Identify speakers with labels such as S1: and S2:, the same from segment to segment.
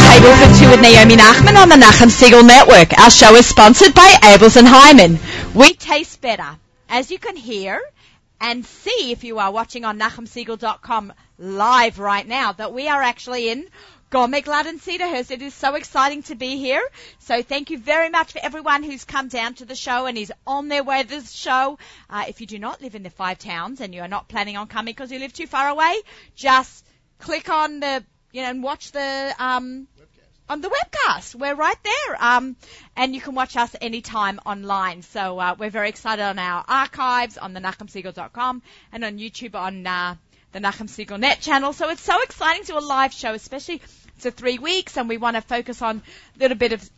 S1: Chatting with Naomi Nachman on the Nachum Siegel Network. Our show is sponsored by Abels and Hyman. We taste better. As you can hear and see if you are watching on NachumSiegel.com live right now that we are actually in Gormeglad and Cedarhurst. It is so exciting to be here. So thank you very much for everyone who's come down to the show and is on their way to the show. Uh, if you do not live in the five towns and you are not planning on coming because you live too far away, just click on the, you know, and watch the, um, on the webcast. We're right there. Um, and you can watch us anytime online. So uh, we're very excited on our archives, on the NachumSiegel.com, and on YouTube on uh, the Nachum Siegel Net channel. So it's so exciting to a live show, especially it's a three weeks, and we want to focus on a little bit of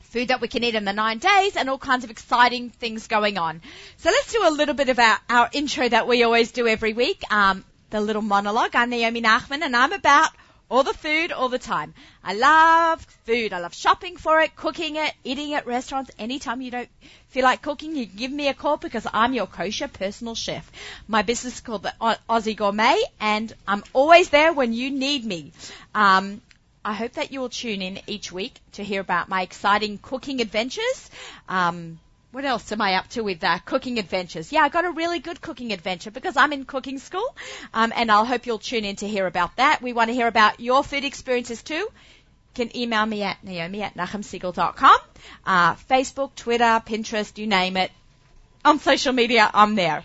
S1: food that we can eat in the nine days and all kinds of exciting things going on. So let's do a little bit of our, our intro that we always do every week, um, the little monologue. I'm Naomi Nachman, and I'm about all the food all the time. I love food. I love shopping for it, cooking it, eating at restaurants. Anytime you don't feel like cooking, you can give me a call because I'm your kosher personal chef. My business is called the O- Aussie Gourmet and I'm always there when you need me. Um, I hope that you will tune in each week to hear about my exciting cooking adventures. Um, what else am I up to with uh, cooking adventures? Yeah, I got a really good cooking adventure because I'm in cooking school, um, and I'll hope you'll tune in to hear about that. We want to hear about your food experiences too. You can email me at naomi at nachumsiegel.com, uh, Facebook, Twitter, Pinterest, you name it. On social media, I'm there.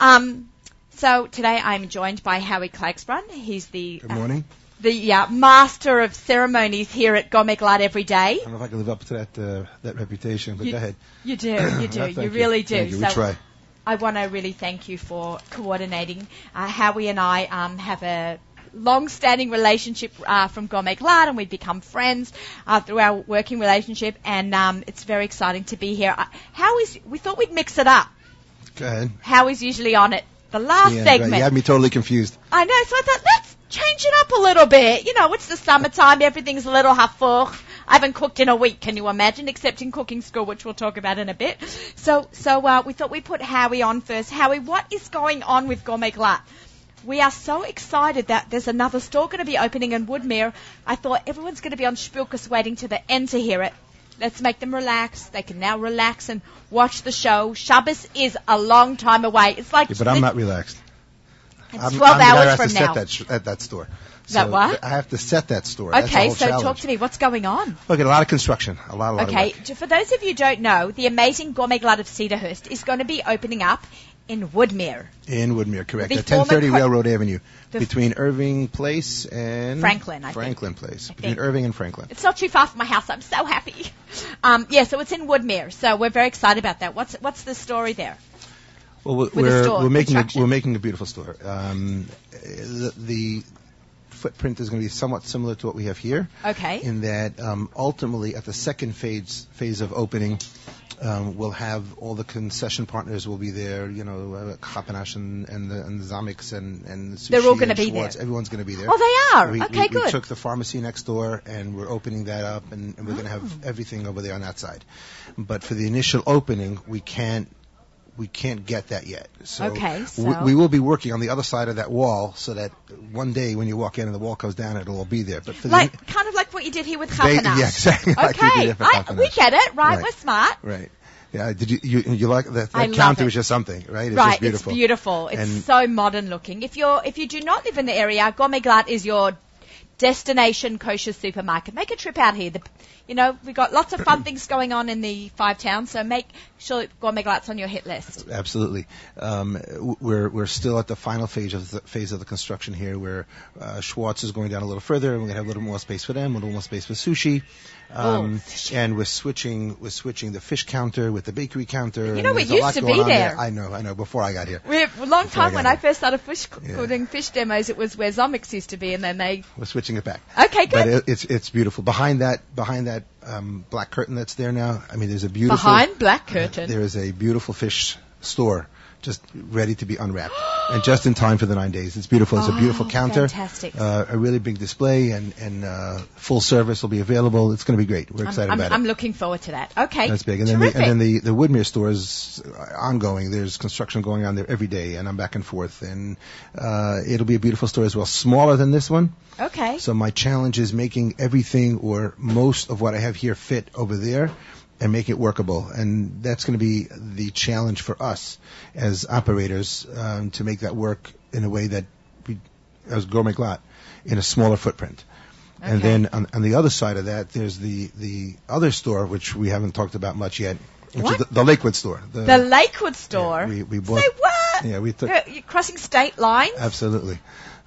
S1: Um, so today I'm joined by Howie Klagsbrun. He's the
S2: Good
S1: uh,
S2: morning.
S1: the uh, master of ceremonies here at Gomeglad every day.
S2: I don't know if I can live up to that uh, that reputation, but
S1: You-
S2: go ahead.
S1: You do, you do,
S2: Thank
S1: you really do.
S2: Thank you.
S1: So
S2: we try.
S1: I want to really thank you for coordinating. Uh, Howie and I um, have a long-standing relationship uh, from Gourmet Lad, and we've become friends uh, through our working relationship. And um, it's very exciting to be here. Uh, Howie's, we thought we'd mix it up.
S2: Go ahead.
S1: Howie's usually on it the last
S2: Yeah, right.
S1: segment.
S2: You had me totally confused.
S1: I know, so I thought let's change it up a little bit. You know, it's the summertime, everything's a little hafuch. I haven't cooked in a week, can you imagine? Except in cooking school, which we'll talk about in a bit. So, so uh, we thought we'd put Howie on first. Howie, what is going on with Gourmet Glut? We are so excited that there's another store going to be opening in Woodmere. I thought everyone's going to be on Spilkus waiting to the end to hear it. Let's make them relax. They can now relax and watch the show. Shabbos is a long time away. It's like
S2: Yeah, but I'm not relaxed.
S1: it's 12
S2: I'm, I'm the guy who
S1: hours
S2: has
S1: from
S2: to
S1: now.
S2: set that, sh- at that store.
S1: That
S2: So
S1: what?
S2: I have to set that store. That's the
S1: Okay,
S2: whole
S1: so
S2: challenge.
S1: talk to me. What's going on?
S2: Look, a lot of construction. A lot, a lot
S1: Okay,
S2: of work.
S1: j- for those of you who don't know, the amazing Gourmet Glut of Cedarhurst is going to be opening up in Woodmere,
S2: In Woodmere, correct.
S1: The
S2: At 1030
S1: former co-
S2: Railroad Avenue.
S1: the-
S2: Between Irving Place and...
S1: Franklin, I think.
S2: Franklin Place.
S1: think.
S2: Between Irving and Franklin.
S1: It's not too far from my house. I'm so happy. Um, yeah, so it's in Woodmere. So we're very excited about that. What's what's the story there?
S2: Well, we're,
S1: the store,
S2: we're, we're making a,
S1: construction.
S2: we're making a beautiful store. Um, uh, the, the footprint is going to be somewhat similar to what we have here.
S1: Okay.
S2: in that um, ultimately at the second phase phase of opening, um, we'll have all the concession partners will be there. You know, uh, Kapanash and, and the and the Zamex and and the sushi
S1: They're all gonna
S2: to
S1: be there.
S2: Everyone's going to be there.
S1: oh, they are.
S2: we,
S1: okay,
S2: we,
S1: good.
S2: We took the pharmacy next door, and we're opening that up, and, and we're going to have
S1: Oh.
S2: everything over there on that side. But for the initial opening, we can't we can't get that yet. So
S1: Okay,
S2: we-
S1: so-
S2: we, will be working on the other side of that wall, so that one day when you walk in and the wall goes down, it'll all be there. But for the,
S1: like kind of like what you did here with
S2: Ba-
S1: Hapana.
S2: yeah, exactly. like you did
S1: Okay,
S2: it for
S1: I,
S2: Hafnash.
S1: we get it, right?
S2: Right.
S1: We're smart.
S2: Right. Yeah. Did you you, you like that?
S1: I
S2: That
S1: love
S2: counter
S1: it.
S2: was just something, right? It's
S1: right,
S2: just beautiful.
S1: it's beautiful. It's
S2: And-
S1: so modern looking. If you're if you do not live in the area, Gomeglat is your destination kosher supermarket. Make a trip out here. The, you know we've got lots of fun things going on in the five towns, so make sure Gomeglat's on your hit list.
S2: Absolutely. Um, w- we're we're still at the final phase of the phase of the construction here, where uh, Schwartz is going down a little further, and we're gonna have a little more space for them, a little more space for sushi,
S1: Oh.
S2: um, and we're switching we're switching the fish counter with the bakery counter. and
S1: know, we
S2: there's a
S1: used
S2: lot
S1: to
S2: going
S1: be
S2: on there.
S1: there.
S2: I know, I know. Before I got here,
S1: We have, a long
S2: Before I
S1: time
S2: got
S1: when I
S2: here.
S1: first started fish,
S2: Yeah.
S1: doing fish demos, it was where Zomics used to be, and then they
S2: we're switching it back.
S1: okay
S2: But
S1: good
S2: it, it's it's beautiful behind that behind that um, black curtain that's there now. I mean, there's a beautiful
S1: behind black curtain.
S2: There is a beautiful fish store just ready to be unwrapped. and just in time for the nine days. It's beautiful. It's a beautiful
S1: Oh,
S2: counter,
S1: fantastic.
S2: Uh, a really big display, and and uh, full service will be available. It's going to be great. We're
S1: I'm,
S2: excited
S1: I'm,
S2: about
S1: I'm
S2: it.
S1: looking forward to that. Okay.
S2: That's big. And then, the,
S1: Terrific.
S2: and then the, the Woodmere store is ongoing. There's construction going on there every day, and I'm back and forth. And uh, it'll be a beautiful store as well, smaller than this one.
S1: okay.
S2: So my challenge is making everything or most of what I have here fit over there and make it workable. And that's going to be the challenge for us as operators um, to make that work in a way that we, as Gourmet Lot, in a smaller footprint. And
S1: Okay.
S2: then on, on the other side of that, there's the, the other store, which we haven't talked about much yet, which
S1: What?
S2: is the, the Lakewood store. The,
S1: the Lakewood store.
S2: we- we
S1: Say
S2: bought-
S1: what?
S2: yeah, we took,
S1: You're, you're crossing state lines.
S2: absolutely.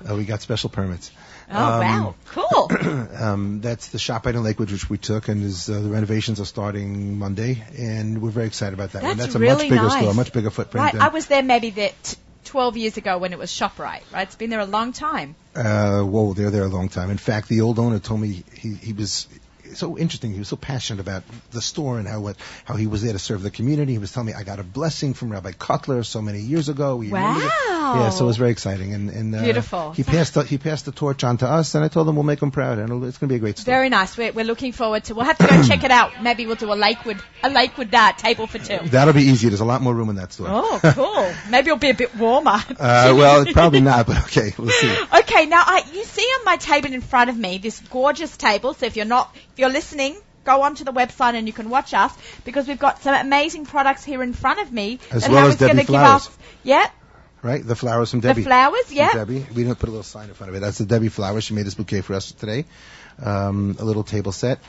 S2: Uh, we got special permits.
S1: Oh
S2: Um,
S1: wow, cool.
S2: um, that's the shop right in Lakewood, which we took, and is uh, the renovations are starting Monday, and we're very excited about that. one.
S1: That's
S2: that's a
S1: really
S2: much bigger
S1: nice.
S2: store, much bigger footprint.
S1: right,
S2: than-
S1: I was there maybe that 12 years ago when it was Shoprite. Right, it's been there a long time.
S2: uh, whoa, they're there a long time. In fact, the old owner told me he, he was so interesting. He was so passionate about the store and how what how he was there to serve the community. He was telling me I got a blessing from Rabbi Cutler so many years ago. We remembered it.
S1: Wow.
S2: Yeah, so it was very exciting and, and uh,
S1: Beautiful.
S2: He passed the, he passed the torch on to us, and I told him we'll make him proud, and it'll- it's going to be a great store.
S1: Very nice. We're, we're looking forward to. We'll have to go check it out. Maybe we'll do a Lakewood a Lakewood uh, table for two.
S2: That'll be easy. There's a lot more room in that store.
S1: Oh, cool. Maybe it'll be a bit warmer.
S2: Uh, well, probably not, but okay, we'll see.
S1: Okay, now I, you see on my table in front of me this gorgeous table. So if you're not, if you're listening, go onto the website and you can watch us because we've got some amazing products here in front of me.
S2: As
S1: that
S2: well
S1: Howard's
S2: as Debbie
S1: gonna give
S2: flowers.
S1: us. Yeah,
S2: Right? The flowers from
S1: the
S2: Debbie.
S1: flowers.
S2: From
S1: Yeah.
S2: Debbie. We didn't put a little sign in front of it. That's the Debbie flower. She made this bouquet for us today. Um, a little table set.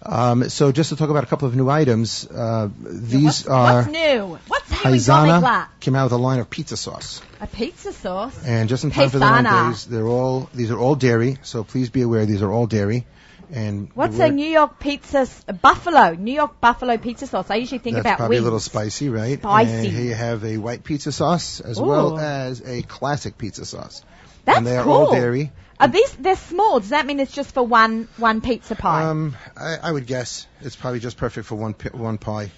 S2: Um, so just to talk about a couple of new items, uh, these
S1: What's,
S2: are
S1: what's new? What's happening?
S2: Paisana came out with a line of pizza sauce.
S1: A pizza sauce.
S2: And just in time for the
S1: Paisana.
S2: nine days, they're all, these are all dairy, so please be aware these are all dairy. And the
S1: What's a
S2: word-
S1: New York pizza? s- Buffalo, New York buffalo pizza sauce. I usually think
S2: That's
S1: about
S2: probably
S1: wings.
S2: a little spicy, right? And
S1: Spicy.
S2: here you have a white pizza sauce as
S1: Ooh.
S2: well as a classic pizza sauce.
S1: That's
S2: and they are
S1: cool.
S2: all dairy.
S1: Are these? They're small. Does that mean it's just for one one pizza pie?
S2: Um, I, I would guess it's probably just perfect for one pi- one pie.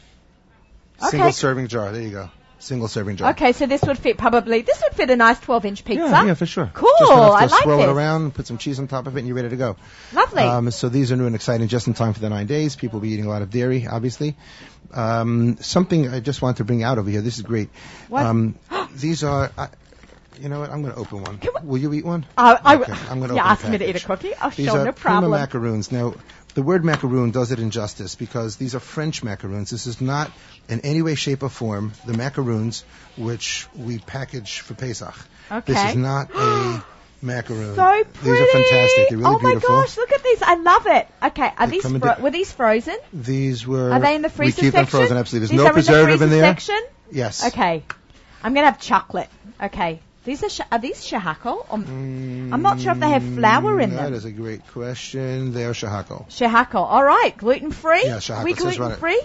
S1: Okay.
S2: Single serving jar. There you go. Single serving jar.
S1: okay, so this would fit probably. This would fit a nice twelve inch pizza.
S2: Yeah, yeah, for sure.
S1: Cool,
S2: Just enough to
S1: I like
S2: swirl
S1: this.
S2: it around, put some cheese on top of it, and you're ready to go.
S1: Lovely.
S2: Um, so these are new and exciting, just in time for the nine days. People will be eating a lot of dairy, obviously. Um, something I just wanted to bring out over here. This is great.
S1: What?
S2: Um, these are. I, you know what? I'm going to open one.
S1: Come on.
S2: Will you eat one?
S1: I, Oh, I,
S2: Okay, I'm gonna
S1: you
S2: open
S1: asked me to eat a
S2: package.
S1: cookie. Oh,
S2: These
S1: sure,
S2: are
S1: no
S2: prima
S1: problem.
S2: macaroons. Now, the word macaroon does it injustice because these are French macaroons. This is not in any way, shape, or form the macaroons which we package for Pesach. This
S1: Okay.
S2: is not a macaroon.
S1: So pretty.
S2: These are fantastic. They're really
S1: oh my
S2: beautiful.
S1: gosh, look at these. I love it. Okay, are
S2: They
S1: these
S2: come in
S1: fro-
S2: di-
S1: were these frozen?
S2: These were.
S1: Are they in the freezer
S2: We keep
S1: section?
S2: them frozen, absolutely. There's
S1: these
S2: no
S1: are
S2: preservative
S1: in
S2: in,
S1: the freezer
S2: there.
S1: section.
S2: Yes.
S1: Okay, I'm gonna have chocolate. Okay, these are sh- are these shahako? Or- I'm not sure if they have flour in
S2: Mm,
S1: them.
S2: That is a great question. They are shahako.
S1: Shehako. All right, gluten free.
S2: Yeah, shehako.
S1: We
S2: It says
S1: gluten
S2: right-
S1: free.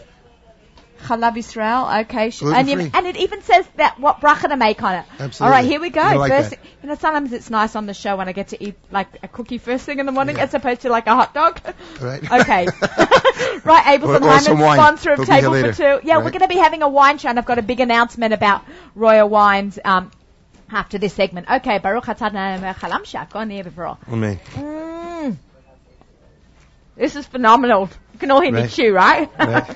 S1: Halab Israel. Okay, sh- and, you,
S2: Gluten-free.
S1: and it even says that what bracha to make on it. All
S2: Absolutely.
S1: right, here we go.
S2: You like
S1: first,
S2: that.
S1: you know, sometimes it's nice on the show when I get to eat like a cookie first thing in the morning
S2: Yeah.
S1: as opposed to like a hot dog.
S2: Right?
S1: Okay. right, Abelson
S2: Or- or some
S1: Hyman,
S2: wine.
S1: sponsor of
S2: We'll be here
S1: Table for
S2: later.
S1: Two. Yeah, we're
S2: Right.
S1: going to be having a wine show, and I've got a big announcement about Royal Wines um, after this segment. Okay, Baruch Atah Chalam Shakon Yevro.
S2: I mean,
S1: Mm. This is phenomenal. You can all hear me
S2: Right.
S1: chew, right?
S2: Right.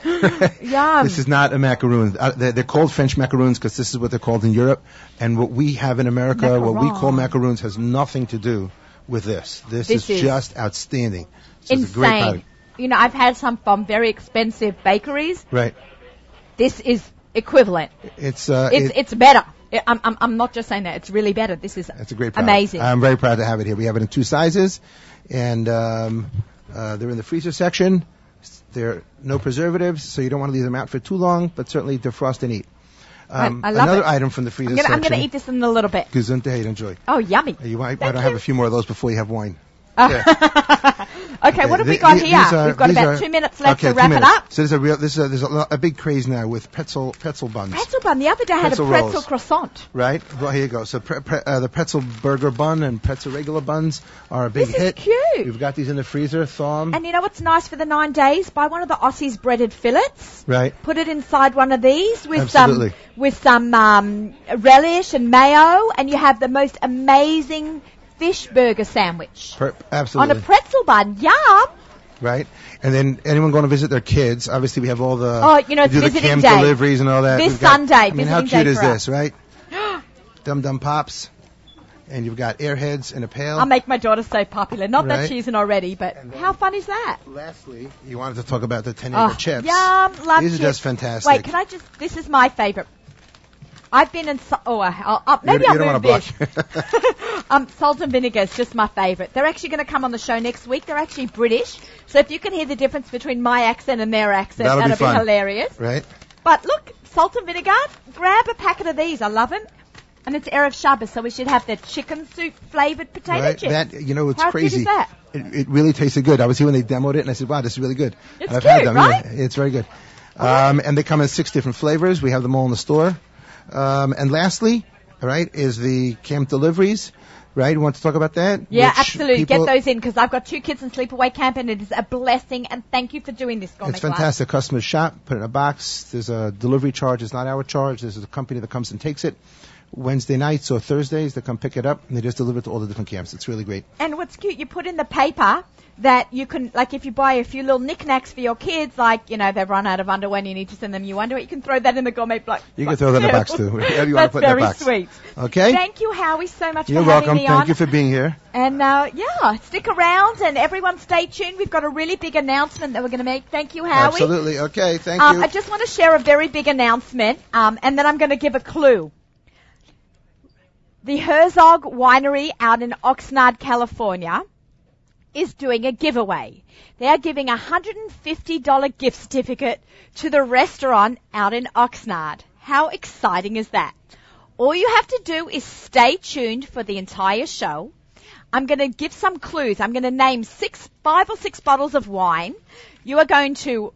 S1: Yum.
S2: This is not a macaroon. Uh, they're, they're called French macaroons because this is what they're called in Europe. And what we have in America, what we call
S1: Macaron.
S2: macaroons, has nothing to do with this. This,
S1: This
S2: is,
S1: is
S2: just outstanding. So It's a great
S1: Insane.
S2: product.
S1: You know, I've had some from very expensive bakeries.
S2: Right.
S1: This is equivalent.
S2: It's, uh,
S1: It's
S2: it-
S1: it's better. I- I'm, I'm I'm not just saying that. It's really better. This is
S2: it's a great product.
S1: amazing.
S2: I'm very proud to have it here. We have it in two sizes, and um, uh, they're in the freezer section. S- They're no preservatives, so you don't want to leave them out for too long, but certainly defrost and eat. Um,
S1: I love
S2: another
S1: it.
S2: item from the freezer
S1: I'm gonna I'm
S2: section.
S1: gonna eat this in a little bit.
S2: Gesundheit, enjoy.
S1: Oh, yummy.
S2: You might,
S1: Thank
S2: why don't I have
S1: you.
S2: a few more of those before you have wine?
S1: Oh.
S2: Yeah.
S1: Okay, what have we
S2: th-
S1: got
S2: th-
S1: here?
S2: these are-
S1: We've got
S2: these
S1: about
S2: are-
S1: two minutes left
S2: okay,
S1: to
S2: two
S1: wrap it
S2: minutes.
S1: up.
S2: So there's a real, this is a, there's a, lo- a big craze now with pretzel pretzel buns,
S1: Pretzel bun. The other day I had a
S2: Pretzel
S1: pretzel
S2: rolls.
S1: croissant.
S2: right? Well, here you go. So pre- pre- uh, the pretzel burger bun and pretzel regular buns are a big
S1: This is
S2: hit.
S1: cute.
S2: We've got these in the freezer, thaw 'em,
S1: And you know what's nice for the nine days? Buy one of the Aussie's breaded fillets.
S2: right?
S1: Put it inside one of these with some
S2: Absolutely.
S1: with some um, relish and mayo, and you have the most amazing fish burger sandwich
S2: Per-
S1: on
S2: absolutely.
S1: a pretzel bun. Yum!
S2: right? And then anyone going to visit their kids? Obviously, we have all the
S1: Oh, you know,
S2: we
S1: it's
S2: do the
S1: visiting
S2: camp
S1: day.
S2: deliveries and all that.
S1: This
S2: We've got-
S1: Sunday,
S2: I mean, how
S1: visiting
S2: cute
S1: day
S2: is
S1: for us.
S2: this, right? Dum Dum Pops, and you've got airheads in a pail.
S1: I make my daughter so popular. Not that
S2: Oh. Right.
S1: she isn't already, but how fun is that?
S2: Lastly, you wanted to talk about the ten
S1: Oh,
S2: acre chips.
S1: Yum, love
S2: These
S1: chips.
S2: are just fantastic.
S1: Wait, can I just? This is my favorite. I've been in. so- Oh, I- I'll, I'll, maybe
S2: you, you
S1: I'll
S2: don't
S1: move
S2: want
S1: this.
S2: to blush.
S1: um, salt and vinegar is just my favourite. They're actually going to come on the show next week. They're actually British, so if you can hear the difference between my accent and their accent,
S2: That'll be
S1: that'll
S2: fun.
S1: hilarious.
S2: right?
S1: But look, salt and vinegar. Grab a packet of these. I love them, and it's erev Shabbos, so we should have the chicken soup flavoured potato
S2: right?
S1: chips.
S2: That you know, it's
S1: How cute is
S2: crazy.
S1: that?
S2: It, it really tasted good. I was here when they demoed it, and I said, "Wow, this is really good."
S1: It's
S2: and I've
S1: cute,
S2: had them.
S1: right?
S2: Yeah, it's very good. Um, and they come in six different flavors. We have them all in the store. Um, and lastly, all right, is the camp deliveries. Right? You want to talk about that?
S1: Yeah,
S2: Which
S1: absolutely.
S2: people-
S1: Get those in because I've got two kids in sleepaway camp, and it is a blessing. And thank you for doing this, Gourmet
S2: It's
S1: Club.
S2: fantastic. Customers shop, put it in a box. There's a delivery charge. It's not our charge. There's a company that comes and takes it. Wednesday nights or Thursdays, they come pick it up and they just deliver it to all the different camps. It's really great.
S1: And what's cute, you put in the paper that you can, like, if you buy a few little knickknacks for your kids, like, you know, they've run out of underwear and you need to send them new underwear, you can throw that in the gourmet block.
S2: You can throw that in the box too. Whatever you
S1: That's
S2: want to put in
S1: very
S2: the box.
S1: sweet.
S2: Okay?
S1: Thank you, Howie, so much
S2: You're
S1: for
S2: welcome.
S1: having me
S2: Thank
S1: on.
S2: you for being here.
S1: and uh, yeah, stick around and everyone stay tuned. We've got a really big announcement that we're going to make. Thank you, Howie.
S2: Absolutely. Okay. Thank
S1: Um,
S2: you.
S1: I just want to share a very big announcement, um, and then I'm going to give a clue. The Herzog Winery out in Oxnard, California, is doing a giveaway. They are giving a $150 gift certificate to the restaurant out in Oxnard. How exciting is that? All you have to do is stay tuned for the entire show. I'm going to give some clues. I'm going to name six, five or six bottles of wine. You are going to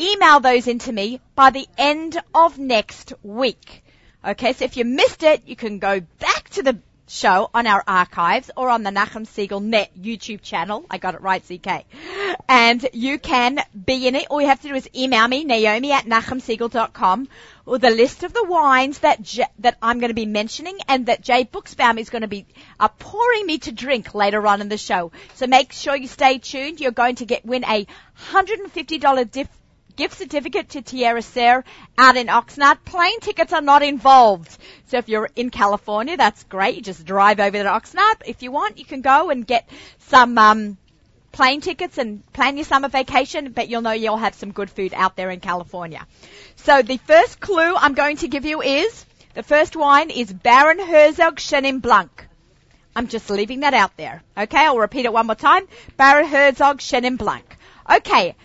S1: email those into me by the end of next week. Okay, so if you missed it, you can go back to the show on our archives or on the Nachum Siegel Net YouTube channel. I got it right, CK. And you can be in it. All you have to do is email me, Naomi at NahumSiegel.com, with the list of the wines that J- that I'm going to be mentioning and that Jay Booksbaum is going to be uh, pouring me to drink later on in the show. So make sure you stay tuned. You're going to get win a $150 diff- gift certificate to Tierra Serre out in Oxnard. Plane tickets are not involved. So if you're in California, that's great. You just drive over to Oxnard. If you want, you can go and get some um, plane tickets and plan your summer vacation, but you'll know you'll have some good food out there in California. So the first clue I'm going to give you is the first wine is Baron Herzog Chenin Blanc. I'm just leaving that out there. Okay, I'll repeat it one more time. Baron Herzog Chenin Blanc. Okay,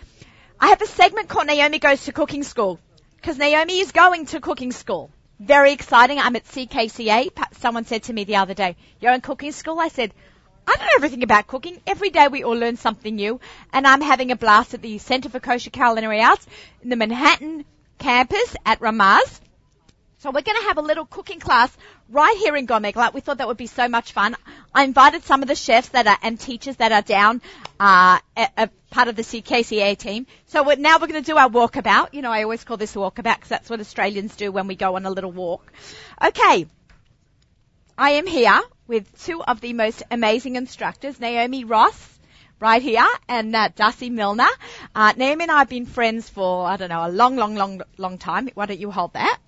S1: I have a segment called Naomi Goes to Cooking School because Naomi is going to cooking school. Very exciting. I'm at CKCA. Pa- Someone said to me the other day, You're in cooking school? I said, I don't know everything about cooking. Every day we all learn something new. And I'm having a blast at the Center for Kosher Culinary Arts in the Manhattan campus at Ramaz. So we're going to have a little cooking class right here in Gourmet Club. We thought that would be so much fun. I invited some of the chefs that are and teachers that are down uh, a, a part of the CKCA team. So we're, now we're going to do our walkabout. You know, I always call this a walkabout because that's what Australians do when we go on a little walk. Okay, I am here with two of the most amazing instructors, Naomi Ross, right here, and uh, Darcy Milner. Uh, Naomi and I have been friends for, I don't know, a long, long, long, long time. Why don't you hold that?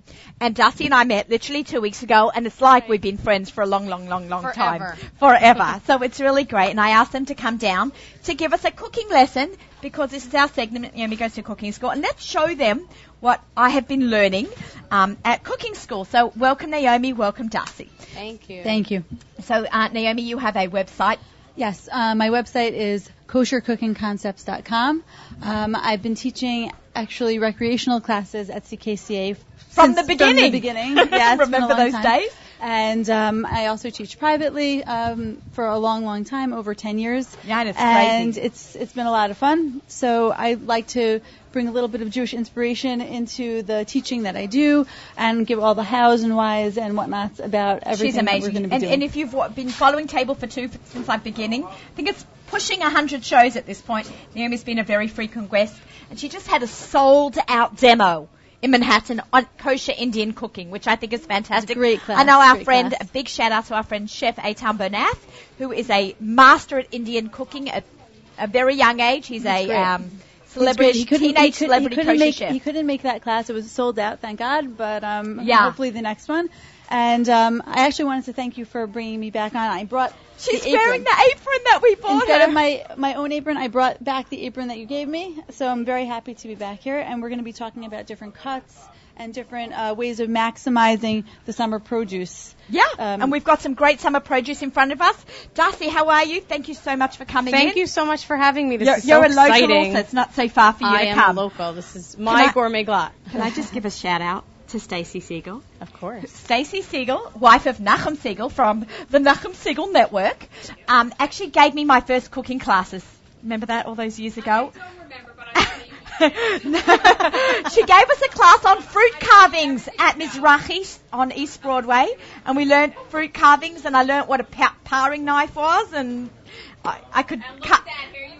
S1: And Darcy and I met literally two weeks ago, and it's like we've been friends for a long, long, long, long time.
S3: Forever.
S1: Forever. so it's really great. And I asked them to come down to give us a cooking lesson because this is our segment, Naomi Goes to Cooking School, and let's show them what I have been learning um, at cooking school. So welcome, Naomi. Welcome, Darcy.
S3: Thank you.
S4: Thank you.
S1: So, uh, Naomi, you have a website.
S4: Yes, uh, my website is koshercookingconcepts.com. Um, I've been teaching actually recreational classes at CKCA
S1: From
S4: since-
S1: the beginning.
S4: From the beginning, yes.
S1: Remember those days?
S4: And um, I also teach privately um, for a long, long time, over 10 years.
S1: Yeah, and it's
S4: and
S1: crazy.
S4: it's it's been a lot of fun. So I like to bring a little bit of Jewish inspiration into the teaching that I do, and give all the hows and whys and whatnots about everything
S1: She's
S4: that we're
S1: amazing.
S4: going to be
S1: and,
S4: doing.
S1: and if you've wa- been following Table for Two since the beginning, I think it's pushing 100 shows at this point. Naomi's been a very frequent guest, and she just had a sold out demo in Manhattan on kosher Indian cooking, which I think is fantastic.
S4: great class,
S1: I know our
S4: great
S1: friend,
S4: class.
S1: a big shout out to our friend Chef Eitan Bernath, who is a master at Indian cooking at a very young age. He's a
S4: great.
S1: um,
S4: He's great.
S1: celebrity,
S4: he couldn't,
S1: teenage
S4: he could,
S1: celebrity
S4: he
S1: kosher
S4: couldn't make,
S1: chef.
S4: He couldn't make that class. It was sold out, thank God. But um,
S1: Yeah.
S4: hopefully the next one. And um, I actually wanted to thank you for bringing me back on. I brought
S1: She's
S4: the apron.
S1: wearing the apron that we bought
S4: Instead
S1: her.
S4: of my, my own apron, I brought back the apron that you gave me. So I'm very happy to be back here. And we're going to be talking about different cuts and different uh, ways of maximizing the summer produce.
S1: Yeah,
S4: Um,
S1: and we've got some great summer produce in front of us. Darcy, how are you? Thank you so much for coming
S3: Thank
S1: in.
S3: you so much for having me. This
S1: You're,
S3: is
S1: you're
S3: so
S1: a local,
S3: exciting.
S1: so it's not so far for you
S3: I
S1: to
S3: am
S1: come.
S3: local. This is my
S1: I-
S3: gourmet glot.
S1: Can I just give a shout out to Stacey Siegel?
S3: Of course.
S1: Stacey Siegel, wife of Nachum Siegel from the Nachum Siegel Network, um, actually gave me my first cooking classes. Remember that all those years ago? she gave us a class on fruit carvings at Mizrahi on East Broadway, and we learned fruit carvings, and I learned what a pa- paring knife was, and I, I could cut.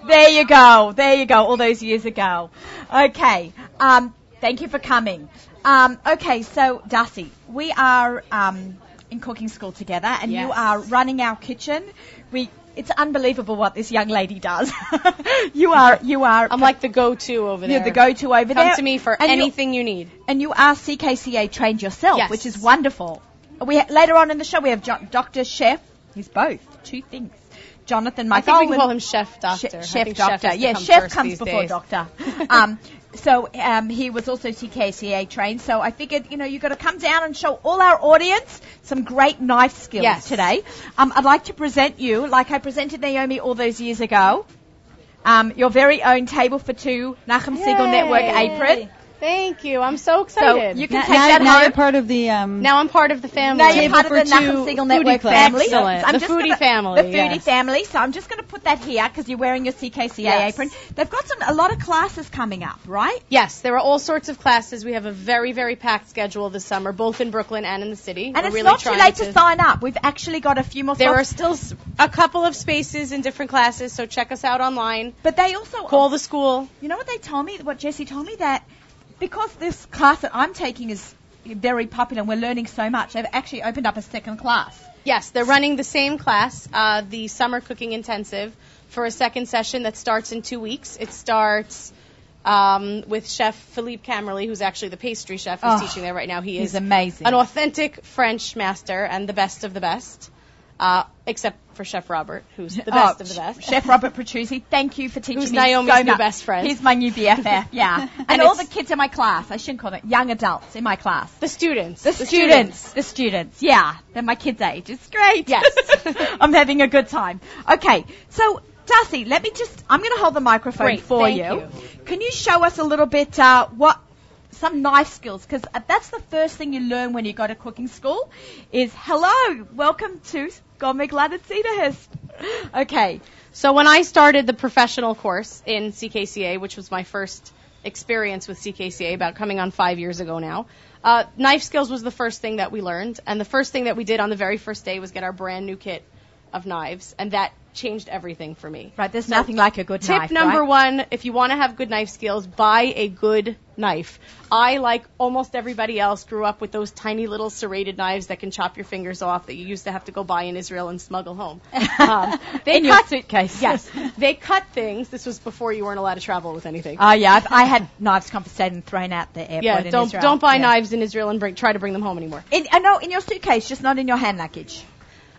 S1: there you go, there you go, all those years ago. Okay, um, thank you for coming. Um, okay, so Darcy, we are um, in cooking school together, and you
S3: Yes.
S1: are running our kitchen. We. It's unbelievable what this young lady does. you are, you are.
S3: I'm like the go-to over there.
S1: You're the go-to over there.
S3: Come to me for
S1: And you-
S3: anything you need.
S1: and you are CKCA trained yourself,
S3: Yes.
S1: which is wonderful. We ha- later on in the show we have jo- Doctor Chef. He's both two things. Jonathan
S3: I think
S1: Michael.
S3: we can call him Chef
S1: Sh-
S3: Doctor. I
S1: Chef
S3: think
S1: Doctor.
S3: has to
S1: yeah,
S3: come
S1: Chef
S3: first
S1: comes
S3: these
S1: before
S3: days.
S1: Doctor. Um, so um, he was also TKCA trained. So I figured, you know, you've got to come down and show all our audience some great knife skills
S3: Yes.
S1: today. Um, I'd like to present you, like I presented Naomi all those years ago, um, your very own Table for Two Nachum Siegel
S3: Yay.
S1: Network apron.
S3: Thank you. I'm so excited.
S1: you can-
S4: Now,
S1: take
S4: now-
S1: that
S4: now
S1: home.
S4: you're part of the um,
S3: now I'm part of the family.
S1: Now you're part of the
S4: for
S1: Nahum
S4: two
S1: Siegel
S4: foodie
S1: Network
S4: club.
S1: family.
S3: Excellent.
S1: So I'm
S3: The
S1: just
S3: foodie
S1: gonna-
S3: family,
S1: The foodie
S3: yes.
S1: family. So I'm just going to put that here because you're wearing your CKCA
S3: Yes.
S1: apron. They've got some a lot of classes coming up, right?
S3: Yes, there are all sorts of classes. We have a very, very packed schedule this summer, both in Brooklyn and in the city.
S1: And
S3: We're
S1: it's
S3: really
S1: not too
S3: trying
S1: late to, sign up. We've actually got a few more.
S3: There are
S1: slots,
S3: still s- a couple of spaces in different classes, so check us out online.
S1: but they also
S3: Call the school.
S1: You know what they told me? What Jesse told me that because this class that I'm taking is very popular and we're learning so much, they've actually opened up a second class.
S3: Yes, they're running the same class, uh, the summer cooking intensive, for a second session that starts in two weeks. It starts um, with Chef Philippe Camerly, who's actually the pastry chef who's
S1: Oh,
S3: teaching there right now. He
S1: he's
S3: is
S1: amazing.
S3: an authentic French master and the best of the best, uh, except for Chef Robert, who's the best
S1: Oh,
S3: of the best.
S1: Chef Robert Petruzzi, thank you for teaching
S3: Who's
S1: me
S3: Naomi's
S1: so
S3: new
S1: much.
S3: best friend.
S1: He's my new BFF, yeah. and
S3: And
S1: all the
S3: it's-
S1: kids in my class, I shouldn't call it, young adults in my class.
S3: the students.
S1: The, students. The students, yeah. They're my kids' age. It's great.
S3: Yes.
S1: I'm having a good time. Okay, so Darcy, let me just, I'm going to hold the microphone
S3: Great,
S1: for
S3: thank
S1: you.
S3: you.
S1: Can you show us a little bit uh, what some knife skills? Because that's the first thing you learn when you go to cooking school is, hello, welcome to Gourmet Glad at Cedarhurst. Okay.
S3: So when I started the professional course in CKCA, which was my first experience with CKCA, about coming on five years ago now, uh, knife skills was the first thing that we learned, and the first thing that we did on the very first day was get our brand new kit of knives, and that changed everything for me.
S1: Right, there's nothing like a good
S3: Tip
S1: knife.
S3: number
S1: right?
S3: one, if you want to have good knife skills, buy a good knife. I, like almost everybody else, grew up with those tiny little serrated knives that can chop your fingers off that you used to have to go buy in Israel and smuggle home. Um, they
S1: In your
S3: cut
S1: suitcase.
S3: Yes, they cut things. This was before you weren't allowed to travel with anything.
S4: Uh,
S1: Oh yeah, I've, I had knives confiscated and thrown out the airport.
S3: yeah,
S1: in
S3: don't
S1: Israel.
S3: don't buy
S1: Yeah.
S3: knives in Israel and bring, try to bring them home anymore.
S1: In, uh, no, in your suitcase, just not in your hand luggage.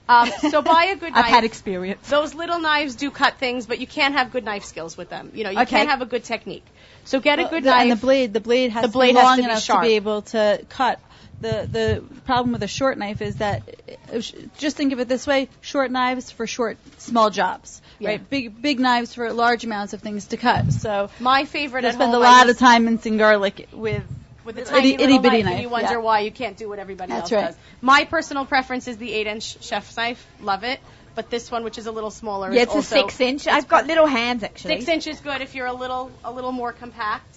S3: Um, so buy a good
S1: I've
S3: knife.
S1: had experience.
S3: Those little knives do cut things, but you can't have good knife skills with them. You know, you
S1: Okay.
S3: can't have a good technique. So get a good
S4: the,
S3: knife.
S4: And the blade, the blade has
S3: The
S4: to
S3: blade
S4: be
S3: has
S4: long
S3: to be
S4: enough
S3: sharp.
S4: to be able to cut. The the problem with a short knife is that uh, sh- just think of it this way: short knives for short, small jobs,
S3: Yeah.
S4: right? Big big knives for large amounts of things to cut. So
S3: My favorite
S4: I
S3: at
S4: spend a
S3: home, I
S4: lot
S3: use-
S4: of time mincing garlic with
S3: with the
S4: Itty-
S3: tiny
S4: itty
S3: little
S4: bitty
S3: knife, and
S4: knife,
S3: you wonder
S4: yeah.
S3: why you can't do what everybody
S4: That's
S3: else
S4: right.
S3: does. My personal preference is the eight-inch chef's knife. Love it. But this one, which is a little smaller,
S1: Yeah,
S3: is
S1: it's a
S3: also
S1: six inch. I've got little hands actually.
S3: Six inch is good if you're a little a little more compact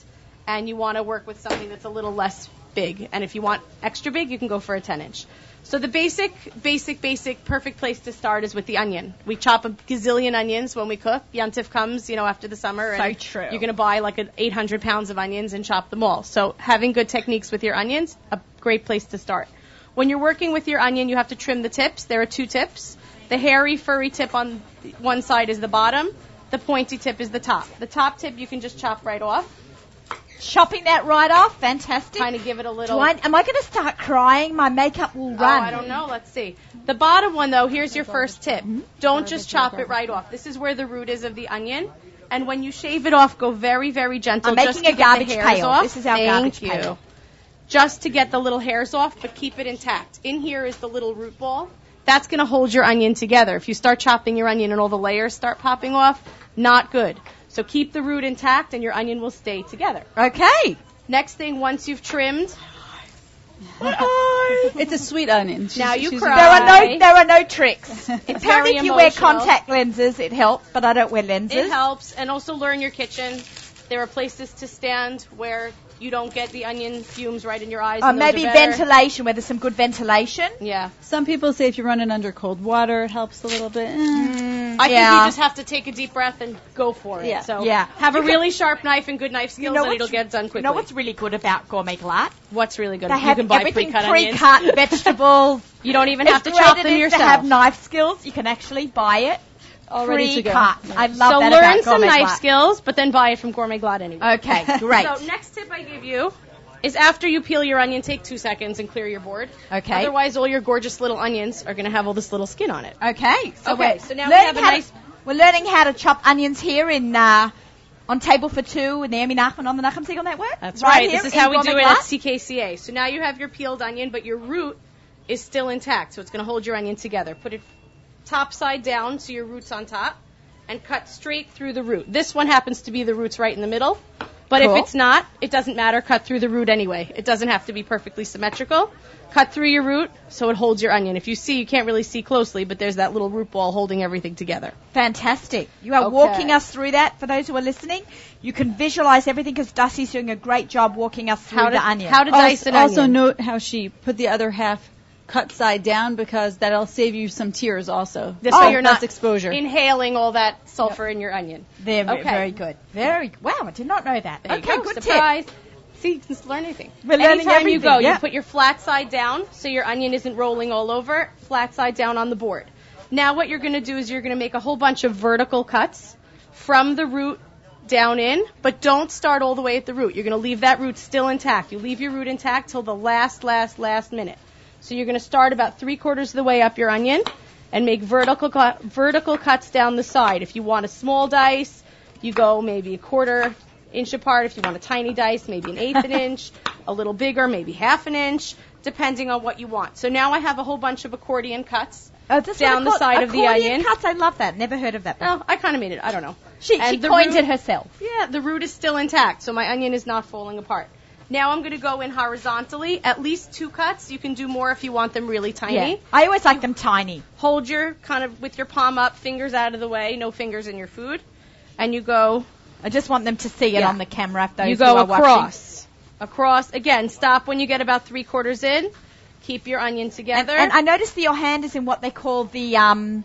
S3: and you want to work with something that's a little less big. And if you want extra big, you can go for a 10 inch. So the basic, basic, basic, perfect place to start is with the onion. We chop a gazillion onions when we cook. Yontif comes, you know, after the summer, and
S1: So true.
S3: you're going to buy like an 800 pounds of onions and chop them all. So having good techniques with your onions, a great place to start. When you're working with your onion, you have to trim the tips. There are two tips. The hairy, furry tip on th- one side is the bottom. The pointy tip is the top. The top tip you can just chop right off.
S1: Chopping that right off, fantastic.
S3: Kind of give it a
S1: Do
S3: little.
S1: I, am I going to start crying? My makeup will run.
S3: Oh, I don't know. Let's see. The bottom one, though, here's your first tip.
S1: Hmm?
S3: Don't just chop it right off. This is where the root is of the onion. And when you shave it off, go very, very gentle.
S1: I'm
S3: just
S1: making
S3: to
S1: a
S3: get the
S1: garbage
S3: hairs
S1: pail.
S3: Off.
S1: This is our
S3: Thank
S1: garbage
S3: you.
S1: pail.
S3: Just to get the little hairs off, but keep it intact. In here is the little root ball. That's going to hold your onion together. If you start chopping your onion and all the layers start popping off, not good. So keep the root intact and your onion will stay together.
S1: Okay.
S3: Next thing, once you've trimmed,
S4: It's a sweet onion. She's-
S3: Now you
S4: she's-
S3: cry.
S1: There are no there are no tricks. Apparently,
S3: very
S1: if you wear
S3: emotional.
S1: contact lenses, it helps. But I don't wear lenses.
S3: It helps, and also learn your kitchen. There are places to stand where you don't get the onion fumes right in your eyes.
S1: Or
S3: and those
S1: Uh, maybe
S3: are better.
S1: ventilation, where there's some good ventilation.
S3: Yeah,
S4: Some people say if you run it under cold water, it helps a little bit. Eh.
S3: Mm-hmm. I think
S1: yeah.
S3: you just have to take a deep breath and go for it.
S4: Yeah.
S3: So
S1: Yeah.
S3: have a really sharp knife and good knife skills,
S1: know
S3: and
S1: what's-
S3: it'll get done quickly.
S1: You know what's really good about gourmet glatt?
S3: what's really good?
S1: They
S3: you
S1: have
S3: can buy
S1: everything
S3: pre-cut onions.
S1: pre-cut vegetables.
S3: You don't even
S1: It's
S3: have to
S1: great
S3: chop
S1: it
S3: them
S1: is
S3: yourself.
S1: To have knife skills, you can actually buy it
S4: All ready to go.
S1: pre-cut. I love
S3: so
S1: that
S3: learn
S1: about
S3: some
S1: gourmet
S3: knife
S1: glatt.
S3: skills, but then buy it from Gourmet Glad anyway.
S1: Okay, great.
S3: So next tip I give you is after you peel your onion, take two seconds and clear your board.
S1: Okay.
S3: Otherwise, all your gorgeous little onions are going to have all this little skin on it.
S1: Okay. So
S3: Okay,
S1: We're
S3: so now we
S1: learning
S3: have a
S1: how
S3: nice-
S1: To, we're learning how to chop onions here in uh, on table for two with Naomi Nachman on the Nachum Siegel Network.
S3: That's right.
S1: here
S3: This is
S1: in
S3: how we do
S1: Gourmet
S3: it at
S1: Glatt.
S3: CKCA. So now you have your peeled onion, but your root is still intact, so it's going to hold your onion together. Put it top side down, so your root's on top, and cut straight through the root. This one happens to be the root's right in the middle, but
S1: Cool.
S3: if it's not, it doesn't matter. Cut through the root anyway. It doesn't have to be perfectly symmetrical. Cut through your root so it holds your onion. If you see, you can't really see closely, but there's that little root ball holding everything together.
S1: Fantastic. You are
S3: Okay.
S1: walking us through that for those who are listening. You can visualize everything because Dusty's doing a great job walking us through
S3: How to,
S1: the onion. Oh,
S3: how to dice
S4: Also,
S3: an
S4: also
S3: onion.
S4: note how she put the other half cut side down because that'll save you some tears also.
S3: This
S4: So
S3: way you're
S4: less
S3: not
S4: Oh, exposure.
S3: inhaling all that sulfur in your onion.
S1: They're
S3: Okay.
S1: very good. Very wow, I did not know that.
S3: There you
S1: okay,
S3: go.
S1: good tip.
S3: Surprise. See, you can learn anything.
S1: We're learning
S3: Anytime you
S1: everything,
S3: go,
S1: yeah.
S3: you put your flat side down so your onion isn't rolling all over, flat side down on the board. Now what you're going to do is you're going to make a whole bunch of vertical cuts from the root down in, but don't start all the way at the root. You're going to leave that root still intact. You leave your root intact till the last, last, last minute. So you're going to start about three quarters of the way up your onion and make vertical cut, vertical cuts down the side. If you want a small dice, you go maybe a quarter inch apart. If you want a tiny dice, maybe an eighth an inch, a little bigger, maybe half an inch, depending on what you want. So now I have a whole bunch of accordion cuts.
S1: Oh, that's what I
S3: Down the
S1: call-
S3: side of the
S1: accordion
S3: onion.
S1: Cuts, I love that. Never heard of that. before.
S3: Oh, I kind of made it. I don't know.
S1: She, she
S3: And the
S1: coined
S3: root-
S1: it herself.
S3: Yeah, the root is still intact, so my onion is not falling apart. Now I'm going to go in horizontally, at least two cuts. You can do more if you want them really tiny.
S1: Yeah. I always like them tiny.
S3: Hold your kind of with your palm up, fingers out of the way, no fingers in your food, and you go
S1: I just want them to see it
S3: Yeah.
S1: on the camera. If those
S3: you
S1: who
S3: go
S1: are watching.
S3: across. Across again. Stop when you get about three quarters in. Keep your onion
S1: And,
S3: together.
S1: and I noticed that your hand is in what they call the um,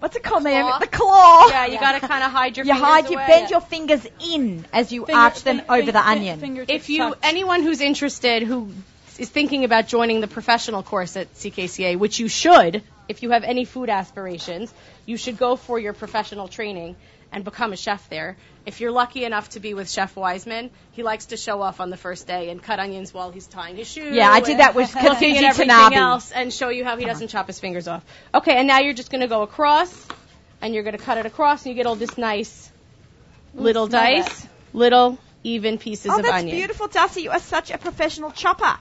S1: what's it called? Naomi?
S3: Claw.
S1: The claw.
S3: yeah, you gotta kind of hide your.
S1: You
S3: fingers
S1: hide, you
S3: away.
S1: bend your fingers in as you
S4: Finger-
S1: arch them
S4: fin-
S1: over
S4: finger-
S1: the
S4: fin-
S1: onion.
S4: fingertips
S3: If you
S4: tucked.
S3: anyone who's interested who is thinking about joining the professional course at CKCA, which you should, if you have any food aspirations, you should go for your professional training and become a chef there. If you're lucky enough to be with Chef Wiseman, he likes to show off on the first day and cut onions while he's tying his shoe.
S1: Yeah, I did
S3: and
S1: that with
S3: looking at
S1: Suzy
S3: everything
S1: Tanabe.
S3: else and show you how he doesn't chop his fingers off. Okay, and now you're just gonna go across and you're gonna cut it across and you get all this nice little
S4: smell that.
S3: dice, little even pieces
S1: Oh,
S3: of
S1: that's
S3: onion.
S1: beautiful, Darcy. You are such a professional chopper.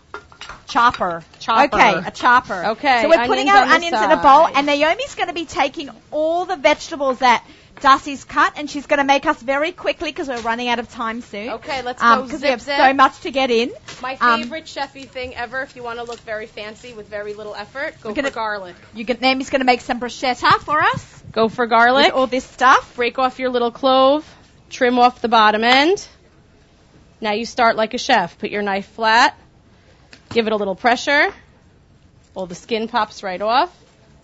S1: Chopper.
S3: Chopper.
S1: Okay, a chopper.
S3: Okay,
S1: So we're
S3: onions
S1: putting our
S3: on the
S1: onions in a bowl,
S3: side.
S1: and Naomi's going to be taking all the vegetables that Darcy's cut, and she's going to make us very quickly because we're running out of time soon.
S3: Okay, let's go
S1: Because we
S3: zip
S1: have
S3: zip.
S1: so much to get in.
S3: My
S1: Um,
S3: favorite chefy thing ever. If you want to look very fancy with very little effort, go
S1: We're gonna-
S3: for garlic.
S1: You can, Amy's going to make some bruschetta for us
S3: Go for garlic.
S1: with all this stuff.
S3: break off your little clove, trim off the bottom end. Now you start like a chef. Put your knife flat, give it a little pressure. Well, the skin pops right off.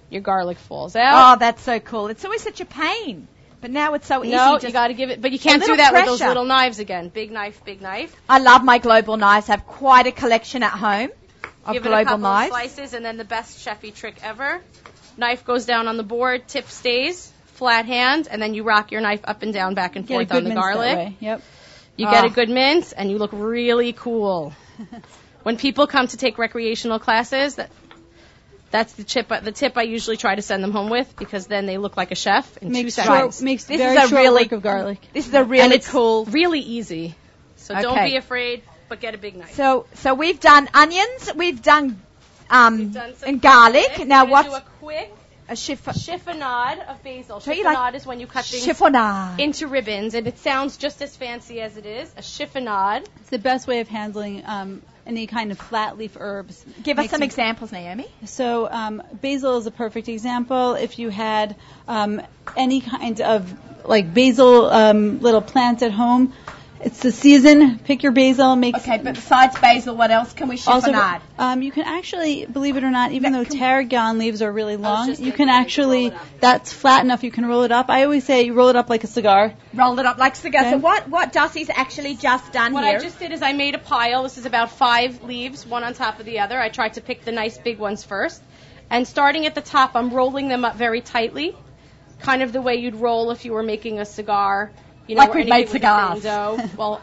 S3: Your garlic falls
S1: Oh,
S3: out.
S1: that's so cool. It's always such a pain, but now it's Oh, so easy.
S3: no,
S1: just-
S3: you got to give it, but you can't
S1: little
S3: do that with those
S1: pressure.
S3: little knives again. Big knife, big knife.
S1: I love my global knives. I have quite a collection at home of
S3: give it a
S1: global
S3: couple
S1: knives.
S3: of slices, and then the best chefy trick ever: knife goes down on the board, tip stays, flat hand, and then you rock your knife up and down, back and
S4: Get a
S3: forth
S4: good
S3: on the
S4: mince that
S3: garlic.
S4: way. Yep.
S3: You get a
S1: Ah.
S3: good mince and you look really cool. when people come to take recreational classes, that that's the tip the tip I usually try to send them home with because then they look like a chef in two
S4: Makes
S3: seconds.
S4: short, makes
S1: This
S4: very
S1: is a
S4: short
S1: really
S4: work of garlic.
S1: This is a
S3: and
S1: really
S3: it's
S1: cool.
S3: really easy. So don't
S1: Okay.
S3: be afraid, but get a big knife.
S1: So, so we've done onions, we've done um
S3: We've done some
S1: and garlic. Now
S3: We're gonna
S1: what's
S3: do a quick
S1: a chiffon?
S3: chiffonade of basil.
S1: Don't
S3: Chiffonade
S1: you like-
S3: is when you cut things
S1: Chiffonade.
S3: into ribbons, and it sounds just as fancy as it is. A chiffonade.
S4: It's the best way of handling um, any kind of flat leaf herbs.
S1: Give us
S4: Makes
S1: some
S4: them-
S1: examples, Naomi.
S4: So um, basil is a perfect example. If you had um, any kind of like basil um, little plants at home, it's the season. Pick your basil. Make
S1: Okay, but besides basil, what else can we
S4: also,
S1: chiffonade?
S4: um, you can actually, believe it or not, even though tarragon leaves are really long,
S3: just
S4: you can
S3: thinking you could
S4: actually,
S3: roll it up.
S4: that's flat enough, you can roll it up. I always say you roll it up like a cigar.
S1: Roll it up like cigar. So
S4: Okay.
S1: what what Darcy's actually just done
S3: What
S1: here?
S3: I just did is I made a pile. This is about five leaves, one on top of the other. I tried to pick the nice big ones first. And starting at the top, I'm rolling them up very tightly, kind of the way you'd roll if you were making a cigar. You know,
S1: Like we
S3: or anything
S1: made
S3: with a thin
S1: cigars.
S3: dough. Well,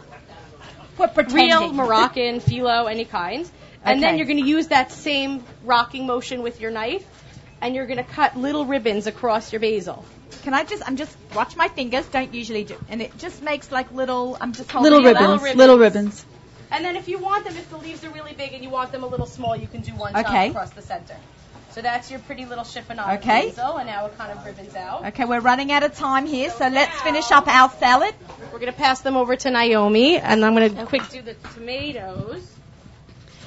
S1: We're pretending.
S3: real Moroccan, phyllo, any kind. And then
S1: Okay.
S3: you're going to use that same rocking motion with your knife, and you're going to cut little ribbons across your basil.
S1: Can I just? I'm just watch my fingers. Don't usually do, and it just makes like little. I'm just holding
S4: Little
S1: it up.
S4: ribbons, little ribbons.
S3: And then if you want them, if the leaves are really big and you want them a little small, you can do one top
S1: Okay.
S3: across the center. So that's your pretty little chiffonade
S1: Okay.
S3: basil, and now it kind of ribbons out.
S1: Okay, we're running out of time here, so let's finish up our salad.
S3: We're gonna pass them over to Naomi, and I'm gonna quick do the tomatoes.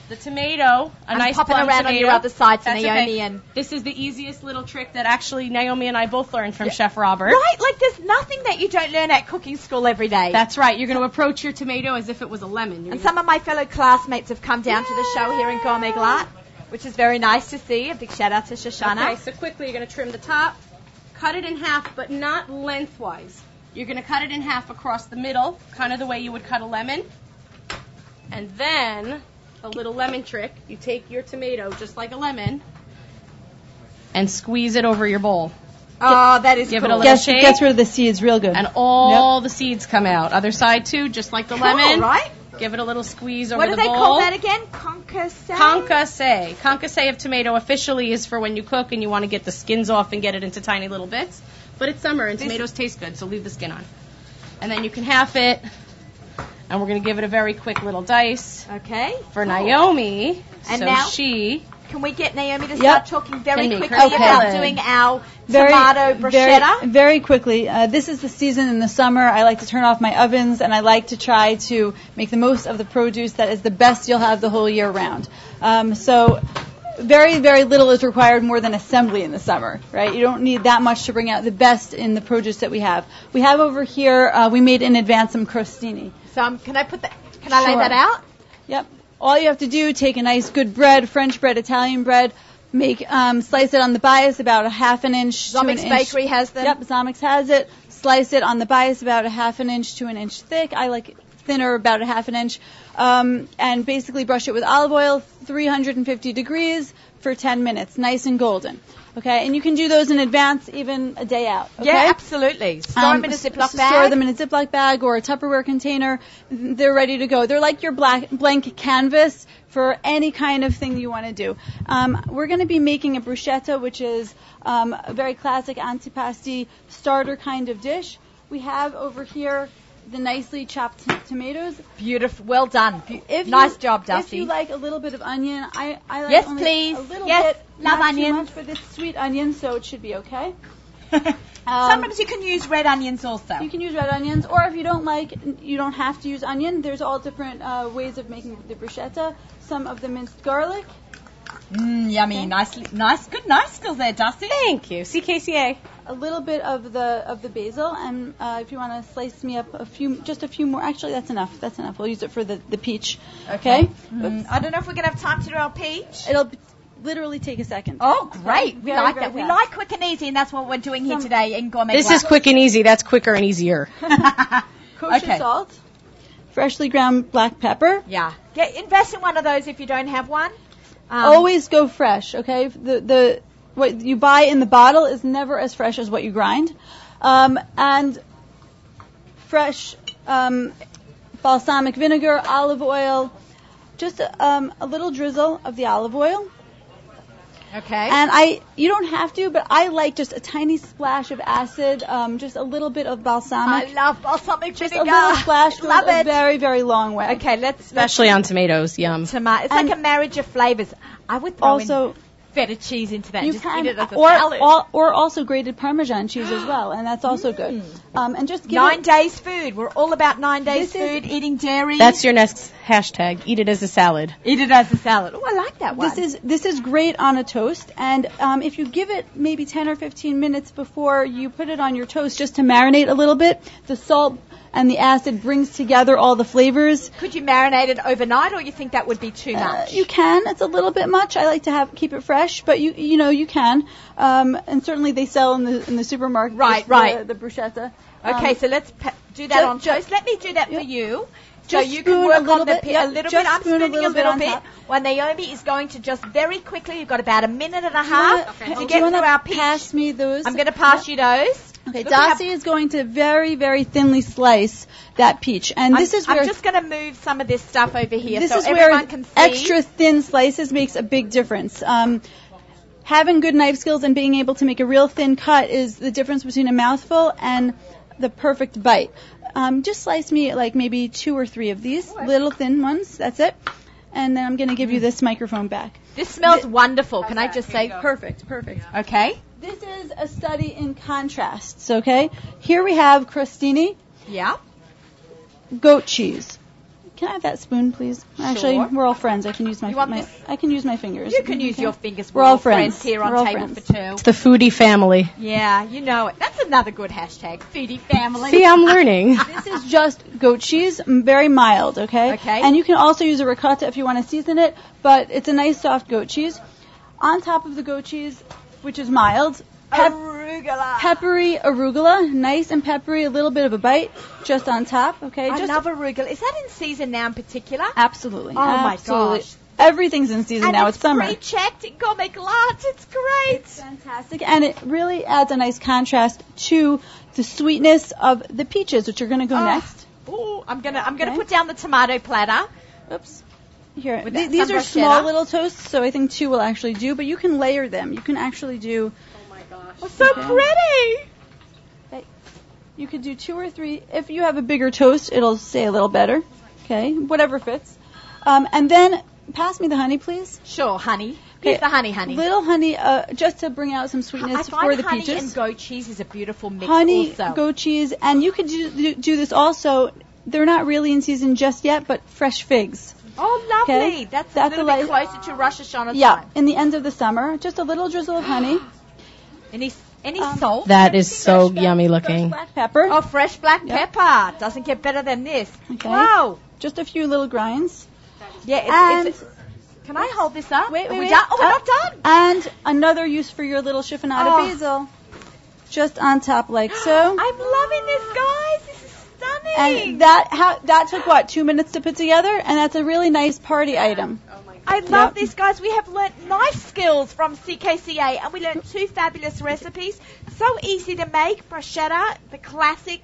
S3: The tomato, a
S1: I'm
S3: nice
S1: popping
S3: plum
S1: around on
S3: tomato.
S1: your other side for
S3: That's
S1: Naomi
S3: okay.
S1: and-
S3: This is the easiest little trick that actually Naomi and I both learned from Chef Robert.
S1: Right? Like there's nothing that you don't learn at cooking school every day.
S3: That's right. You're gonna approach your tomato as if it was a lemon. You're
S1: and
S3: gonna-
S1: some of my fellow classmates have come down to the show here in Gourmet Glat, which is very nice to see. A big shout out to Shoshana.
S3: Okay, so quickly you're going to trim the top, cut it in half, but not lengthwise. You're going to cut it in half across the middle, kind of the way you would cut a lemon. And then, a little lemon trick, you take your tomato just like a lemon and squeeze it over your bowl.
S1: Oh, that is
S3: Give it
S1: cool.
S3: a little
S4: Gets,
S3: shake.
S4: gets rid of the seeds real good.
S3: And all the seeds come out. Other side too, just like the
S1: Cool,
S3: lemon.
S1: right?
S3: Give it a little squeeze over
S1: What do
S3: the
S1: they
S3: bowl.
S1: call that again? Conca
S3: Concasse. Concasse of tomato officially is for when you cook and you want to get the skins off and get it into tiny little bits. But it's summer and tomatoes taste good, so leave the skin on. And then you can half it. And we're going to give it a very quick little dice
S1: Okay.
S3: for Naomi.
S1: Oh. And
S3: so
S1: now-
S3: she.
S1: Can we get Naomi to
S4: Yep.
S1: start talking very
S3: Can make
S1: quickly
S3: her
S1: about
S3: salad.
S1: doing our
S4: very,
S1: tomato bruschetta?
S4: Very, very quickly. Uh, this is the season in the summer. I like to turn off my ovens and I like to try to make the most of the produce that is the best you'll have the whole year round. Um, so very, very little is required more than assembly in the summer, right? You don't need that much to bring out the best in the produce that we have. We have over here, uh, we made in advance some crostini.
S1: so um, can I put that? Can I lay
S4: Sure.
S1: that out?
S4: Yep. All you have to do, take a nice good bread, French bread, Italian bread, make um, slice it on the bias about a half an inch to an
S1: Zomix
S4: inch.
S1: Bakery has them.
S4: Yep, Zomix has it. Slice it on the bias about a half an inch to an inch thick. I like it thinner, about a half an inch. Um, and basically brush it with olive oil, 350 degrees for 10 minutes, nice and golden. Okay, and you can do those in advance, even a day out. Okay?
S1: Yeah, absolutely. Store
S4: Um,
S1: them in a
S4: s-
S1: Ziploc
S4: s-
S1: bag.
S4: Store them in a Ziploc bag or a Tupperware container. They're ready to go. They're like your black, blank canvas for any kind of thing you want to do. Um, we're going to be making a bruschetta, which is um, a very classic antipasti starter kind of dish. We have over here the nicely chopped t- tomatoes.
S1: Beautiful. Well done. Beau-
S4: If you-
S1: nice job,
S4: If
S1: Dusty.
S4: you like a little bit of onion, I, I like
S1: Yes,
S4: only
S1: please.
S4: a little
S1: Yes,
S4: bit.
S1: love
S4: not
S1: onion.
S4: Too much, but it's sweet onion, so it should be okay. Um,
S1: Sometimes you can use red onions also.
S4: You can use red onions, or if you don't like, you don't have to use onion. There's all different uh, ways of making the bruschetta. Some of the minced garlic.
S1: Mm, yummy. Nicely, nice, good knife skills there, Darcy.
S3: Thank you. CKCA.
S4: a little bit of the of the basil, and uh, if you want to slice me up a few, just a few more. Actually, that's enough. That's enough. We'll use it for the the peach. Okay.
S1: Mm, I don't know if we're gonna have time to do our peach.
S4: It'll b- literally take a second.
S1: Oh, great. We
S4: Very,
S1: like
S4: very
S1: that. We
S4: fast.
S1: like quick and easy, and that's what we're doing here today in Gourmet
S3: This is
S1: World.
S3: quick and easy. That's quicker and easier.
S4: Kosher
S1: Okay.
S4: salt, freshly ground black pepper.
S1: Yeah. Get, invest in one of those if you don't have one. Um,
S4: Always go fresh. Okay. The the what you buy in the bottle is never as fresh as what you grind, um, and fresh um, balsamic vinegar, olive oil, just um, a little drizzle of the olive oil.
S1: Okay.
S4: And I, you don't have to, but I like just a tiny splash of acid, um, just a little bit of
S1: I
S4: balsamic.
S1: love balsamic
S4: just
S1: vinegar.
S4: a little splash goes
S1: Love
S4: a
S1: it.
S4: very, very long way.
S1: Okay, let's. let's
S3: Especially on tomatoes. Yum.
S1: tomato. It's like
S4: And-
S1: a marriage of flavors. I would throw in
S4: Also,
S1: feta cheese into that. and
S4: you
S1: just
S4: can,
S1: eat it as a
S4: or,
S1: salad.
S4: al- or also grated Parmesan cheese as well, and that's also good. Um, and just give
S1: Mm. nine
S4: it,
S1: days food. We're all about nine days
S4: This is-
S1: food, eating dairy.
S3: That's your next hashtag. Eat it as a salad.
S1: eat it as a salad. Oh, I like that one.
S4: This is this is great on a toast, and um, if you give it maybe 10 or 15 minutes before you put it on your toast, just to marinate a little bit, the salt and the acid brings together all the flavors.
S1: Could you marinate it overnight, or you think that would be too
S4: Uh,
S1: much?
S4: you can. It's a little bit much. I like to have keep it fresh, but you you know you can. Um, and certainly they sell in the in the supermarket.
S1: Right,
S4: the,
S1: right.
S4: The bruschetta.
S1: Okay,
S4: Um,
S1: so let's pe- do that
S4: ju-
S1: on
S4: ju-
S1: toast. Let me do that for
S4: yeah.
S1: you. So
S4: Just
S1: you can
S4: spoon
S1: work
S4: a little
S1: on the
S4: bit,
S1: pe- a
S4: yeah,
S1: little bit.
S4: just
S1: I'm
S4: spoon a
S1: spooning
S4: little
S1: a
S4: bit
S1: little
S4: on
S1: bit.
S4: top.
S1: While Naomi is going to just very quickly, you've got about a minute and a
S4: do you wanna
S1: half
S4: pa-
S1: to
S4: do
S1: get
S4: you
S1: through
S4: wanna
S1: our peach.
S4: Pass me those.
S1: I'm going to pass you those.
S4: Okay,
S1: Look, we have-
S4: Darcy is going to very very thinly slice that peach, and this
S1: I'm,
S4: is where
S1: I'm just going to move some of this stuff over here
S4: this
S1: so
S4: is
S1: everyone
S4: where
S1: can see.
S4: extra thin slices makes a big difference. Um, having good knife skills and being able to make a real thin cut is the difference between a mouthful and the perfect bite. Um, just slice me like maybe two or three of these
S1: Oh,
S4: little thin ones. That's it. And then I'm going to give
S1: Mm.
S4: you this microphone back.
S1: This smells wonderful. Can I just say?
S4: Perfect, perfect.
S1: Okay.
S4: This is a study in contrasts, okay? Here we have crostini,
S1: Yeah.
S4: goat cheese. Can I have that spoon, please? Actually,
S1: Sure.
S4: we're all friends. I can use my,
S1: You want
S4: my
S1: this?
S4: I can use my fingers.
S1: You can use
S4: Okay.
S1: your fingers.
S4: We're all friends.
S1: here on
S4: We're all
S1: Table
S4: friends.
S1: for Two.
S3: It's the foodie family.
S1: Yeah, you know it. That's another good hashtag. Foodie family.
S3: See, I'm learning.
S4: This is just goat cheese, m- very mild, okay?
S1: Okay.
S4: And you can also use a ricotta if you want to season it, but it's a nice soft goat cheese. On top of the goat cheese, which is mild, pep-
S1: Arugula.
S4: peppery arugula, nice and peppery, a little bit of a bite, just on top, okay?
S1: I
S4: just
S1: love arugula. Is that in season now in particular?
S4: absolutely.
S1: Oh my
S4: absolutely.
S1: gosh.
S4: Everything's in season
S1: and
S4: now. It's,
S1: it's
S4: summer.
S1: Pre-checked in gourmet glass. It's great.
S4: Fantastic, and it really adds a nice contrast to the sweetness of the peaches, which are going to go
S1: Oh.
S4: next.
S1: Oh, I'm gonna I'm gonna
S4: uh, Okay.
S1: put down the tomato platter.
S4: Oops. Here,
S1: With
S4: th-
S1: that
S4: these are
S1: sambal
S4: small
S1: cheddar.
S4: little toasts, so I think two will actually do. But you can layer them. You can actually do.
S1: Oh, so
S4: Okay.
S1: pretty.
S4: You could do two or three. If you have a bigger toast, it'll stay a little better. Okay, whatever fits. Um, and then pass me the honey, please.
S1: Sure, honey. Here's
S4: Okay,
S1: the honey, honey.
S4: Little honey, uh, just to bring out some
S1: I
S4: sweetness
S1: find
S4: for the
S1: honey
S4: peaches.
S1: and goat cheese is a beautiful mix.
S4: honey,
S1: also.
S4: goat cheese, and you could do, do, do this also. They're not really in season just yet, but fresh figs.
S1: Oh, lovely.
S4: Okay.
S1: That's,
S4: That's
S1: a little bit
S4: a li-
S1: closer to Rosh Hashanah
S4: Yeah,
S1: time.
S4: in the end of the summer, just a little drizzle of honey.
S1: Any any
S4: Um,
S1: salt?
S3: That is so
S4: Fresh black-
S3: yummy
S4: fresh
S3: looking.
S4: Black pepper.
S1: Oh, fresh black
S4: Yeah.
S1: pepper. Doesn't get better than this.
S4: Okay.
S1: Wow.
S4: Just a few little grinds.
S1: Yeah. It's,
S4: And-
S1: it's, can I hold this up?
S4: Wait, wait,
S1: Are we
S4: wait.
S1: done? Oh, we're
S4: Uh,
S1: not done.
S4: And another use for your little chiffonata
S1: Oh.
S4: basil. Just on top like so.
S1: I'm loving this, guys. This is stunning.
S4: And that how, that took what two minutes to put together, and that's a really nice party item.
S1: I love
S4: Yep.
S1: this, guys. We have learnt knife skills from CKCA, and we learnt two fabulous recipes. So easy to make bruschetta, the classic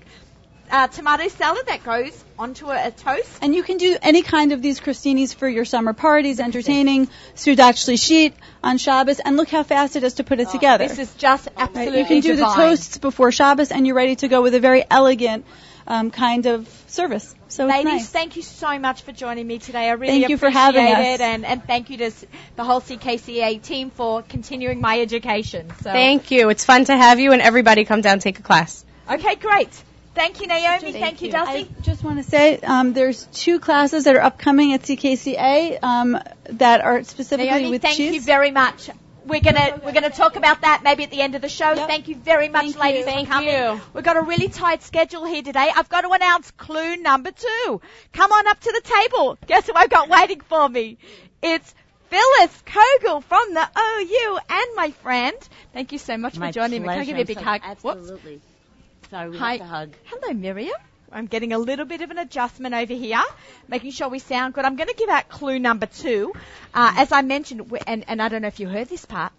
S1: uh, tomato salad that goes onto a, a toast.
S4: And you can do any kind of these crostinis for your summer parties, entertaining sudach shlichit on Shabbos, and look how fast it is to put
S5: Oh,
S4: it together.
S1: This is just absolutely
S4: you can do the
S1: divine.
S4: toasts before Shabbos, and you're ready to go with a very elegant um, kind of service. So it's
S1: Ladies,
S4: nice.
S1: thank you so much for joining me today. I really
S4: Thank you for
S1: appreciate
S4: having us.
S1: it, and, and thank you to s- the whole CKCA team for continuing my education. So,
S3: Thank you. It's fun to have you, and everybody come down take a class.
S1: okay, great. Thank you, Naomi. Thank, you, Dusty.
S4: I just want to say um, there's two classes that are upcoming at CKCA um, that are specifically
S1: Naomi,
S4: with
S1: thank
S4: cheese.
S1: you very much. We're gonna we're gonna talk about that maybe at the end of the show. Thank you very much,
S4: Thank
S1: ladies, for
S4: you.
S1: coming. We've got a really tight schedule here today. I've got to announce clue number two. Come on up to the table. Guess who I've got waiting for me? It's Phyllis Kogel from the OU and my friend. Thank you so much
S5: My
S1: for joining me. Can I
S5: pleasure.
S1: give you a big
S5: I'm so-
S1: hug? Whoops.
S5: Absolutely. Sorry, we
S1: Hi.
S5: have to hug.
S1: Hello, Miriam. I'm getting a little bit of an adjustment over here, making sure we sound good. I'm going to give out clue number two. Uh, as I mentioned, w- and, and I don't know if you heard this part,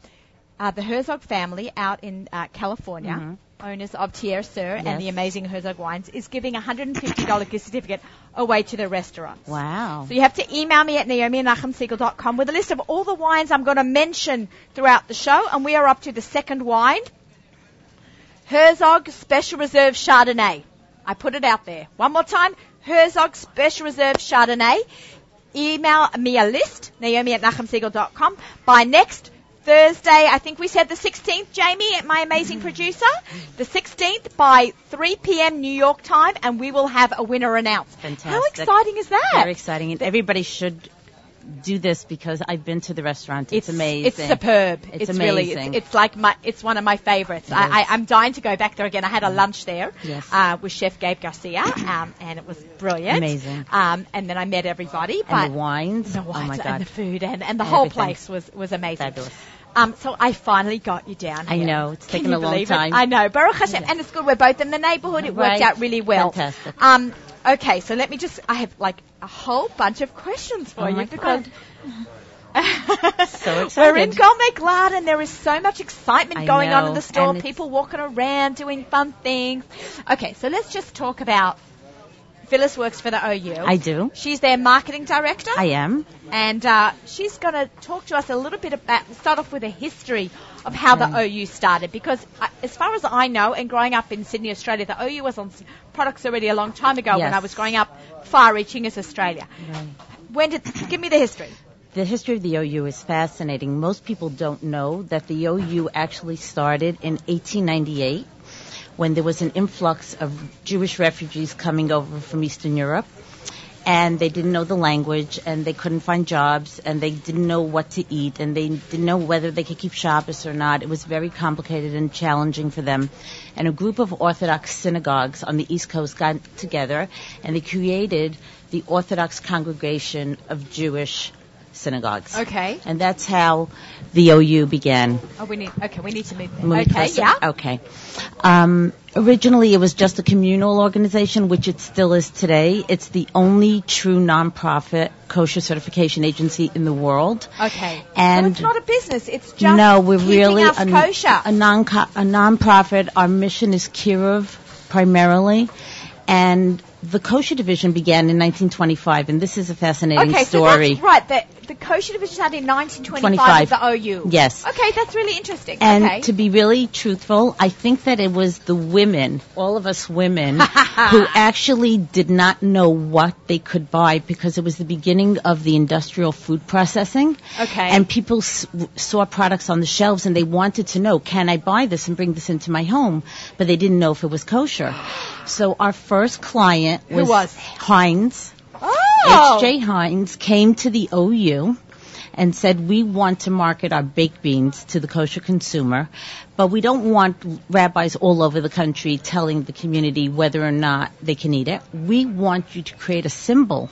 S1: uh, the Herzog family out in uh, California, owners of Tierra Sur and
S5: Mm-hmm. Yes.
S1: the amazing Herzog wines, is giving a $150 gift certificate away to the restaurants.
S5: Wow.
S1: So you have to email me at naomiandachemsiegel.com with a list of all the wines I'm going to mention throughout the show, and we are up to the second wine, Herzog Special Reserve Chardonnay. I put it out there. One more time, Herzog Special Reserve Chardonnay. Email me a list, naomi at nachemsiegel.com, by next Thursday, I think we said the 16th, Jamie, my amazing producer, the 16th by 3 p.m. New York time, and we will have a winner announced. How
S5: Fantastic.
S1: exciting is that?
S5: Very exciting. And everybody should do this because I've been to the restaurant. It's, amazing.
S1: It's superb.
S5: It's
S1: It's, really.
S5: amazing.
S1: It's, it's like my. It's one of my favorites. I, I,
S5: Yes. Mm.
S1: I'm dying to go back there again. I had a lunch there
S5: Yes.
S1: uh, with Chef Gabe Garcia, um, and it was brilliant.
S5: Amazing.
S1: Um, and then I met everybody.
S5: and
S1: but
S5: the wines.
S1: the
S5: oh
S1: wines
S5: my
S1: and
S5: God.
S1: the food and, and the whole
S5: Everything.
S1: place was was amazing.
S5: Fabulous.
S1: Um, so I finally got you down.
S5: I
S1: here.
S5: know. It's
S1: Can
S5: taken
S1: you
S5: a long
S1: believe it?
S5: time.
S1: I know. Baruch Hashem, and it's good. We're both in the neighborhood. It worked
S5: Right.
S1: out really well.
S5: Fantastic.
S1: Um, okay, so let me just. I have like a whole bunch of questions for
S5: Oh
S1: you
S5: my
S1: because.
S5: God.
S1: We're in
S5: excited.
S1: Gourmet Glad and there is so much excitement
S5: I
S1: going on in
S5: know,
S1: the store.
S5: and it's-
S1: People walking around doing fun things. Okay, so let's just talk about Phyllis works for the OU.
S5: I do.
S1: She's their marketing director,
S5: I am.
S1: and uh, she's going to talk to us a little bit about start off with a history of how
S5: Mm.
S1: the OU started. Because uh, as far as I know, and growing up in Sydney, Australia, the OU was on s- products already a long time ago when
S5: Yes.
S1: I was growing up, far-reaching as Australia.
S5: Right.
S1: When did give me the history?
S5: The history of the OU is fascinating. Most people don't know that the OU actually started in 1898 when there was an influx of Jewish refugees coming over from Eastern Europe. And they didn't know the language, and they couldn't find jobs, and they didn't know what to eat, and they didn't know whether they could keep Shabbos or not. It was very complicated and challenging for them. And a group of Orthodox synagogues on the East Coast got together, and they created the Orthodox Congregation of Jewish synagogues.
S1: Okay.
S5: And that's how the OU began.
S1: Oh, we need. Okay, we need to move.
S5: When we
S1: okay,
S5: first-
S1: yeah.
S5: Okay. Um, originally, it was just a communal organization, which it still is today. It's the only true nonprofit kosher certification agency in the world.
S1: Okay. so
S5: And-
S1: it's not a business. It's Oh, just
S5: no, we're
S1: keeping
S5: really
S1: us
S5: a,
S1: kosher.
S5: a non a nonprofit. Our mission is Kirov primarily, and the kosher division began in 1925. And this is a fascinating
S1: okay, so
S5: story.
S1: that's right. The, the kosher division started in 1925 with
S5: 25.
S1: the OU.
S5: Yes.
S1: Okay, that's really interesting.
S5: And
S1: okay.
S5: to be really truthful, I think that it was the women, all of us women, who actually did not know what they could buy because it was the beginning of the industrial food processing.
S1: Okay.
S5: And people s- w- saw products on the shelves and they wanted to know, can I buy this and bring this into my home? But they didn't know if it was kosher. So our first client was,
S1: was?
S5: Heinz.
S1: oh,
S5: H.J. Hines came to the OU and said, we want to market our baked beans to the kosher consumer, but we don't want rabbis all over the country telling the community whether or not they can eat it. We want you to create a symbol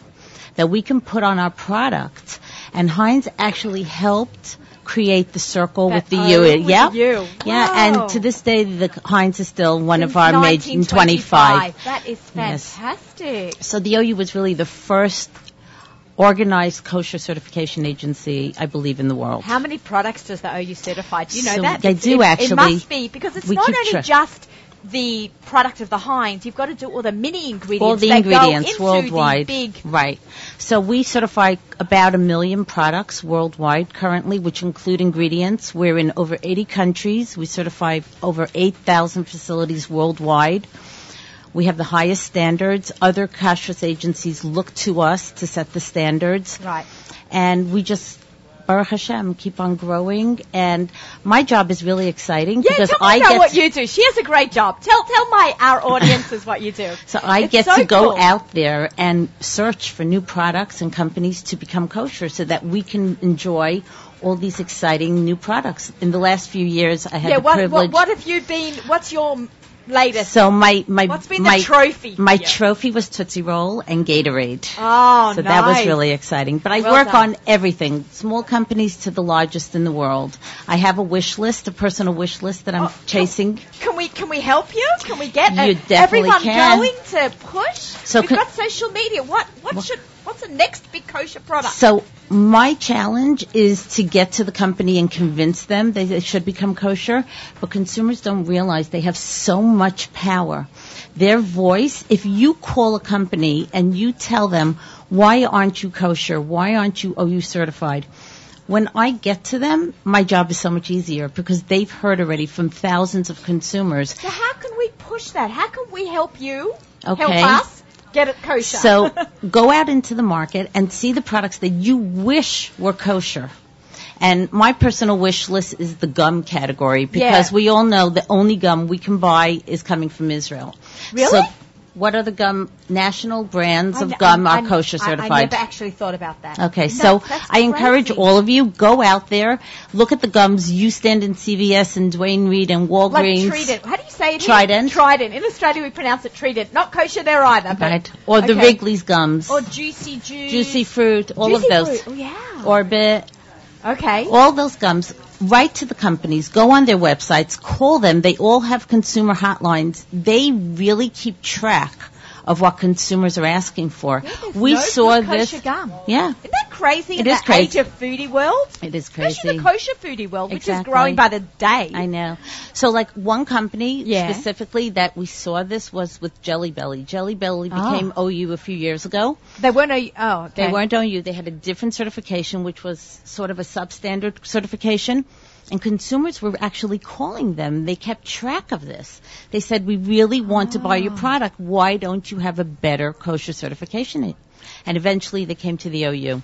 S5: that we can put on our product. And Heinz actually helped create the circle with the U.
S1: Oh, with
S5: yeah.
S1: the U.
S5: Yeah,
S1: Wow.
S5: and to this day, the Heinz is still one
S1: Since
S5: of our major 25.
S1: 1925. That is
S5: Yes.
S1: fantastic.
S5: So the OU was really the first organized kosher certification agency, I believe, in the world.
S1: How many products does the OU certify? Do you know
S5: So
S1: that?
S5: they
S1: It's-
S5: do
S1: it, It
S5: actually.
S1: must be because it's
S5: We
S1: not
S5: keep
S1: only
S5: track.
S1: just the product of the Heinz. You've got to do all the mini ingredients.
S5: all the
S1: that
S5: ingredients
S1: go into
S5: worldwide.
S1: The big
S5: Right. So we certify about a million products worldwide currently, which include ingredients. We're in over 80 countries. We certify over 8,000 facilities worldwide. We have the highest standards. Other cashless agencies look to us to set the standards.
S1: Right.
S5: And we just, Baruch Hashem, keep on growing. And my job is really exciting
S1: Yeah,
S5: because
S1: tell me
S5: I
S1: about
S5: get
S1: what
S5: to-
S1: you do. She has a great job. Tell tell my our audiences what you do.
S5: So I
S1: It's
S5: get
S1: so
S5: to go
S1: cool.
S5: out there and search for new products and companies to become kosher so that we can enjoy all these exciting new products. In the last few years, I had
S1: Yeah,
S5: the
S1: what, what
S5: privilege.
S1: what have you been? What's your latest?
S5: so my my
S1: What's been
S5: my
S1: the trophy?
S5: my
S1: Yeah.
S5: trophy was Tootsie Roll and Gatorade.
S1: Oh,
S5: so that was
S1: nice.
S5: really exciting. But I
S1: Well
S5: work
S1: done.
S5: on everything, small companies to the largest in the world. I have a wish list, a personal wish list that I'm
S1: Oh,
S5: chasing.
S1: Can we can we help you? Can we get a-
S5: You definitely
S1: everyone
S5: can.
S1: going to push?
S5: So
S1: We've
S5: could-
S1: got social media. What what should what's the next big kosher product?
S5: So my challenge is to get to the company and convince them they, they should become kosher, but consumers don't realize they have so much power. Their voice, if you call a company and you tell them, why aren't you kosher? Why aren't you OU certified? When I get to them, my job is so much easier because they've heard already from thousands of consumers
S1: So how can we push that? How can we help you?
S5: Okay.
S1: Help us get it kosher.
S5: So go out into the market and see the products that you wish were kosher. And my personal wish list is the gum category because
S1: Yeah.
S5: we all know the only gum we can buy is coming from Israel.
S1: Really?
S5: So what are the gum national brands of gum are kosher certified?
S1: I, never actually thought about that.
S5: Okay, so I encourage all of you go out there, look at the gums. You stand in CVS and Dwayne Reed and Walgreens.
S1: Like Trident. How do you say it? here?
S5: Trident.
S1: Trident. In Australia, we pronounce it Trident. Not kosher there either. But
S5: Right. Or the
S1: Okay.
S5: Wrigley's gums,
S1: Or juicy juice.
S5: Juicy Fruit, all
S1: Juicy
S5: of those.
S1: fruit. Oh, yeah.
S5: Orbit,
S1: okay.
S5: all those gums write to the companies go on their websites call them they all have consumer hotlines they really keep track of what consumers are asking for
S1: There's
S5: we
S1: no
S5: saw
S1: good kosher
S5: this
S1: gum.
S5: yeah
S1: Isn't that crazy?
S5: It
S1: in
S5: is
S1: the
S5: crazy.
S1: age of foodie world,
S5: it is
S1: especially
S5: crazy
S1: the kosher foodie world, which
S5: Exactly.
S1: is growing by the day.
S5: I know. So, like one company
S1: Yeah.
S5: specifically that we saw this was with Jelly Belly. Jelly Belly
S1: Ah.
S5: became OU a few years ago.
S1: They weren't. A, oh, okay.
S5: They weren't OU. They had a different certification, which was sort of a substandard certification. And consumers were actually calling them. They kept track of this. They said, we really want to buy your product. Why don't you have a better kosher certification? And eventually they came to the OU.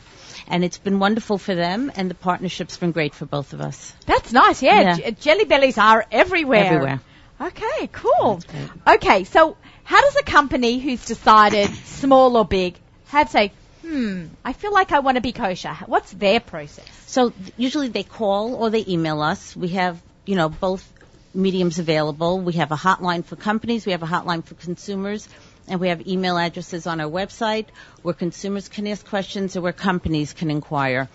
S5: And it's been wonderful for them, and the partnership's been great for both of us.
S1: That's nice. Yeah,
S5: Yeah.
S1: J- jelly bellies are everywhere.
S5: Everywhere.
S1: Okay, cool. Okay, so how does a company who's decided small or big have say, hmm, I feel like I want to be kosher? What's their process?
S5: So th- usually they call or they email us. We have, you know, both mediums available. We have a hotline for companies, we have a hotline for consumers, and we have email addresses on our website where consumers can ask questions or where companies can inquire.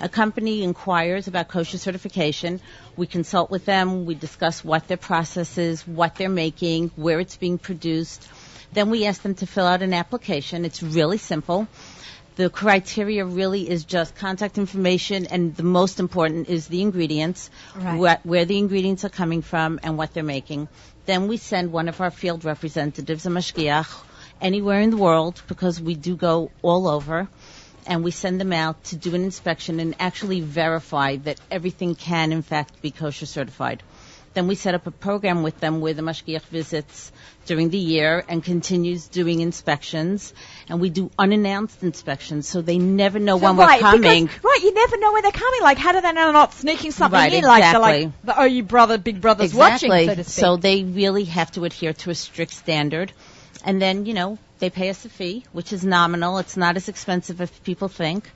S5: A company inquires about kosher certification. We consult with them. We discuss what their process is, what they're making, where it's being produced. Then we ask them to fill out an application. It's really simple the criteria really is just contact information, and the most important is the ingredients,
S1: Right.
S5: what, where the ingredients are coming from, and what they're making. Then we send one of our field representatives, a mashgiach, anywhere in the world because we do go all over, and we send them out to do an inspection and actually verify that everything can, in fact, be kosher certified. Then we set up a program with them where the mashgiach visits during the year and continues doing inspections. And we do unannounced inspections, so they never know when
S1: right,
S5: we're coming.
S1: Because, right, you never know when they're coming. Like, how do they know they're not sneaking something
S5: Right,
S1: in? Like,
S5: exactly.
S1: they're like, the, oh, you brother, big brother's watching, so to speak.
S5: So they really have to adhere to a strict standard. And then, you know, they pay us a fee, which is nominal. It's not as expensive as people think.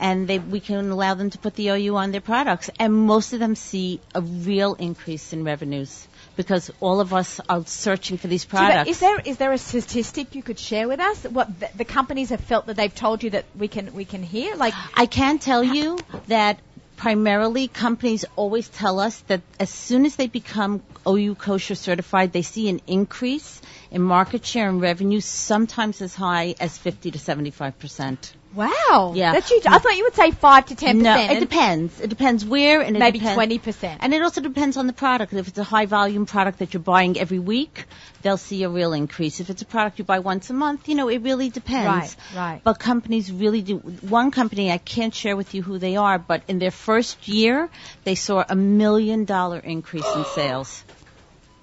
S5: And they, we can allow them to put the OU on their products. And most of them see a real increase in revenues because all of us are searching for these
S1: Do you know-
S5: products.
S1: Is there is there a statistic you could share with us? What the, the companies have felt that they've told you that we can we can hear? Like,
S5: I can tell you that primarily companies always tell us that as soon as they become OU kosher certified, they see an increase in market share and revenue, sometimes as high as 50 to 75 percent.
S1: wow,
S5: Yeah.
S1: that's huge. I thought you would say five to ten
S5: No,
S1: percent.
S5: it depends. It depends where and it
S1: Maybe
S5: depends-
S1: twenty percent.
S5: And it also depends on the product. If it's a high volume product that you're buying every week, they'll see a real increase. If it's a product you buy once a month, you know, it really depends.
S1: Right, right.
S5: But companies really do. One company, I can't share with you who they are, but in their first year, they saw a million dollar increase in sales.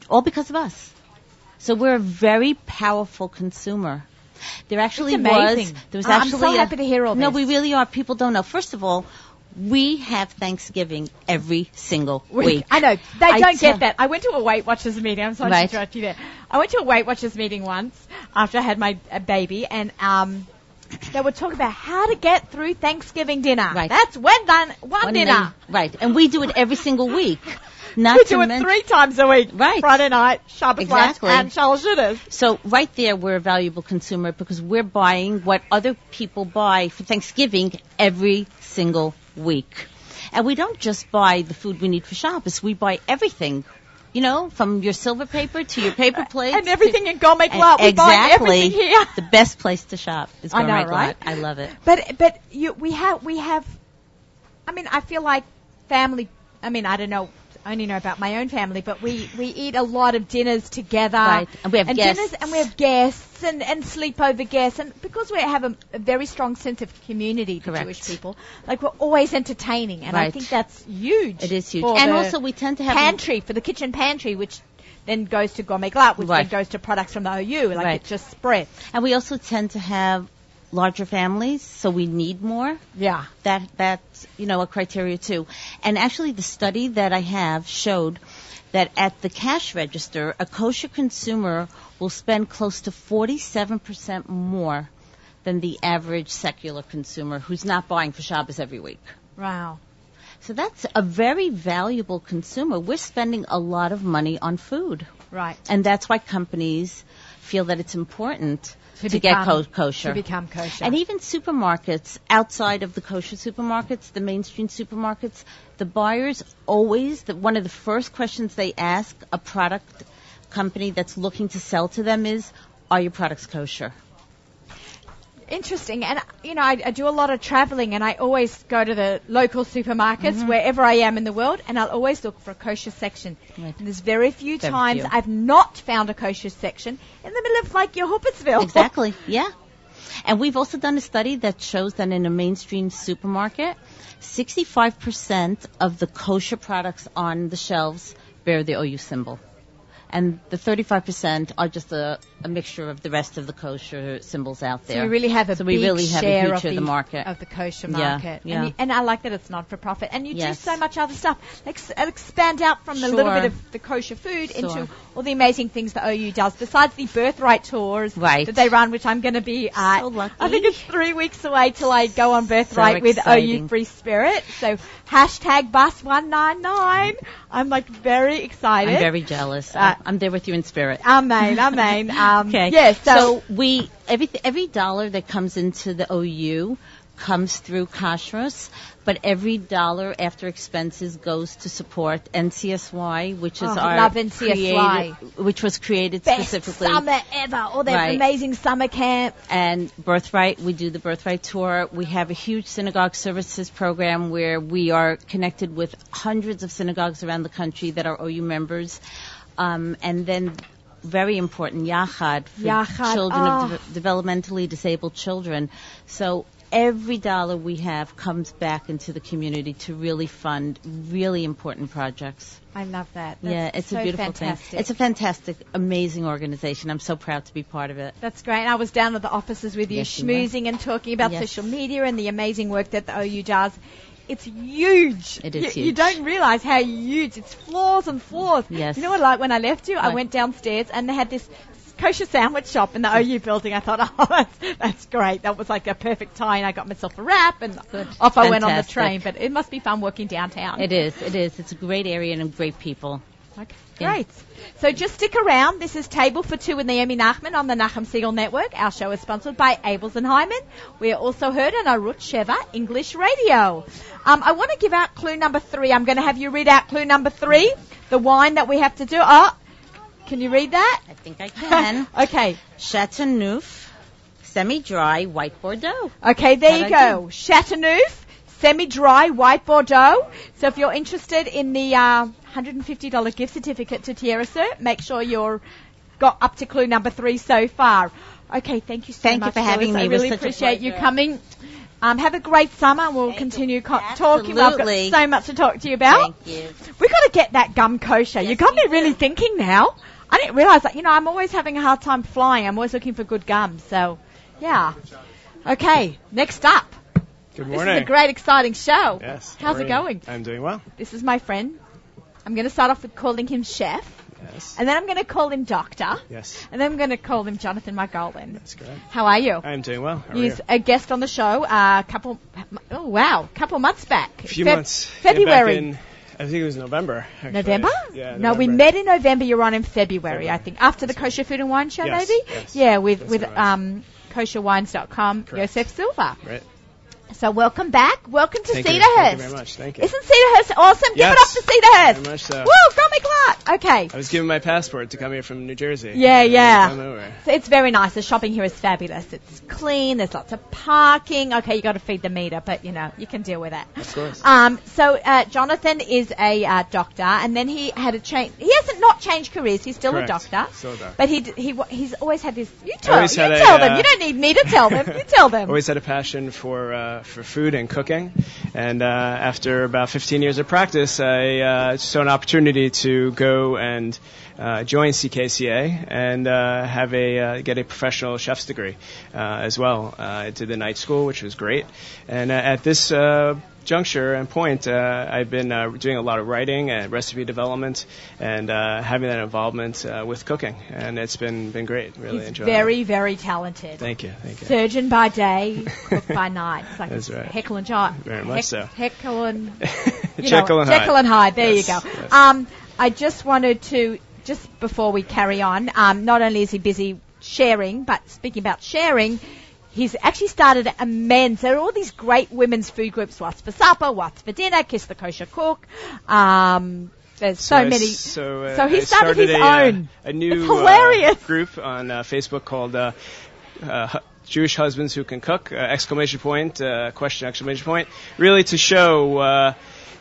S5: All because of us. So we're a very powerful consumer. There actually
S1: It's amazing.
S5: was there was
S1: I- I'm
S5: actually
S1: so
S5: a-
S1: happy to hear all
S5: No,
S1: this.
S5: we really are. People don't know. First of all, we have Thanksgiving every single week.
S1: I know. They
S5: I
S1: don't
S5: tell-
S1: get that. I went to a Weight Watchers meeting. I'm sorry
S5: Right.
S1: to interrupt you there. I went to a Weight Watchers meeting once after I had my uh, baby, and um, they were talking about how to get through Thanksgiving dinner.
S5: Right.
S1: That's one, done, one,
S5: One
S1: dinner.
S5: thing- Right, and we do it every single week. Not
S1: We
S5: to
S1: do it
S5: men-
S1: three times a week.
S5: Right.
S1: Friday night, Shabbat
S5: Exactly.
S1: lunch, and Charles Shooters.
S5: So right there, we're a valuable consumer because we're buying what other people buy for Thanksgiving every single week. And we don't just buy the food we need for Shabbos. We buy everything, you know, from your silver paper to your paper plates.
S1: And
S5: to-
S1: everything in Gourmet
S5: and
S1: Glot. We buy
S5: E-, exactly.
S1: everything here.
S5: The best place to shop is
S1: I know,
S5: Gourmet
S1: right?
S5: Glot. I love it.
S1: But but you, we have we have. I mean, I feel like family. I mean, I don't know. I only know about my own family, but we we eat a lot of dinners together.
S5: Right, and we have
S1: dinners,
S5: guests.
S1: and we have guests, and and sleepover guests, and because we have a, a very strong sense of community, the
S5: Correct.
S1: Jewish people, like we're always entertaining, and I
S5: Right.
S1: think that's huge.
S5: It is huge.
S1: for
S5: And
S1: the
S5: also we tend to have-
S1: pantry for the kitchen pantry, which then goes to gourmet glut, which
S5: Right.
S1: then goes to products from the OU. Like
S5: Right.
S1: it just spreads.
S5: And we also tend to have larger families, so we need more.
S1: Yeah.
S5: that that's you know a criteria too. And actually, the study that I have showed that at the cash register, a kosher consumer will spend close to 47% more than the average secular consumer who's not buying for Shabbos every week.
S1: Wow.
S5: So that's a very valuable consumer. We're spending a lot of money on food,
S1: Right.
S5: and that's why companies feel that it's important to,
S1: become-
S5: get co- kosher.
S1: To become kosher.
S5: And even supermarkets, outside of the kosher supermarkets, the mainstream supermarkets, the buyers always, the, one of the first questions they ask a product company that's looking to sell to them is, are your products kosher?
S1: Interesting. And, you know, I, I do a lot of traveling and I always go to the local supermarkets
S5: Mm-hmm.
S1: wherever I am in the world and I'll always look for a kosher section.
S5: Right.
S1: And there's very few
S5: Very
S1: times
S5: few.
S1: I've not found a kosher section in the middle of, like, your Hoopersville.
S5: Exactly, yeah. And we've also done a study that shows that in a mainstream supermarket, 65% of the kosher products on the shelves bear the OU symbol. And the 35% are just a, a mixture of the rest of the kosher symbols out there.
S1: So we really have a
S5: So
S1: big
S5: we really have a
S1: share
S5: huge
S1: of,
S5: share of the market.
S1: of the kosher
S5: Yeah,
S1: market.
S5: yeah.
S1: And, you, and I like that it's not for profit. And you
S5: Yes.
S1: do so much other stuff. Ex- expand out from the little
S5: Sure.
S1: bit of the kosher food
S5: Sure.
S1: into all the amazing things that OU does. Besides the birthright tours
S5: Right.
S1: that they run, which I'm going to be at.
S5: So lucky.
S1: I think it's three weeks away till I go on birthright with OU
S5: exciting.
S1: Free Spirit. So hashtag bus one nine nine. I'm like very excited.
S5: I'm very jealous.
S1: Uh,
S5: I'm there with you in spirit.
S1: Amen. Amen. Um,
S5: Okay.
S1: Yeah.
S5: so we every every dollar that comes into the OU comes through Kashrus, but every dollar after expenses goes to support NCSY, which is
S1: Oh,
S5: our
S1: love NCSY.
S5: created- which was created
S1: best
S5: specifically
S1: summer ever. All their
S5: Right.
S1: amazing summer camp.
S5: and Birthright. We do the Birthright tour. We have a huge synagogue services program where we are connected with hundreds of synagogues around the country that are OU members. Um, and then very important, Yachad for
S1: Yachad,
S5: children
S1: oh.
S5: of de- developmentally disabled children. So every dollar we have comes back into the community to really fund really important projects.
S1: I love that. That's
S5: yeah, it's
S1: so
S5: a beautiful
S1: fantastic.
S5: thing. It's a fantastic, amazing organization. I'm so proud to be part of it.
S1: That's great. And I was down at the offices with you,
S5: Yes, you were.
S1: schmoozing and talking about
S5: Yes.
S1: social media and the amazing work that the OU does. It's huge.
S5: It is
S1: you, You
S5: huge.
S1: don't realize how huge. It's floors and floors.
S5: Yes.
S1: You know what? Like when I left you, I
S5: Right.
S1: went downstairs and they had this kosher sandwich shop in the OU building. I thought, oh, that's, that's great. That was like a perfect tie, and I got myself a wrap, and off I went on the
S5: Fantastic.
S1: train. But it must be fun working downtown.
S5: It is. It is. It's a great area and great people.
S1: Okay,
S5: Yeah.
S1: great. So just stick around. This is Table for Two with Naomi Nachman on the Nachum Siegel Network. Our show is sponsored by Abels and Hyman. We are also heard on Arut Sheva English Radio. Um, I want to give out clue number three. I'm going to have you read out clue number three, the wine that we have to do. Oh, can you read that?
S5: I think I can.
S1: okay.
S5: Chateauneuf, semi-dry white Bordeaux.
S1: Okay, there you
S5: How'd I
S1: go. Chateauneuf, semi-dry, white Bordeaux. So if you're interested in the uh, $150 gift certificate to Tierra Cert, make sure you're got up to clue number three so far. Okay, thank you so
S5: Thank you
S1: much.
S5: for having
S1: Phyllis.
S5: me.
S1: I
S5: It was
S1: really
S5: such a
S1: appreciate you
S5: pleasure.
S1: coming. Um, have a great summer. and We'll
S5: you.
S1: continue co- talking. I've got
S5: Absolutely.
S1: so much to talk to you about.
S5: Thank you.
S1: We've got to get that gum kosher. you got me really thinking now. I didn't realize that. You know, I'm always having a hard time flying. I'm always looking for good gum. So, yeah. Okay, next up.
S6: Good
S1: This is
S6: morning.
S1: a great, exciting show.
S6: yes. how
S1: How's
S6: are
S1: it
S6: you?
S1: going?
S6: I'm doing well.
S1: This is my friend. I'm going to start off with calling him Chef,
S6: Yes.
S1: and then I'm going to call him Doctor,
S6: Yes.
S1: and then I'm going to call him Jonathan McGolden.
S6: That's great.
S1: How are you?
S6: I'm doing well. How are
S1: He's
S6: you?
S1: a guest on the show uh, a couple, oh wow, couple months back.
S6: A few
S1: Feb-
S6: months. yeah, back
S1: February.
S6: in- I think it was November. actually.
S1: November?
S6: Yeah.
S1: No, we
S6: November.
S1: met in November. You're on in February,
S6: February.
S1: I think, after the kosher food and wine show,
S6: Yes,
S1: maybe.
S6: yes.
S1: yeah, with
S6: That's
S1: with
S6: right.
S1: um, kosherwines.com,
S6: Correct.
S1: Joseph Silva.
S6: Right.
S1: So welcome back. Welcome to
S6: Thank you.
S1: Cedarhurst.
S6: Thank you very much. Thank you.
S1: Isn't Cedarhurst awesome? Give
S6: Yes.
S1: it up to Cedarhurst.
S6: Very much so.
S1: Woo, comic lot. Okay.
S6: I was given my passport to come here from New Jersey.
S1: Yeah,
S6: And
S1: yeah.
S6: Come over.
S1: So it's very nice. The shopping here is fabulous. It's clean. There's lots of parking. Okay, you got to feed the meter, but you know you can deal with that.
S6: Of course.
S1: Um, so uh, Jonathan is a uh, doctor, and then he had a change. He hasn't not changed careers. He's still
S6: Correct.
S1: a doctor.
S6: Still a doctor.
S1: But he d- he wa- he's always had this. You tell you
S6: always had a,
S1: tell them.
S6: uh,
S1: you don't need me to tell them. You tell them.
S6: Always had a passion for uh, for food and cooking, and uh, after about 15 years of practice, I uh, saw an opportunity to go and uh, join CKCA and uh, have a uh, get a professional chef's degree uh, as well. Uh, I did the night school, which was great, and uh, at this. Uh, juncture and point, uh, I've been uh, doing a lot of writing and recipe development, and uh, having that involvement uh, with cooking, and it's been been great. Really
S1: he's
S6: enjoyed it.
S1: very very talented.
S6: Thank you, thank you.
S1: Surgeon by day, cook by night. It's like
S6: That's
S1: it's
S6: right.
S1: Heckle and Hyde.
S6: Very much so.
S1: Heckle and you know,
S6: Jekyll and Hyde.
S1: Jekyll and Hyde. There
S6: Yes,
S1: you go.
S6: yes.
S1: Um, I just wanted to, just before we carry on, um, not only is he busy sharing, but speaking about sharing, he's actually started a men's. There are all these great women's food groups. What's for supper? What's for dinner? Kiss the kosher cook. Um, there's so,
S6: I s-
S1: many.
S6: So, uh,
S1: so he
S6: I
S1: started his
S6: a, uh,
S1: own.
S6: a new
S1: It's hilarious.
S6: uh, group on uh, Facebook called uh, uh, Hu- Jewish Husbands Who Can Cook! Uh, exclamation point! Uh, question! Exclamation point! Really to show. Uh,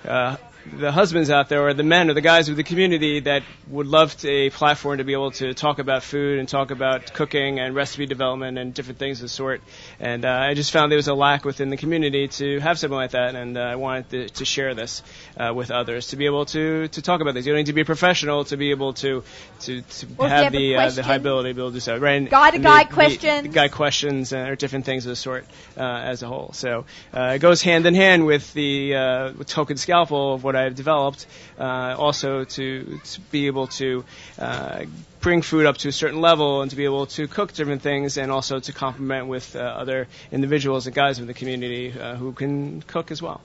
S6: uh, the husbands out there, or the men, or the guys of the community that would love to, a platform to be able to talk about food and talk about cooking and recipe development and different things of the sort. And uh, I just found there was a lack within the community to have something like that, and uh, I wanted to, to share this uh, with others to be able to to talk about this. You don't need to be a professional to be able to to, to
S1: Or if you have
S6: have
S1: a
S6: the uh, the
S1: question.
S6: high ability to be able to do so. Right? And-
S1: Guy to
S6: and
S1: guy
S6: the,
S1: questions.
S6: The, the guy questions uh, or different things of the sort uh, as a whole. So uh, it goes hand in hand with the uh, with token scalpel of what I've developed, uh, also to, to be able to uh, bring food up to a certain level and to be able to cook different things and also to complement with uh, other individuals and guys in the community uh, who can cook as well.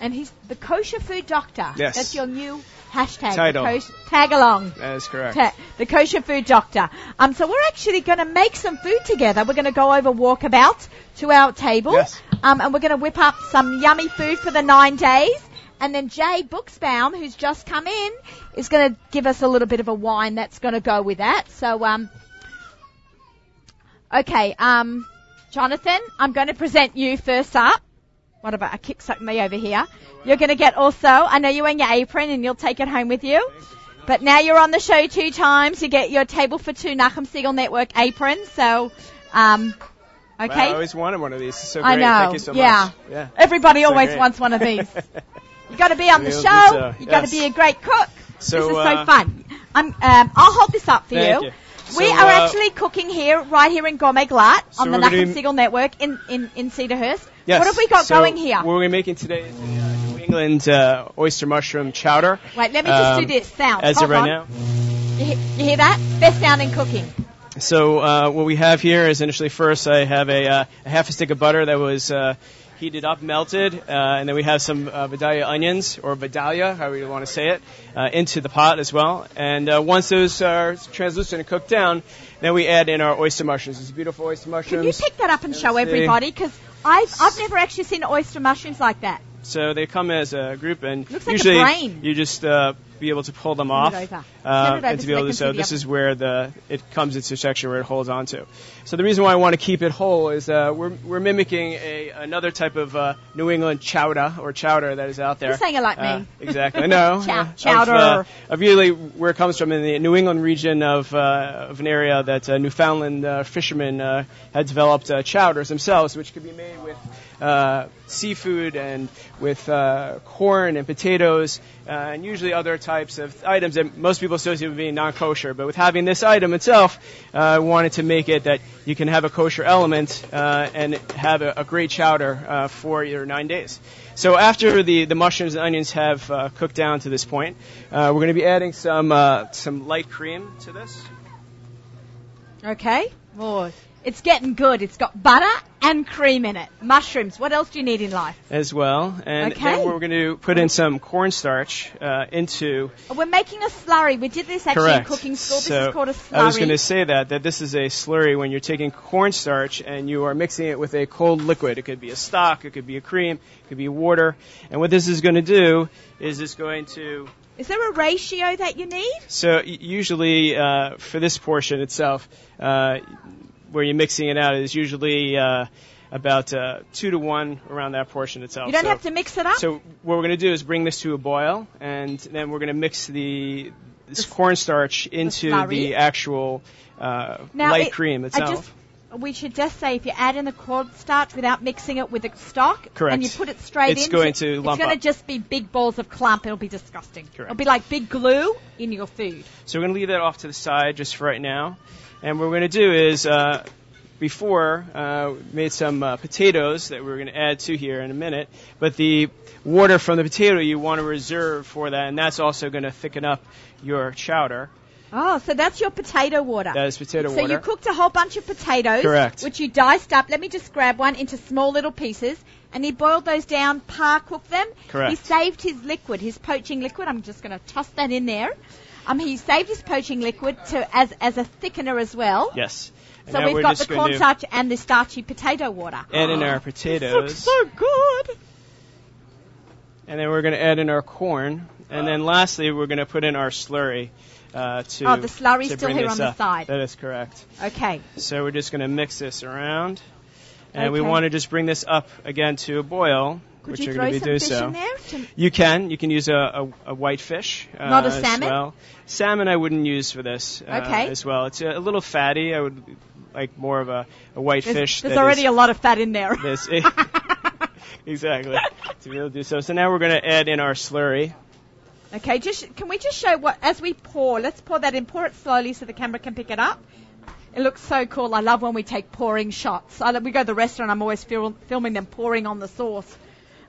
S1: And he's the kosher food doctor.
S6: Yes.
S1: That's your new hashtag. the
S6: Title.
S1: kosher- tag along.
S6: That is correct.
S1: Ta- the kosher food doctor. Um, so we're actually going to make some food together. We're going to go over walkabout to our table,
S6: Yes.
S1: um, and we're going to whip up some yummy food for the nine days. And then Jay Booksbaum, who's just come in, is going to give us a little bit of a wine that's going to go with that. So, um, okay, um, Jonathan, I'm going to present you first up. What about I kick suck me over here? You're going to get also. I know you're wearing your apron, and you'll take it home with you. But now you're on the show two times. You get your table for two Nachum Siegel Network apron. So, um,
S6: Wow,
S1: okay.
S6: I always wanted one of these. It's so
S1: I
S6: great.
S1: know.
S6: Thank you so
S1: Yeah.
S6: much. Yeah.
S1: Everybody
S6: So
S1: always
S6: great.
S1: wants one of these. You got to be on the
S6: Yeah,
S1: show.
S6: I think so.
S1: You got to be
S6: Yes.
S1: a great cook.
S6: So,
S1: this is so
S6: uh,
S1: fun. I'm, um, I'll hold this up for
S6: Thank
S1: you.
S6: you.
S1: We
S6: So,
S1: are
S6: uh,
S1: actually cooking here, right here in Gourmet Glat
S6: So
S1: on the
S6: we're gonna
S1: Nachum
S6: be-
S1: Siegel Network in, in, in Cedarhurst.
S6: Yes.
S1: What have we got
S6: so
S1: going here?
S6: What we're making today is a uh, New England uh, oyster mushroom chowder.
S1: Wait, let me just
S6: Um,
S1: do this sound.
S6: As
S1: Hold
S6: of right
S1: on.
S6: now.
S1: You, he- you hear that? Best sound in cooking.
S6: So uh, what we have here is initially first I have a, uh, a half a stick of butter that was uh, heated up, melted, uh, and then we have some uh, Vidalia onions or Vidalia, however you want to say it, uh, into the pot as well. And uh, once those are translucent and cooked down, then we add in our oyster mushrooms. These beautiful oyster
S1: Can you
S6: mushrooms.
S1: pick that up and show
S6: see.
S1: everybody? Because I've, I've never actually seen oyster mushrooms like that.
S6: So they come as a group, and
S1: Looks like a
S6: usually
S1: brain.
S6: you just uh, be able to pull them off,
S1: it over.
S6: uh,
S1: Turn it over so
S6: and to be able
S1: they
S6: to.
S1: can see
S6: So
S1: the
S6: this
S1: up-
S6: is where the it comes into a section where it holds on to. So the reason why I want to keep it whole is uh, we're we're mimicking a another type of uh, New England chowder or chowder that is out there.
S1: You're saying it like me.
S6: Uh, Exactly. No.
S1: Chow-
S6: uh,
S1: chowder.
S6: Of, uh, of really where it comes from in the New England region of, uh, of an area that uh, Newfoundland uh, fishermen uh, had developed uh, chowders themselves, which could be made with uh, seafood and with uh, corn and potatoes uh, and usually other types of items that most people associate with being non-kosher. But with having this item itself, uh, I wanted to make it that you can have a kosher element uh, and have a, a great chowder uh, for your nine days. So after the, the mushrooms and onions have uh, cooked down to this point, uh, we're going to be adding some uh, some light cream to this.
S1: Okay. It's getting good. It's got butter and cream in it. Mushrooms. What else do you need in life?
S6: as well. And
S1: Okay.
S6: then we're going to put in some cornstarch uh, into.
S1: Oh, We're making a slurry. We did this actually
S6: Correct.
S1: in cooking school. This
S6: so
S1: is called a slurry.
S6: I was going to say that that this is a slurry when you're taking cornstarch and you are mixing it with a cold liquid. It could be a stock, it could be a cream, it could be water. And what this is going to do is it's going to
S1: Is there a ratio that you need?
S6: so y- usually uh, for this portion itself, uh, where you're mixing it out is usually uh, about uh, two to one around that portion itself.
S1: You don't
S6: So-
S1: have to mix it up.
S6: So what we're going to do is bring this to a boil, and then we're going to mix the this cornstarch into the,
S1: slurry.
S6: actual uh,
S1: Now,
S6: light
S1: it-
S6: cream
S1: I
S6: itself.
S1: just, we should just say if you add in the cornstarch without mixing it with the stock,
S6: Correct.
S1: and you put it straight
S6: It's
S1: in,
S6: going to lump
S1: it's going
S6: up.
S1: to just be big balls of clump. It'll be disgusting.
S6: Correct.
S1: It'll be like big glue in your food.
S6: So we're going to leave that off to the side just for right now. And what we're going to do is, uh, before, uh, we made some uh, potatoes that we're going to add to here in a minute. But the water from the potato you want to reserve for that, and that's also going to thicken up your chowder.
S1: Oh, so that's your potato water.
S6: That is potato
S1: so
S6: water.
S1: you cooked a whole bunch of potatoes,
S6: Correct.
S1: which you diced up. Let me just grab one into small little pieces. And he boiled those down, par cooked them.
S6: Correct.
S1: He saved his liquid, his poaching liquid. I'm just going to toss that in there. Um, he saved his poaching liquid to as as a thickener as well.
S6: Yes. And
S1: So
S6: now
S1: we've
S6: we're
S1: got the
S6: just going to
S1: cornstarch and the starchy potato water.
S6: add in our
S1: Looks
S6: potatoes.
S1: so good.
S6: And then we're going to add in our corn. And then lastly, we're going to put in our slurry. Uh, to,
S1: Oh, the slurry's
S6: to
S1: still
S6: bring
S1: here
S6: this
S1: on the
S6: up.
S1: side.
S6: That is correct.
S1: Okay.
S6: So we're just going to mix this around. And we
S1: Okay.
S6: want to just bring this up again to a boil,
S1: Could
S6: which
S1: you
S6: are
S1: throw
S6: going to
S1: some
S6: be doing
S1: fish
S6: so.
S1: in there? To-
S6: You can. You can use a, a, a white fish. Uh,
S1: Not a salmon?
S6: As well. Salmon I wouldn't use for this uh,
S1: Okay.
S6: as well. It's a, a little fatty. I would like more of a, a white
S1: there's
S6: fish.
S1: there's
S6: that
S1: already
S6: is-
S1: a lot of fat in there.
S6: this. exactly. to be able to do so. So now we're going to add in our slurry.
S1: Okay, just can we just show what as we pour? Let's pour that in. Pour it slowly so the camera can pick it up. It looks so cool. I love when we take pouring shots. I, lo- we go to the restaurant. I'm always fil- filming them pouring on the sauce.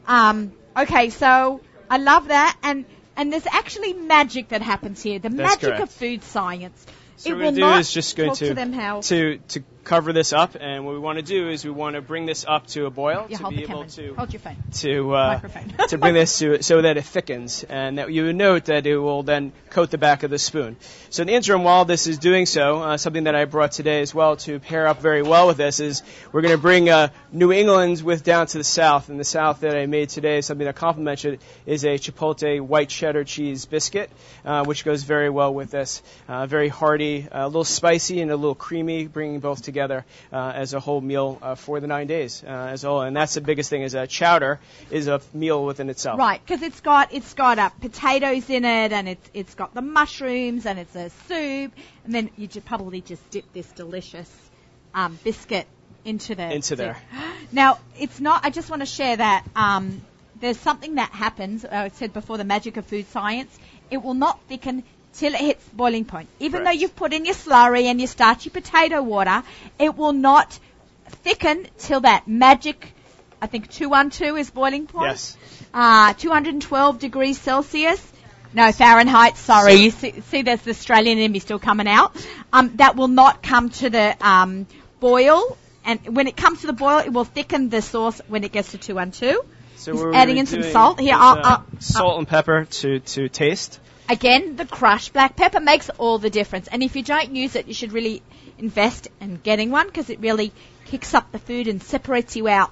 S1: Um, okay, so I love that, and and there's actually magic that happens here. The magic
S6: correct.
S1: of food science.
S6: So
S1: it
S6: what we're
S1: will
S6: gonna
S1: not
S6: do is just going
S1: talk
S6: to,
S1: to them how.
S6: to to cover this up, and what we want to do is we want to bring this up to a boil
S1: Yeah,
S6: to
S1: hold
S6: be
S1: the
S6: able
S1: camera.
S6: to
S1: Hold your phone.
S6: to uh,
S1: Microphone.
S6: to bring this to so that it thickens, and that you would note that it will then coat the back of the spoon. So in the interim, while this is doing so, uh, something that I brought today as well to pair up very well with this is we're going to bring uh, New England with down to the south, and the south that I made today is something that complements it is a chipotle white cheddar cheese biscuit, uh, which goes very well with this. Uh, very hearty, uh, a little spicy and a little creamy, bringing both together uh, as a whole meal uh, for the nine days uh, as a whole. And that's the biggest thing is that chowder is a meal within itself.
S1: Right, because it's got it's got uh, potatoes in it, and it's it's got the mushrooms, and it's a soup, and then you just probably just dip this delicious um, biscuit into the
S6: Into
S1: soup.
S6: there.
S1: Now it's not. I just want to share that um, there's something that happens. uh, I said before the magic of food science. It will not thicken till it hits boiling point. Even
S6: Correct.
S1: though you've put in your slurry and your starchy potato water, it will not thicken till that magic. I think 212 is boiling point
S6: Yes.
S1: uh, 212 degrees Celsius. No, Fahrenheit, sorry. You see, see, there's the Australian in me still coming out. Um, that will not come to the um, boil. And when it comes to the boil, it will thicken the sauce when it gets to 212.
S6: So
S1: Just
S6: we're
S1: adding
S6: really
S1: in some
S6: doing
S1: salt. Here,
S6: is,
S1: I'll-
S6: uh,
S1: I'll-
S6: salt and pepper to to taste.
S1: Again, the crushed black pepper makes all the difference. And if you don't use it, you should really invest in getting one because it really kicks up the food and separates you out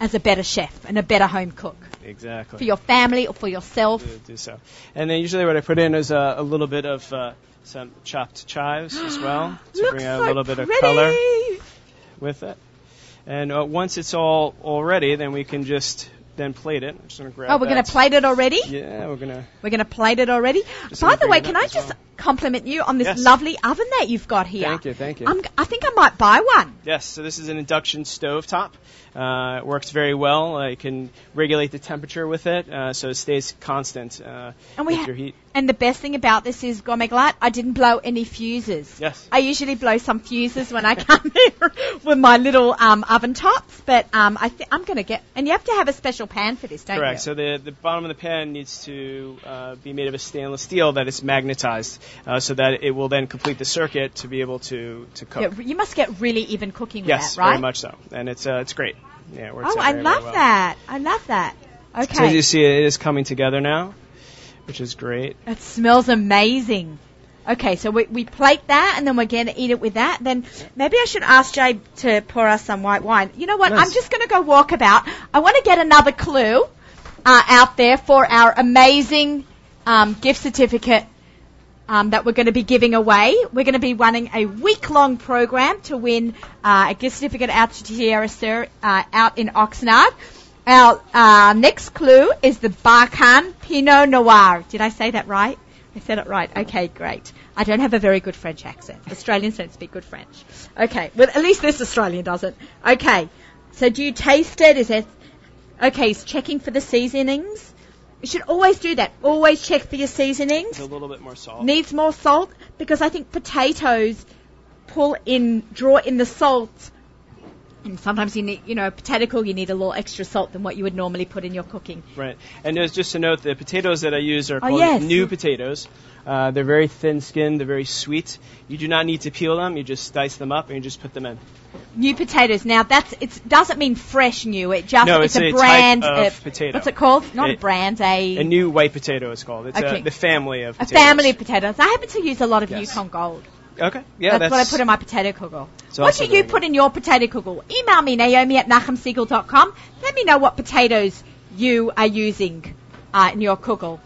S1: as a better chef and a better home cook
S6: Exactly.
S1: for your family or for yourself.
S6: to do so. And then usually what I put in is a, a little bit of uh, some chopped chives as well to
S1: Looks
S6: bring out
S1: so
S6: a little bit of
S1: pretty.
S6: color with it. And uh, once it's all all ready, then we can just then plate it. I'm just gonna grab.
S1: Oh, we're going
S6: that.
S1: to plate it already?
S6: Yeah, we're gonna.
S1: We're going to plate it already.
S6: Just
S1: By
S6: gonna
S1: the
S6: bring
S1: way,
S6: it
S1: can
S6: up
S1: I
S6: as
S1: just
S6: well.
S1: compliment you on this
S6: Yes.
S1: lovely oven that you've got here.
S6: Thank you, thank you.
S1: I'm, I think I might buy one.
S6: Yes, so this is an induction stove top. Uh, it works very well. Uh, you can regulate the temperature with it, uh, so it stays constant uh,
S1: And we
S6: with
S1: ha-
S6: your heat.
S1: And the best thing about this is Gourmet Glad, I didn't blow any fuses.
S6: Yes.
S1: I usually blow some fuses when I come here with my little um, oven tops, but um, I th- I'm going to get. And you have to have a special pan for this, don't
S6: Correct.
S1: you?
S6: So the, the bottom of the pan needs to uh, be made of a stainless steel that is magnetized, uh, so that it will then complete the circuit to be able to to cook.
S1: Yeah, you must get really even cooking
S6: yes,
S1: with that, right?
S6: very much so, and it's uh, it's great. Yeah, it works
S1: Oh,
S6: out
S1: I
S6: very, very
S1: love
S6: well.
S1: that. I love that. Okay.
S6: So as you see, it is coming together now, which is great.
S1: It smells amazing. Okay, so we, we plate that and then we're going to eat it with that. Then maybe I should ask Jay to pour us some white wine. You know what?
S6: Nice.
S1: I'm just going to go walk about. I want to get another clue uh, out there for our amazing um, gift certificate um, that we're going to be giving away. We're going to be running a week-long program to win uh, a gift certificate out to Tierra Sur uh, out in Oxnard. Our uh, next clue is the Barkhan Pinot Noir. Did I say that right? I said it right. Okay, great. I don't have a very good French accent. Australians don't speak good French. Okay, well at least this Australian doesn't. Okay, so do you taste it? Is it okay? He's checking for the seasonings. You should always do that. Always check for your seasonings
S6: It's a little bit more salt.
S1: needs more salt because I think potatoes pull in, draw in the salt. And sometimes you need, you know, potato cook, you need a little extra salt than what you would normally put in your cooking.
S6: Right. And there's just to note the potatoes that I use are
S1: Oh,
S6: called
S1: yes.
S6: new potatoes. Uh, they're very thin skinned, they're very sweet. You do not need to peel them, you just dice them up and you just put them in.
S1: New potatoes. Now that's it doesn't mean fresh new. It just
S6: No,
S1: it's,
S6: it's a
S1: a,
S6: type
S1: brand.
S6: of
S1: uh,
S6: potato.
S1: What's it called? Not a
S6: It-
S1: brand. A
S6: A new white potato is called. It's
S1: Okay.
S6: a, the family of
S1: a
S6: potatoes.
S1: family of potatoes. I happen to use a lot of
S6: Yes.
S1: Yukon Gold.
S6: Okay. Yeah,
S1: that's,
S6: that's,
S1: what I put in my potato kugel.
S6: It's
S1: What
S6: also
S1: do you
S6: very
S1: put
S6: good.
S1: in your potato kugel? Email me, naomi at nachumsiegel.com. Let me know what potatoes you are using uh, in your kugel.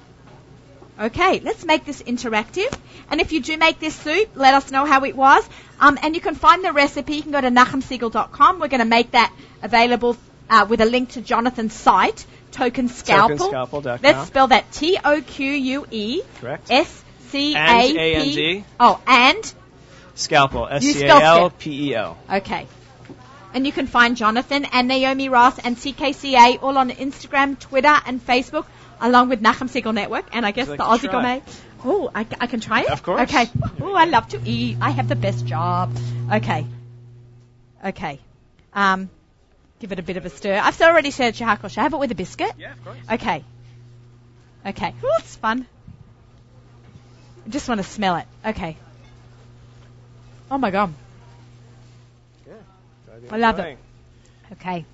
S1: Okay, let's make this interactive. And if you do make this soup, let us know how it was. Um, and you can find the recipe. You can go to nachumsiegel.com. We're going to make that available uh, with a link to Jonathan's site, Token Scalpel.
S6: Tokenscalpel.com.
S1: Let's spell that T O Q U E
S6: Correct.
S1: S C A
S6: And
S1: P.
S6: A-N-G.
S1: Oh, and
S6: Scalpel. S
S1: You
S6: C A
S1: spelled it.
S6: L P E L.
S1: Okay. And you can find Jonathan and Naomi Ross and CKCA all on Instagram, Twitter, and Facebook, along with Nachum Siegel Network, and I guess
S6: Would
S1: the
S6: you like
S1: Aussie
S6: to try?
S1: Gourmet. Oh, I, I can try it?
S6: Of course.
S1: Okay.
S6: There
S1: Oh,
S6: you
S1: I
S6: go.
S1: love to eat. I have the best job. Okay. Okay. Um, give it a bit of a stir. I've already said shahakal. Should I have it with a biscuit?
S6: Yeah, of course.
S1: Okay. Okay. Ooh, it's fun. I just want to smell it. Okay. Oh my god. I love it. Okay.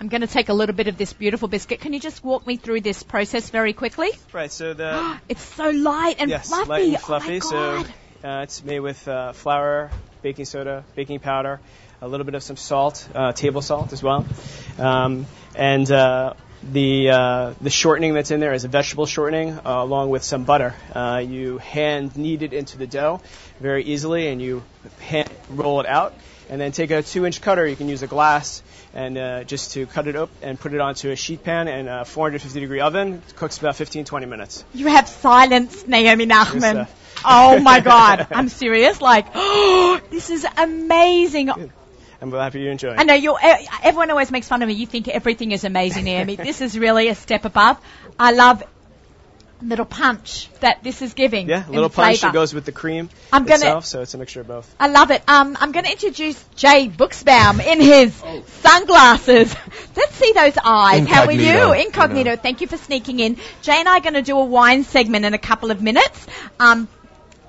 S1: I'm going to take a little bit of this beautiful biscuit. Can you just walk me through this process very quickly?
S6: Right, so the
S1: It's so light and
S6: Uh, yes,
S1: fluffy.
S6: light and
S1: Oh my
S6: fluffy.
S1: God.
S6: So uh, it's made with uh, flour, baking soda, baking powder, a little bit of some salt, uh, table salt as well, um, and uh, the uh, the shortening that's in there is a vegetable shortening uh, along with some butter. Uh, you hand knead it into the dough very easily, and you hand roll it out. And then take a two-inch cutter. You can use a glass, and uh, just to cut it up and put it onto a sheet pan in a 450-degree oven. It cooks about 15-20 minutes.
S1: you have silenced Naomi Nachman.
S6: Yes, sir.
S1: Oh my God. I'm serious. Like, oh, this is amazing.
S6: I'm happy you enjoy.
S1: I know you're, e- everyone always makes fun of me. You think everything is amazing, Naomi. this is really a step above. I love little punch that this is giving.
S6: Yeah, a
S1: in
S6: little punch
S1: flavor.
S6: that goes with the cream
S1: I'm gonna-
S6: itself, so it's a mixture of both.
S1: I love it. Um, I'm going to introduce Jay Booksbaum in his
S2: Oh.
S1: sunglasses. Let's see those eyes. How are you?
S2: Incognito, you
S1: Incognito.
S2: know.
S1: Thank you for sneaking in. Jay and I are going to do a wine segment in a couple of minutes. Um,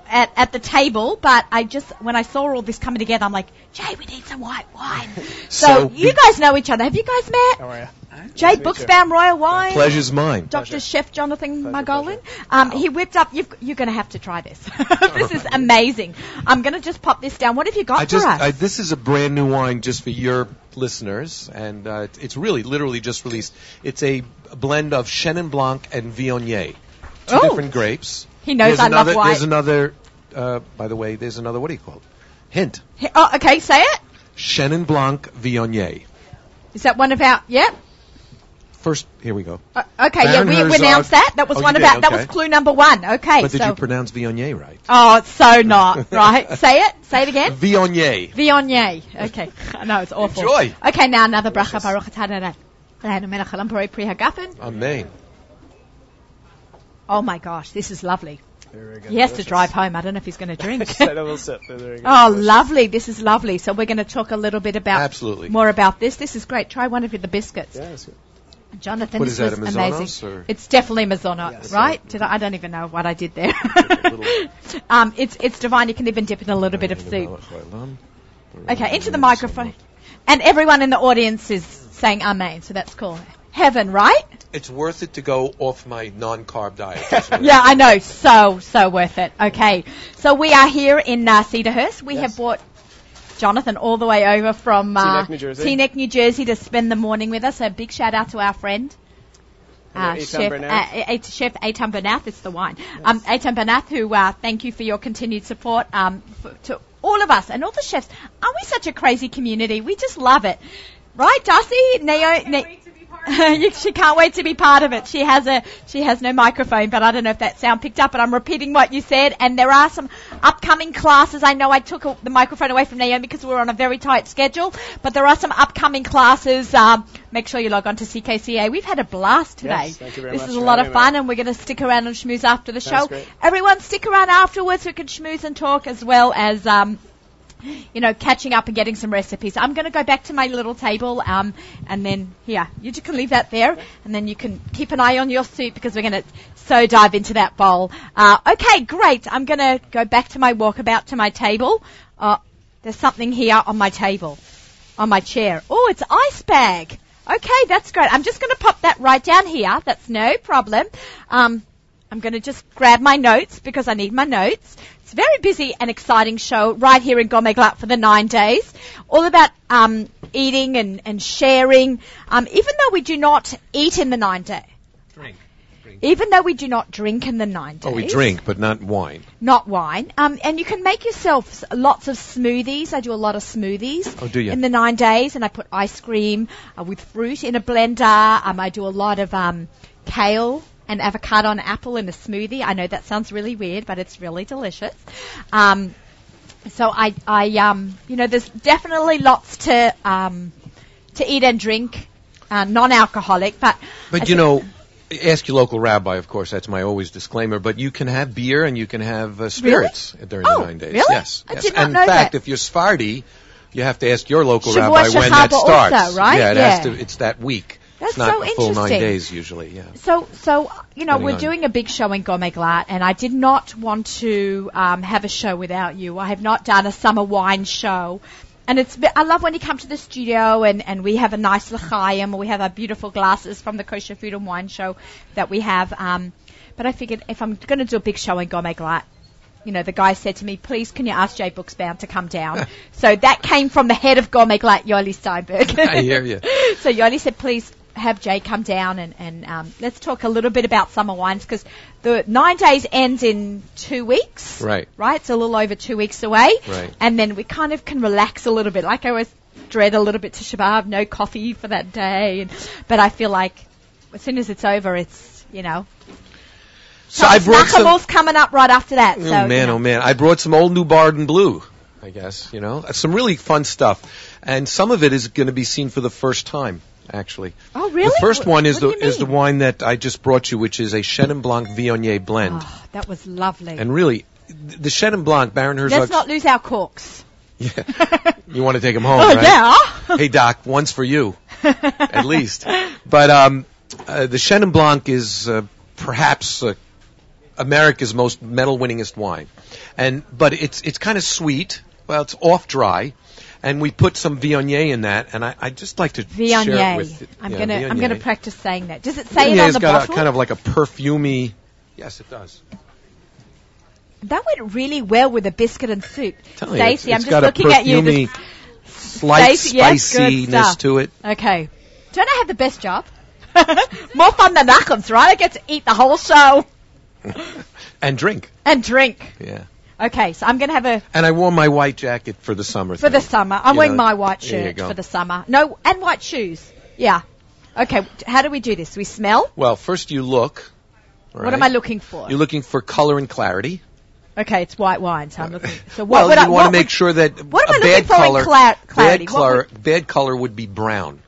S1: at, at the table, but I just when I saw all this coming together, I'm like, Jay, we need some white wine. so
S2: So-
S1: you guys know each other. Have you guys met?
S6: How are you?
S1: Jay
S6: Nice to meet you.
S1: Booksbaum, Royal Wine.
S2: Pleasure's mine.
S1: Dr. Chef Jonathan
S6: Pleasure,
S1: Margolin. Um, He whipped up. You've, you're going to have to try this. this is amazing. I'm going to just pop this down. What have you got
S7: I
S1: for
S7: just,
S1: us?
S7: I, this is a brand new wine just for your listeners, and uh, it's- it's really literally just released. It's a blend of Chenin Blanc and Viognier, two
S1: Oh.
S7: different grapes.
S1: He knows
S7: Here's
S1: I love
S7: another,
S1: wine.
S7: There's another, uh, by the way, there's another. What do you call it? Hint:
S1: He- oh, okay. Say it.
S7: Chenin Blanc Viognier.
S1: Is that one of our? Yep.
S7: first, here we go.
S1: Uh, okay, yeah,
S7: Baron
S1: we
S7: Herzog-
S1: announced that. That was
S7: Oh, you
S1: one
S7: did,
S1: of our, that
S7: okay.
S1: was clue number one. Okay,
S7: But did
S1: so
S7: you pronounce Viognier right?
S1: oh, it's so not right. Say it. Say it again.
S7: Viognier.
S1: Viognier. Okay, I know it's awful.
S7: Enjoy.
S1: Okay, now another bracha baruch atah nanai.
S7: Amen.
S1: Oh my gosh, this is lovely.
S6: Very good.
S1: He has to drive home. I don't know if he's going to drink.
S6: Set a little sip. Very good.
S1: Oh, lovely. This is lovely. So we're going to talk a little bit about
S7: Absolutely.
S1: more about this. This is great. Try one of the biscuits.
S6: Yeah, that's good.
S1: Jonathan,
S7: What
S1: this
S7: is that, a
S1: was
S7: Maisonnaise,
S1: amazing.
S7: or-
S1: It's definitely Mazzano,
S6: Yes.
S1: right? Did I, I don't even know what I did there.
S7: little-
S1: um, it's it's divine. You can even dip in a little bit of soup. Okay, into the microphone. And everyone in the audience is saying amen, so that's cool. Heaven, right?
S7: It's worth it to go off my non-carb diet.
S1: Yeah, I know. So, so worth it. Okay. So we are here in uh, Cedarhurst. We have brought Jonathan all the way over from uh,
S6: Teaneck, New Jersey.
S1: Teaneck, New Jersey to spend the morning with us. So big shout out to our friend.
S6: And
S1: Uh,
S6: Eitan
S1: Chef, uh,
S6: Bernath.
S1: A- Chef Eitan Bernath, it's the wine. Um, Eitan Bernath, who uh, thank you for your continued support um, f- to all of us and all the chefs. Aren't we such a crazy community? We just love it, right, Darcy? Neo, Ne- You- she can't wait to be part of it. She has a she has no microphone, but I don't know if that sound picked up. But I'm repeating what you said, and there are some upcoming classes. I know I took a, the microphone away from Naomi because we were on a very tight schedule, but there are some upcoming classes. Um, make sure you log on to CKCA. We've had a blast today.
S6: Yes, thank you very
S1: this
S6: much
S1: is a
S6: for
S1: lot of
S6: having me.
S1: fun, and we're going to stick around and schmooze after the
S6: Sounds
S1: show.
S6: great.
S1: Everyone, stick around afterwards. We can schmooze and talk as well as. Um, you know, catching up and getting some recipes. I'm going to go back to my little table, um, and then yeah, you ju- can leave that there, and then you can keep an eye on your soup because we're going to so dive into that bowl. Uh, okay, great. I'm going to go back to my walkabout to my table. Uh, there's something here on my table, on my chair. Oh, it's ice bag. Okay, that's great. I'm just going to pop that right down here. That's no problem. Um, I'm going to just grab my notes because I need my notes. It's a very busy and exciting show right here in Gomeglat for the nine days. All about um, eating and, and sharing. Um, even though we do not eat in the nine day,
S7: Drink.
S1: even though we do not drink in the nine days
S7: Oh, we drink, but not wine.
S1: not wine. Um, and you can make yourself s- lots of smoothies. I do a lot of smoothies.
S7: Oh, do you?
S1: In the nine days, and I put ice cream uh, with fruit in a blender. Um, I do a lot of um, kale and avocado and apple in a smoothie. I know that sounds really weird, but it's really delicious. Um, so I, I, um, you know, there's definitely lots to um, to eat and drink, uh, non-alcoholic, but I
S7: But you
S1: think-
S7: know, ask your local rabbi. Of course, that's my always disclaimer. But you can have beer and you can have uh, spirits during
S1: Oh,
S7: the nine days.
S1: really?
S7: Yes.
S1: I
S7: yes.
S1: did not
S7: and
S1: know
S7: in fact,
S1: that.
S7: if you're Sephardi, you have to ask your local
S1: Shavuot
S7: rabbi when that
S1: Shechaba
S7: starts.
S1: also, right?
S7: Yeah, it
S1: Yeah.
S7: has to. It's that week.
S1: That's
S7: it's not
S1: so
S7: a full nine
S1: interesting.
S7: days usually. Yeah.
S1: So, so you know,
S7: Depending
S1: we're
S7: on-
S1: doing a big show in Gomeglat, and I did not want to um, have a show without you. I have not done a summer wine show, and it's. be- I love when you come to the studio and, and we have a nice l'chaim, or we have our beautiful glasses from the kosher food and wine show that we have. Um, but I figured if I'm going to do a big show in Gomeglat, you know, the guy said to me, please can you ask Jay Booksbound to come down? so that came from the head of Gomeglat, Yoli Steinberg.
S7: I hear you.
S1: So Yoli said, please have Jay come down and, and um, let's talk a little bit about summer wines because the nine days ends in two weeks.
S7: Right.
S1: Right? It's a little over two weeks away.
S7: Right.
S1: And then we kind of can relax a little bit. Like I always dread a little bit to Shabbat, no coffee for that day. And, but I feel like as soon as it's over, it's, you know.
S7: So I brought some.
S1: Nachemol's coming up right after that. so,
S7: oh man,
S1: you know.
S7: oh man! I brought some old New Barden Blue. I guess you know some really fun stuff, and some of it is going to be seen for the first time. Actually,
S1: Oh, really?
S7: the first
S1: Wh-
S7: one is
S1: what
S7: the
S1: do you
S7: is the
S1: mean?
S7: wine that I just brought you, which is a Chenin Blanc Viognier blend,
S1: Oh, that was lovely.
S7: and really, th- the Chenin Blanc Baron Herzog.
S1: Let's not lose our corks.
S7: you want to take him home,
S1: Oh,
S7: right?
S1: yeah.
S7: hey Doc, one's for you, at least. But um, uh, the Chenin Blanc is uh, perhaps uh, America's most medal winningest wine, and but it's it's kind of sweet. Well, it's off dry, and we put some Viognier in that, and I I just like to share it with.
S1: Viognier. I'm
S7: yeah,
S1: gonna I'm
S7: Viognier.
S1: gonna practice saying that. Does it say it
S7: Viognier
S1: on
S7: has
S1: the
S7: got
S1: bottle?
S7: A, kind of like a perfumey. Yes, it does.
S1: that went really well with a biscuit and soup.
S7: Tell you, it's-
S1: Stacey, I'm
S7: it's
S1: just
S7: got a
S1: looking at you. This-
S7: perfumey, Slight
S1: Stacey, yes, good
S7: spiciness
S1: stuff.
S7: to it.
S1: okay. Don't I have the best job? More fun than Nachum's, right? I get to eat the whole show
S7: and drink.
S1: and drink.
S7: Yeah.
S1: Okay, so I'm gonna have a
S7: And I wore my white jacket for the summer.
S1: for the
S7: thing.
S1: summer. I'm
S7: You
S1: wearing
S7: know,
S1: my white
S7: there you
S1: shirt
S7: go.
S1: for the summer. No, and white shoes. Yeah. Okay, how do we do this? We smell.
S7: Well, first you look.
S1: What am I looking for?
S7: You're looking for color and clarity.
S1: Okay, it's white wine, so I'm looking. So what
S7: Well,
S1: would I
S7: you want
S1: what
S7: to make
S1: would-
S7: sure that
S1: what am
S7: a
S1: I looking
S7: bad
S1: for in
S7: color,
S1: cla- clarity?
S7: bad
S1: What
S7: color, bad color would be brown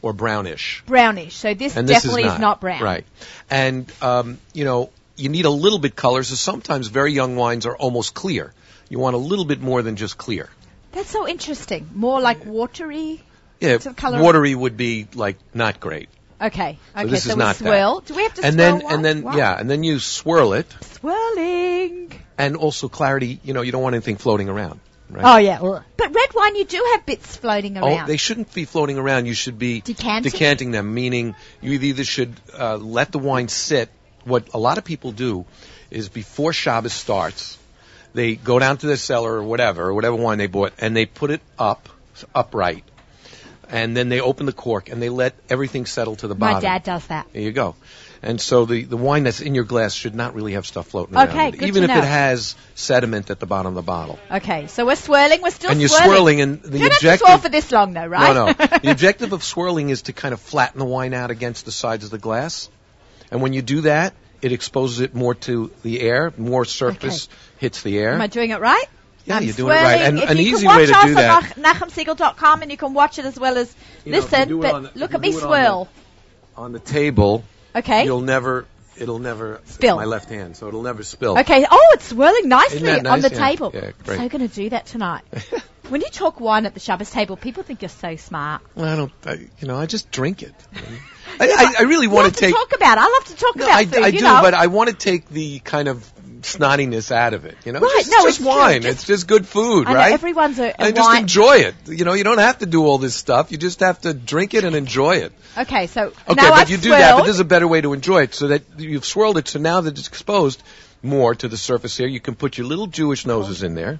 S7: or brownish.
S1: brownish. So this
S7: And this
S1: definitely
S7: is, not,
S1: brown.
S7: Right. And, um, you know, you need a little bit color, so sometimes very young wines are almost clear. You want a little bit more than just clear.
S1: That's so interesting. More like watery.
S7: Yeah,
S1: So color-
S7: watery would be like not great.
S1: Okay. Okay.
S7: this
S1: so
S7: is
S1: we
S7: not that.
S1: swirl. Do we have to
S7: and
S1: swirl
S7: then,
S1: wine?
S7: and then,
S1: Wow.
S7: yeah, and then you swirl it,
S1: Swirling.
S7: and also clarity. You know, you don't want anything floating around, right?
S1: Oh yeah. Ugh. But red wine, you do have bits floating
S7: Oh,
S1: around.
S7: they shouldn't be floating around. You should be
S1: Decanting?
S7: them, meaning you either should uh, let the wine sit. What a lot of people do is before Shabbos starts, they go down to their cellar or whatever, or whatever wine they bought, and they put it up, upright. And then they open the cork and they let everything settle to the
S1: My
S7: bottom.
S1: dad does that.
S7: There you go. And so the, the wine that's in your glass should not really have stuff floating
S1: Okay,
S7: around. in it,
S1: good
S7: Even
S1: to
S7: if
S1: know.
S7: it has sediment at the bottom of the bottle.
S1: Okay. So we're swirling. We're still
S7: and you're
S1: swirling.
S7: swirling and the
S1: you don't have to
S7: objective
S1: swirl for this long though, right?
S7: no, no. the objective of swirling is to kind of flatten the wine out against the sides of the glass. And when you do that, it exposes it more to the air, more surface hits the air.
S1: Am I doing it right?
S7: yeah,
S1: I'm
S7: you're doing it right.
S1: swirling.
S7: And
S1: if
S7: an
S1: you can
S7: easy
S1: watch
S7: way to
S1: us
S7: do
S1: on
S7: that
S1: Nach- NahumSiegel.com and you can watch it as well as
S7: You know, if you
S1: listen.
S7: do it
S1: but
S7: on the- if
S1: look
S7: you
S1: at me
S7: do it on
S1: swirl.
S7: on the table,
S1: okay.
S7: you'll never it'll never
S1: Spill.
S7: my left hand, so it'll never spill.
S1: Okay. Oh, it's swirling nicely
S7: Isn't that
S1: on the
S7: nice? Yeah.
S1: table.
S7: Yeah,
S1: I'm
S7: great.
S1: so going to do that tonight. when you talk wine at the Shabbos table, people think you're so smart.
S7: Well, I don't I, you know, I just drink it. I, I, I really
S1: You
S7: want
S1: love
S7: to take
S1: talk about. it. I love to talk
S7: No,
S1: about
S7: I,
S1: food.
S7: I
S1: you
S7: do,
S1: know.
S7: but I want to take the kind of snottiness out of it. You know,
S1: Right,
S7: just,
S1: no,
S7: just
S1: it's true,
S7: wine.
S1: just-
S7: it's just good food,
S1: I know
S7: right?
S1: everyone's a, a
S7: and just
S1: wine.
S7: enjoy it. You know, you don't have to do all this stuff. You just have to drink it and enjoy it.
S1: okay, so
S7: Okay,
S1: now
S7: but
S1: I've
S7: you do that, but
S1: swirled.
S7: there's a better way to enjoy it so that you've swirled it, so now that it's exposed more to the surface here, you can put your little Jewish noses in there.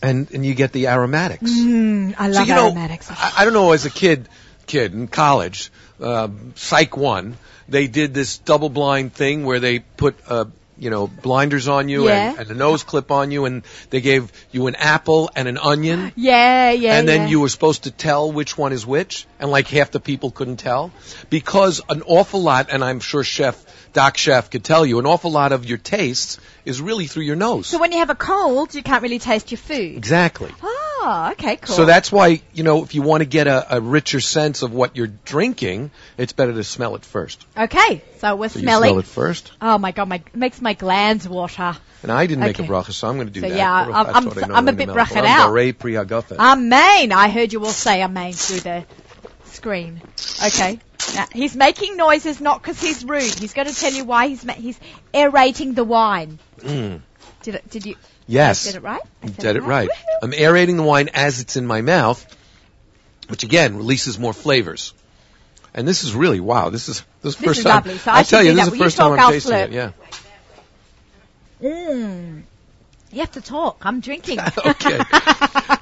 S7: And, and you get the aromatics.
S1: Mm, I
S7: So
S1: love
S7: you know,
S1: aromatics.
S7: I, I don't know. As a kid, kid in college, uh, Psych One, they did this double blind thing where they put uh, you know blinders on you
S1: Yeah.
S7: and, and a nose clip on you, and they gave you an apple and an onion.
S1: Ah, yeah, yeah.
S7: And then
S1: yeah.
S7: you were supposed to tell which one is which, and like half the people couldn't tell because an awful lot, and I'm sure Chef Doc Chef could tell you, an awful lot of your tastes is really through your nose.
S1: So when you have a cold, you can't really taste your food.
S7: exactly.
S1: Oh, okay, cool.
S7: So that's why, you know, if you want to get a, a richer sense of what you're drinking, it's better to smell it first.
S1: okay. So we're
S7: So
S1: smelling.
S7: you smell it first.
S1: Oh my god, my it makes my glands water.
S7: And I didn't make
S1: Okay.
S7: a bracha, so I'm going to do
S1: So
S7: that.
S1: yeah,
S7: Baruch
S1: I'm- I'm-
S7: atah Adonai
S1: I'm a
S7: Eloheinu
S1: bit
S7: melech
S1: brached
S7: haolam
S1: out.
S7: borei pri hagafen.
S1: Amen. I heard you all say amen through the screen. Okay. Now, he's making noises not because he's rude. He's going to tell you why he's ma- he's aerating the wine.
S7: Mm.
S1: Did it, did you
S7: Yes.
S1: did it right? I
S7: You
S1: said
S7: Did it right. Um,
S1: Woohoo.
S7: I'm aerating the wine as it's in my mouth, which again releases more flavors. And this is really wow. This is this is the
S1: This
S7: first
S1: is
S7: time.
S1: lovely. So I
S7: I'll
S1: should
S7: tell
S1: do
S7: you,
S1: that.
S7: this is
S1: Will
S7: the
S1: you
S7: first time
S1: talk?
S7: I'm
S1: I'll
S7: tasting
S1: flip.
S7: it. Yeah.
S1: Mm. You have to talk. I'm drinking.
S7: Okay.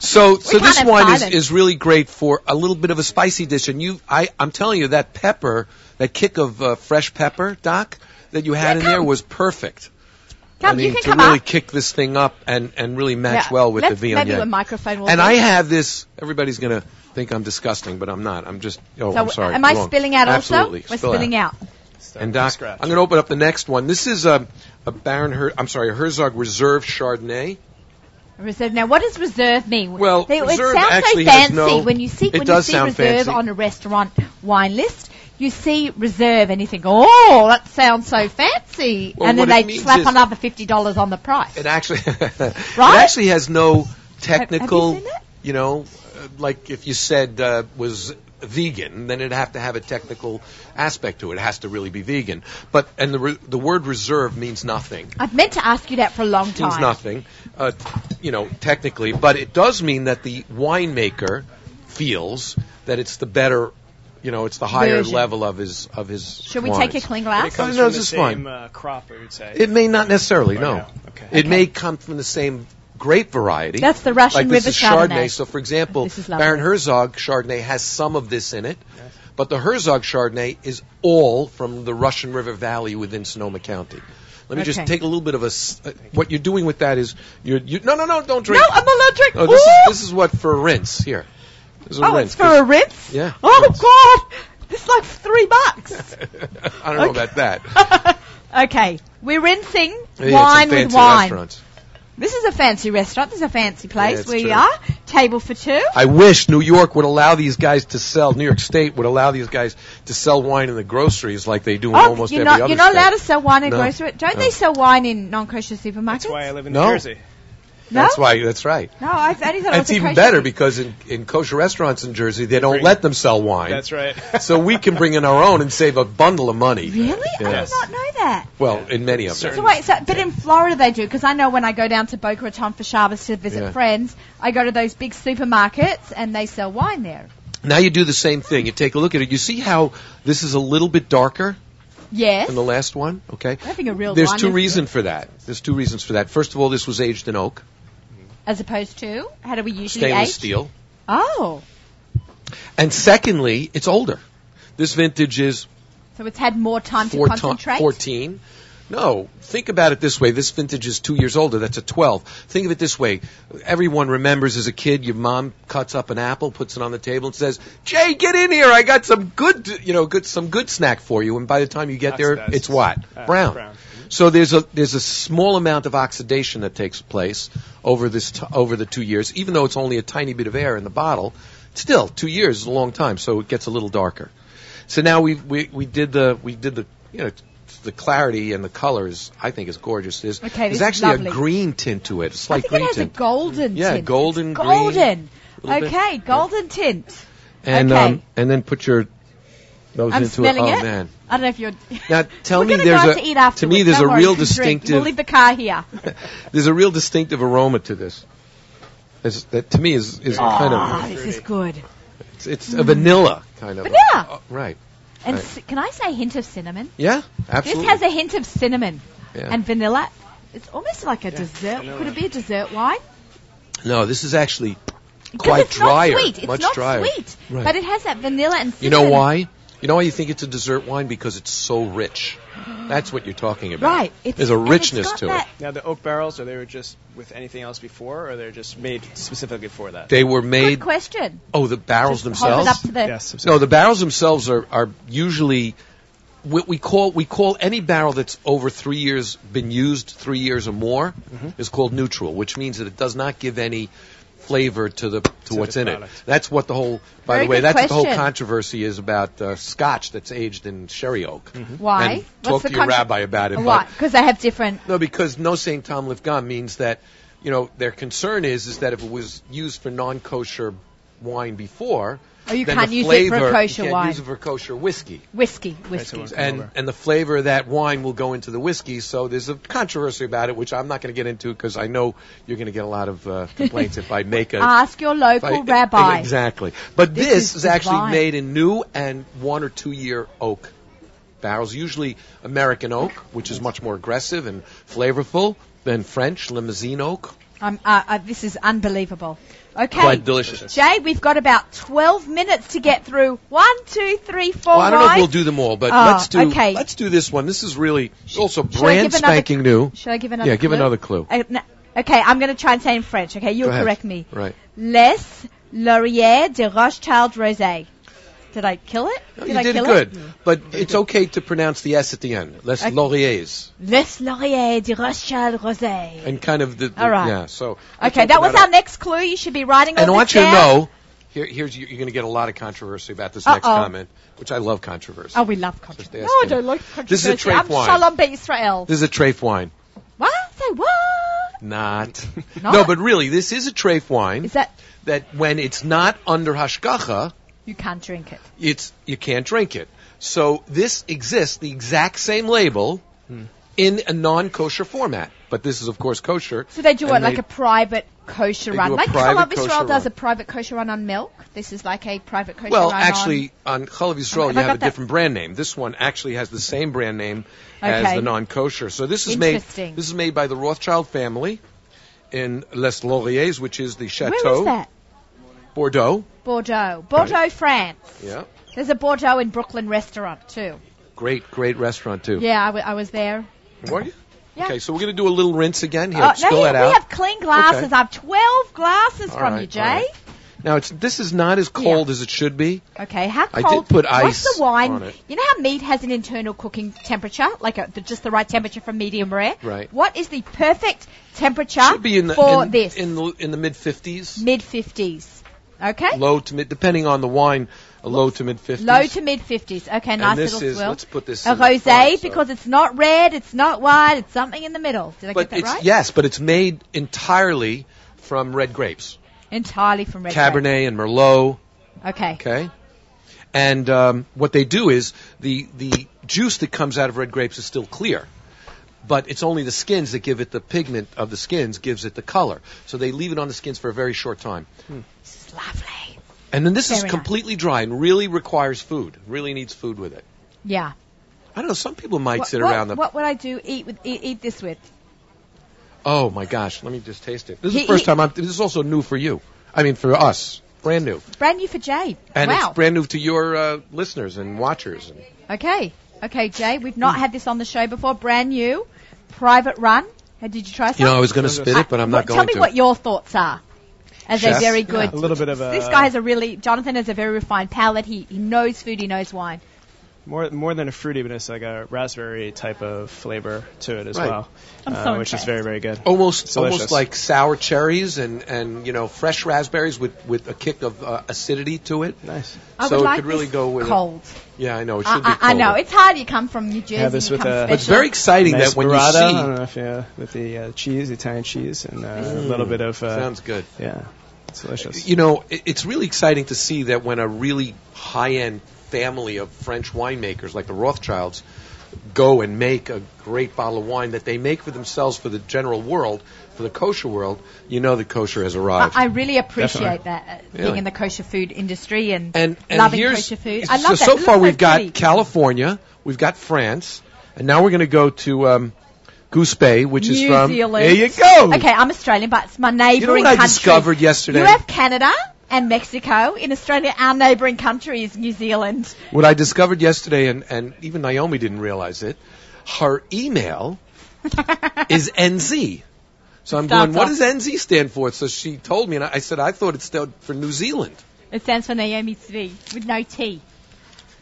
S7: So, so
S1: can't
S7: this
S1: have
S7: wine is,
S1: silence.
S7: is really great for a little bit of a spicy dish. And you, I, I'm telling you, that pepper, that kick of uh, fresh pepper, Doc, that you had
S1: Yeah,
S7: in there
S1: come.
S7: was perfect.
S1: Come,
S7: I mean,
S1: you can
S7: to
S1: come
S7: really
S1: up.
S7: kick this thing up and, and really match
S1: Yeah.
S7: well with
S1: Let's-
S7: the
S1: Maybe
S7: Viognier.
S1: the microphone will.
S7: and
S1: be-
S7: I have this. Everybody's gonna think I'm disgusting, but I'm not. I'm just. Oh,
S1: So
S7: I'm sorry.
S1: Am I
S7: wrong.
S1: spilling out
S7: Absolutely.
S1: also? We're
S7: Spill
S1: spilling out.
S7: And Doc,
S6: Scratch.
S7: I'm going to open up the next one. This is a, a Baron. Her- I'm sorry, a Herzog Reserve Chardonnay.
S1: Reserve. Now, what does reserve mean?
S7: Well,
S1: They- it
S7: reserve
S1: sounds so
S7: actually has
S1: fancy
S7: no-
S1: when you see
S7: it
S1: when you
S7: does
S1: see
S7: sound
S1: reserve
S7: fancy.
S1: on a restaurant wine list. You see reserve and you think, oh, that sounds so fancy,
S7: Well,
S1: and then
S7: what it
S1: they
S7: means
S1: slap
S7: is-
S1: another fifty dollars on the price.
S7: It actually, it
S1: Right?
S7: actually has no technical.
S1: seen it?
S7: you know, uh, like if you said uh, was vegan, then it'd have to have a technical aspect to it. It has to really be vegan. But and the re- the word reserve means nothing.
S1: I've meant to ask you that for a long time.
S7: means nothing, uh, you know, technically, but it does mean that the winemaker feels that it's the better, you know, it's the higher
S1: Version.
S7: level of his of his.
S1: Should we
S7: wines.
S1: take a clean
S6: But it
S1: glass?
S7: Come-
S6: comes
S7: No,
S6: from the
S7: this is fine.
S6: same uh, crop, I would say.
S7: It may not necessarily,
S6: Or
S7: no.
S6: no. Okay.
S7: It may come from the same grape variety.
S1: That's the Russian
S7: like this
S1: River
S7: is Chardonnay.
S1: Chardonnay.
S7: So, for example,
S1: This is lovely.
S7: Baron Herzog Chardonnay has some of this in it, but the Herzog Chardonnay is all from the Russian River Valley within Sonoma County. Let me
S1: Okay.
S7: just take a little bit of a. s- uh, what you're doing with that is you're you, no no no don't
S1: No,
S7: drink.
S1: I'm allergic.
S7: Oh, this is
S1: Ooh!
S7: this is what for rinse here. This is
S1: Oh,
S7: rinse,
S1: it's for a
S7: 'cause-
S1: rinse?
S7: Yeah, rinse.
S1: Oh, God. This is like three bucks.
S7: I don't know about that.
S1: okay. We're rinsing
S7: Yeah, it's
S1: wine
S7: a fancy
S1: with wine.
S7: restaurant.
S1: This is a fancy restaurant. This is a fancy place
S7: it's
S1: where we
S7: true.
S1: are. Table for two.
S7: I wish New York would allow these guys to sell. New York State would allow these guys to sell wine in the groceries like they do in
S1: Oh,
S7: almost
S1: you're
S7: every
S1: not,
S7: other
S1: you're not
S7: state.
S1: allowed to sell wine in
S7: No.
S1: grocery. Don't
S7: No.
S1: they sell wine in non-kosher supermarkets?
S6: That's why I live in
S7: No.
S6: New Jersey.
S1: no?
S7: That's why. That's right.
S1: No, I only thought it
S7: And
S1: was
S7: it's
S1: a
S7: even
S1: kosher
S7: better
S1: thing.
S7: because in, in kosher restaurants in Jersey they don't
S6: Bring-
S7: let them sell wine.
S6: That's right.
S7: So we can bring in our own and save a bundle of money.
S1: Really?
S7: Yes.
S1: I did not know that.
S7: Well, in many of them.
S6: Certain-
S1: So wait, so, but in Florida they do, because I know when I go down to Boca Raton for Shabbos to visit
S7: Yeah.
S1: friends, I go to those big supermarkets and they sell wine there.
S7: Now you do the same thing. You take a look at it. You see how this is a little bit darker
S1: Yes.
S7: than the last one. Okay.
S1: I think a real
S7: There's
S1: wine
S7: two
S1: is-
S7: reasons for that. There's two reasons for that. First of all, this was aged in oak,
S1: As opposed to, how do we usually
S7: stainless
S1: age?
S7: steel.
S1: Oh,
S7: And secondly, it's older. This vintage is
S1: so it's had more time
S7: four
S1: to
S7: ton-
S1: concentrate.
S7: 14. No, think about it this way. This vintage is two years older. That's a 12. Think of it this way. Everyone remembers as a kid, your mom cuts up an apple, puts it on the table, and says, "Jay, get in here. I got some good, you know, good some good snack for you." And by the time you get there,
S6: Oxidizes.
S7: it's what
S6: Uh,
S7: brown.
S6: brown.
S7: So there's a there's a small amount of oxidation that takes place over this t- over the two years, even though it's only a tiny bit of air in the bottle. Still, two years is a long time, so it gets a little darker. So now we we we did the we did the you know the clarity and the colors I think is gorgeous. There's,
S1: Okay, this
S7: there's
S1: is
S7: actually
S1: lovely.
S7: a green tint to it, a
S1: I
S7: slight
S1: think it
S7: green
S1: has a
S7: tint.
S1: golden
S7: Yeah,
S1: tint.
S7: golden,
S1: It's
S7: green,
S1: golden.
S7: little bit.
S1: okay, golden tint.
S7: and
S1: okay.
S7: um, and then put your nose
S1: I'm
S7: into
S1: smelling
S7: it. Oh
S1: it.
S7: man!
S1: I don't know if you're.
S7: Now tell
S1: We're
S7: me
S1: gonna
S7: there's
S1: go
S7: a
S1: out to eat afterwards.
S7: to me there's
S1: Don't
S7: a
S1: worry,
S7: real
S1: you can drink.
S7: distinctive
S1: We'll leave the car here.
S7: there's a real distinctive aroma to this. That's- that to me is, is kind
S1: Ah,
S7: of
S1: this is good.
S7: it's, it's a vanilla kind of
S1: Vanilla!
S7: Oh, right?
S1: And
S7: Right.
S1: c- can I say hint of cinnamon?
S7: Yeah,
S1: This
S7: absolutely.
S1: has a hint of cinnamon
S7: Yeah.
S1: and vanilla. It's almost like a dessert. Could it be a dessert wine?
S7: no, this is actually
S1: Because
S7: quite
S1: it's
S7: drier,
S1: not sweet. It's
S7: much
S1: not
S7: drier.
S1: sweet,
S7: Right.
S1: but it has that vanilla and cinnamon.
S7: You know why? You know why you think it's a dessert wine? Because it's so rich. That's what you're talking about.
S1: Right. It's,
S7: There's a
S1: and
S7: richness
S1: it's got
S7: to
S1: that-
S6: Now the oak barrels, are they were just with anything else before, or they're just made specifically for that?
S7: it. They were
S1: Good
S7: made.
S1: question.
S7: Oh, the barrels
S1: Just Hold
S7: themselves.
S1: it up to the.
S6: yes. I'm sorry.
S7: No, the barrels themselves are, are usually what we call we call any barrel that's over three years been used three years or more is called neutral, which means that it does not give any flavor to the to, what's
S6: the
S7: in
S6: product.
S7: it. That's what the whole. By
S1: Very
S7: the way,
S1: good
S7: that's what the
S1: question.
S7: whole controversy is about uh, Scotch that's aged in sherry oak.
S1: Why?
S7: And
S1: What's
S7: talk
S1: the
S7: to your
S1: contr-
S7: rabbi about it.
S1: Why?
S7: but-
S1: Because they have different.
S7: no, because no Saint Tom Live Gone means that, you know, their concern is is that if it was used for non-kosher wine before,
S1: Oh, you
S7: then
S1: can't
S7: the
S1: use it for
S7: flavor-
S1: kosher
S7: you can't
S1: wine.
S7: Use it for kosher whiskey,
S1: Whiskey,
S6: so
S1: whiskey.
S6: it's-
S7: and
S6: Over.
S7: and the flavor of that wine will go into the whiskey. So there's a controversy about it, which I'm not going to get into because I know you're going to get a lot of uh, complaints if I make a
S1: Ask your
S7: if I-
S1: local rabbi.
S7: Exactly. But
S1: This
S7: this,
S1: is
S7: is, actually
S1: divine.
S7: made in new and one or two year oak barrels, usually American oak, which is much more aggressive and flavorful than French limousine oak.
S1: I'm, uh, uh, this is unbelievable. Okay.
S7: Quite delicious.
S1: Jay, we've got about 12 minutes to get through. One, two, three, four.
S7: Well, I don't know if
S1: right?
S7: we'll do them all, but
S1: Oh,
S7: let's do
S1: okay.
S7: let's do this one. This is really it's also
S1: Shall I give
S7: brand
S1: another-
S7: spanking new.
S1: Shall I give another?
S7: Yeah, give
S1: clue?
S7: another clue.
S1: Uh, no- okay, I'm going to try and say in French. Okay, you'll
S7: Go ahead.
S1: correct me.
S7: Right.
S1: Les Laurier de Rothschild Rosé. Did I kill it?
S7: No,
S1: did
S7: you
S1: I
S7: did
S1: kill
S7: good,
S1: it? Mm.
S7: but it's okay to pronounce the S at the end. Les
S1: Okay.
S7: Lauriers.
S1: Les Laurier de Rothschild Rosé.
S7: And kind of the, the
S1: All right.
S7: yeah, so we'll
S1: Okay,
S7: talk
S1: that was
S7: about
S1: our next clue. You should be writing all
S7: And I
S1: this
S7: want you to
S1: down.
S7: know, here, here's you're going to get a lot of controversy about this next
S1: Uh-oh.
S7: comment, which I love controversy.
S1: Oh, we love
S7: Just
S1: controversy.
S7: asking.
S1: No, I don't like controversy.
S7: This is a trape
S1: I'm
S7: wine.
S1: Shalom Be Israel.
S7: This is a trafe wine,
S1: What? Say what?
S7: not.
S1: Not?
S7: No, but really, this is a trafe wine
S1: Is that
S7: that when it's not under hashgacha,
S1: you can't drink it?
S7: it's you can't drink it. So this exists, the exact same label, in a non-kosher format. But this is, of course, kosher.
S1: So they do
S7: and
S1: it like
S7: they-
S1: a private kosher
S7: they
S1: run,
S7: do a
S1: like
S7: private
S1: Chalav Israel
S7: kosher
S1: does
S7: run.
S1: a private kosher run on milk. This is like a private kosher
S7: Well,
S1: run.
S7: actually, on Chalav Yisrael,
S1: Have
S7: you
S1: I got
S7: have a
S1: that?
S7: different brand name. This one actually has the same brand name
S1: Okay.
S7: as the non-kosher. So this is made.
S1: Interesting.
S7: This is made by the Rothschild family in Les Lauriers, which is the
S1: on,
S7: chateau
S1: where is that?
S7: Bordeaux.
S1: Bordeaux, Bordeaux, France.
S7: Yeah,
S1: There's a Bordeaux in Brooklyn restaurant too.
S7: great, great restaurant too.
S1: Yeah, I, w- I was there.
S7: Were you?
S1: Yeah.
S7: Okay, so we're gonna do a little rinse again here.
S1: Oh,
S7: Spill
S1: no,
S7: that
S1: we
S7: out.
S1: have clean glasses.
S7: Okay.
S1: I have 12 glasses
S7: All
S1: from
S7: right,
S1: you, Jay.
S7: all right. Now it's this is not as cold as it should be.
S1: Okay, how
S7: I
S1: cold?
S7: did put ice
S1: what's the wine?
S7: on it.
S1: You know how meat has an internal cooking temperature, like a, the, just the right temperature for medium rare.
S7: Right.
S1: What is the perfect temperature
S7: Should be in the
S1: for
S7: in,
S1: this?
S7: in the in the mid 50s,
S1: mid fifties. Okay.
S7: low to mid, depending on the wine, a low to mid 50s.
S1: Low to mid fifties. Okay,
S7: and
S1: nice
S7: this
S1: little
S7: is
S1: swirl.
S7: let's put this
S1: a
S7: in the
S1: rosé
S7: front, so-
S1: because it's not red, it's not white, it's something in the middle. Did I
S7: but
S1: get that
S7: it's
S1: right?
S7: yes, but it's made entirely from red grapes,
S1: Entirely from red.
S7: Cabernet
S1: grape.
S7: and Merlot.
S1: Okay.
S7: Okay. And um, what they do is the the juice that comes out of red grapes is still clear, but it's only the skins that give it the pigment of the skins gives it the color. So they leave it on the skins for a very short time,
S1: This is lovely.
S7: and then this is
S1: Very nice.
S7: completely dry and really requires food. Really needs food with it.
S1: Yeah.
S7: I don't know. Some people might
S1: What,
S7: sit
S1: what-
S7: around the.
S1: what would I do? Eat with eat, eat this with?
S7: Oh my gosh! Let me just taste it. This is
S1: He-
S7: the first
S1: he-
S7: time. I'm, this is also new for you. I mean, for us, brand new,
S1: Brand new for Jade.
S7: and
S1: wow.
S7: it's brand new to your uh, listeners and watchers. And
S1: okay. Okay, Jay. We've not had this on the show before. Brand new. Private run. How did you try some?
S7: you know, I was going to spit it, but I'm
S1: Well,
S7: not
S1: tell
S7: going
S1: me
S7: to.
S1: what your thoughts are. As
S7: Chefs?
S1: a very good.
S6: A little bit of a
S1: This guy has a really. Jonathan has a very refined palate. He, he knows food. He knows wine.
S6: more more than a fruity, but it's like a raspberry type of flavor to it as
S7: Right.
S6: well,
S4: I'm
S6: uh,
S4: so
S6: which is
S4: impressed.
S6: very very good.
S7: almost
S6: It's delicious.
S7: almost like sour cherries and and you know fresh raspberries with with a kick of uh, acidity to it.
S6: nice.
S1: I
S7: so
S1: would
S7: it
S1: like
S7: could really
S1: this
S7: go with.
S1: cold.
S7: Yeah, I know it should be
S1: I,
S7: cold.
S1: I, I know it's hard. You come from New Jersey.
S6: Have this
S1: you
S6: with
S1: come
S6: a-
S1: special.
S6: But
S7: It's very exciting
S6: nice
S7: that when
S6: burrata,
S7: you see
S6: I don't know if, uh, with the uh, cheese, Italian cheese, and uh, a little bit of uh,
S7: Mm. sounds good.
S6: yeah, it's delicious.
S7: You know, it, it's really exciting to see that when a really high-end family of French winemakers like the Rothschilds go and make a great bottle of wine that they make for themselves for the general world, for the kosher world, you know that kosher has
S1: I,
S7: arrived.
S1: I really appreciate
S6: Definitely.
S1: that uh, being
S7: Really.
S1: in the kosher food industry and,
S7: and, and
S1: loving
S7: here's,
S1: kosher food. I
S7: so,
S1: love that.
S7: so
S1: It
S7: far
S1: looks
S7: we've got
S1: pretty.
S7: California, we've got France, and now we're going to go to um, Goose Bay, which is
S1: New
S7: from
S1: Zealand.
S7: there. You go.
S1: Okay, I'm Australian, but it's my neighbouring
S7: You know what I
S1: country.
S7: discovered yesterday?
S1: You have Canada and Mexico. In Australia, our neighbouring country is New Zealand.
S7: What I discovered yesterday, and, and even Naomi didn't realize it, her email is NZ. So I'm going, what does NZ stand for? So she told me, and I, I said I thought it stood for New Zealand.
S1: It stands for Naomi Tzvi with no T.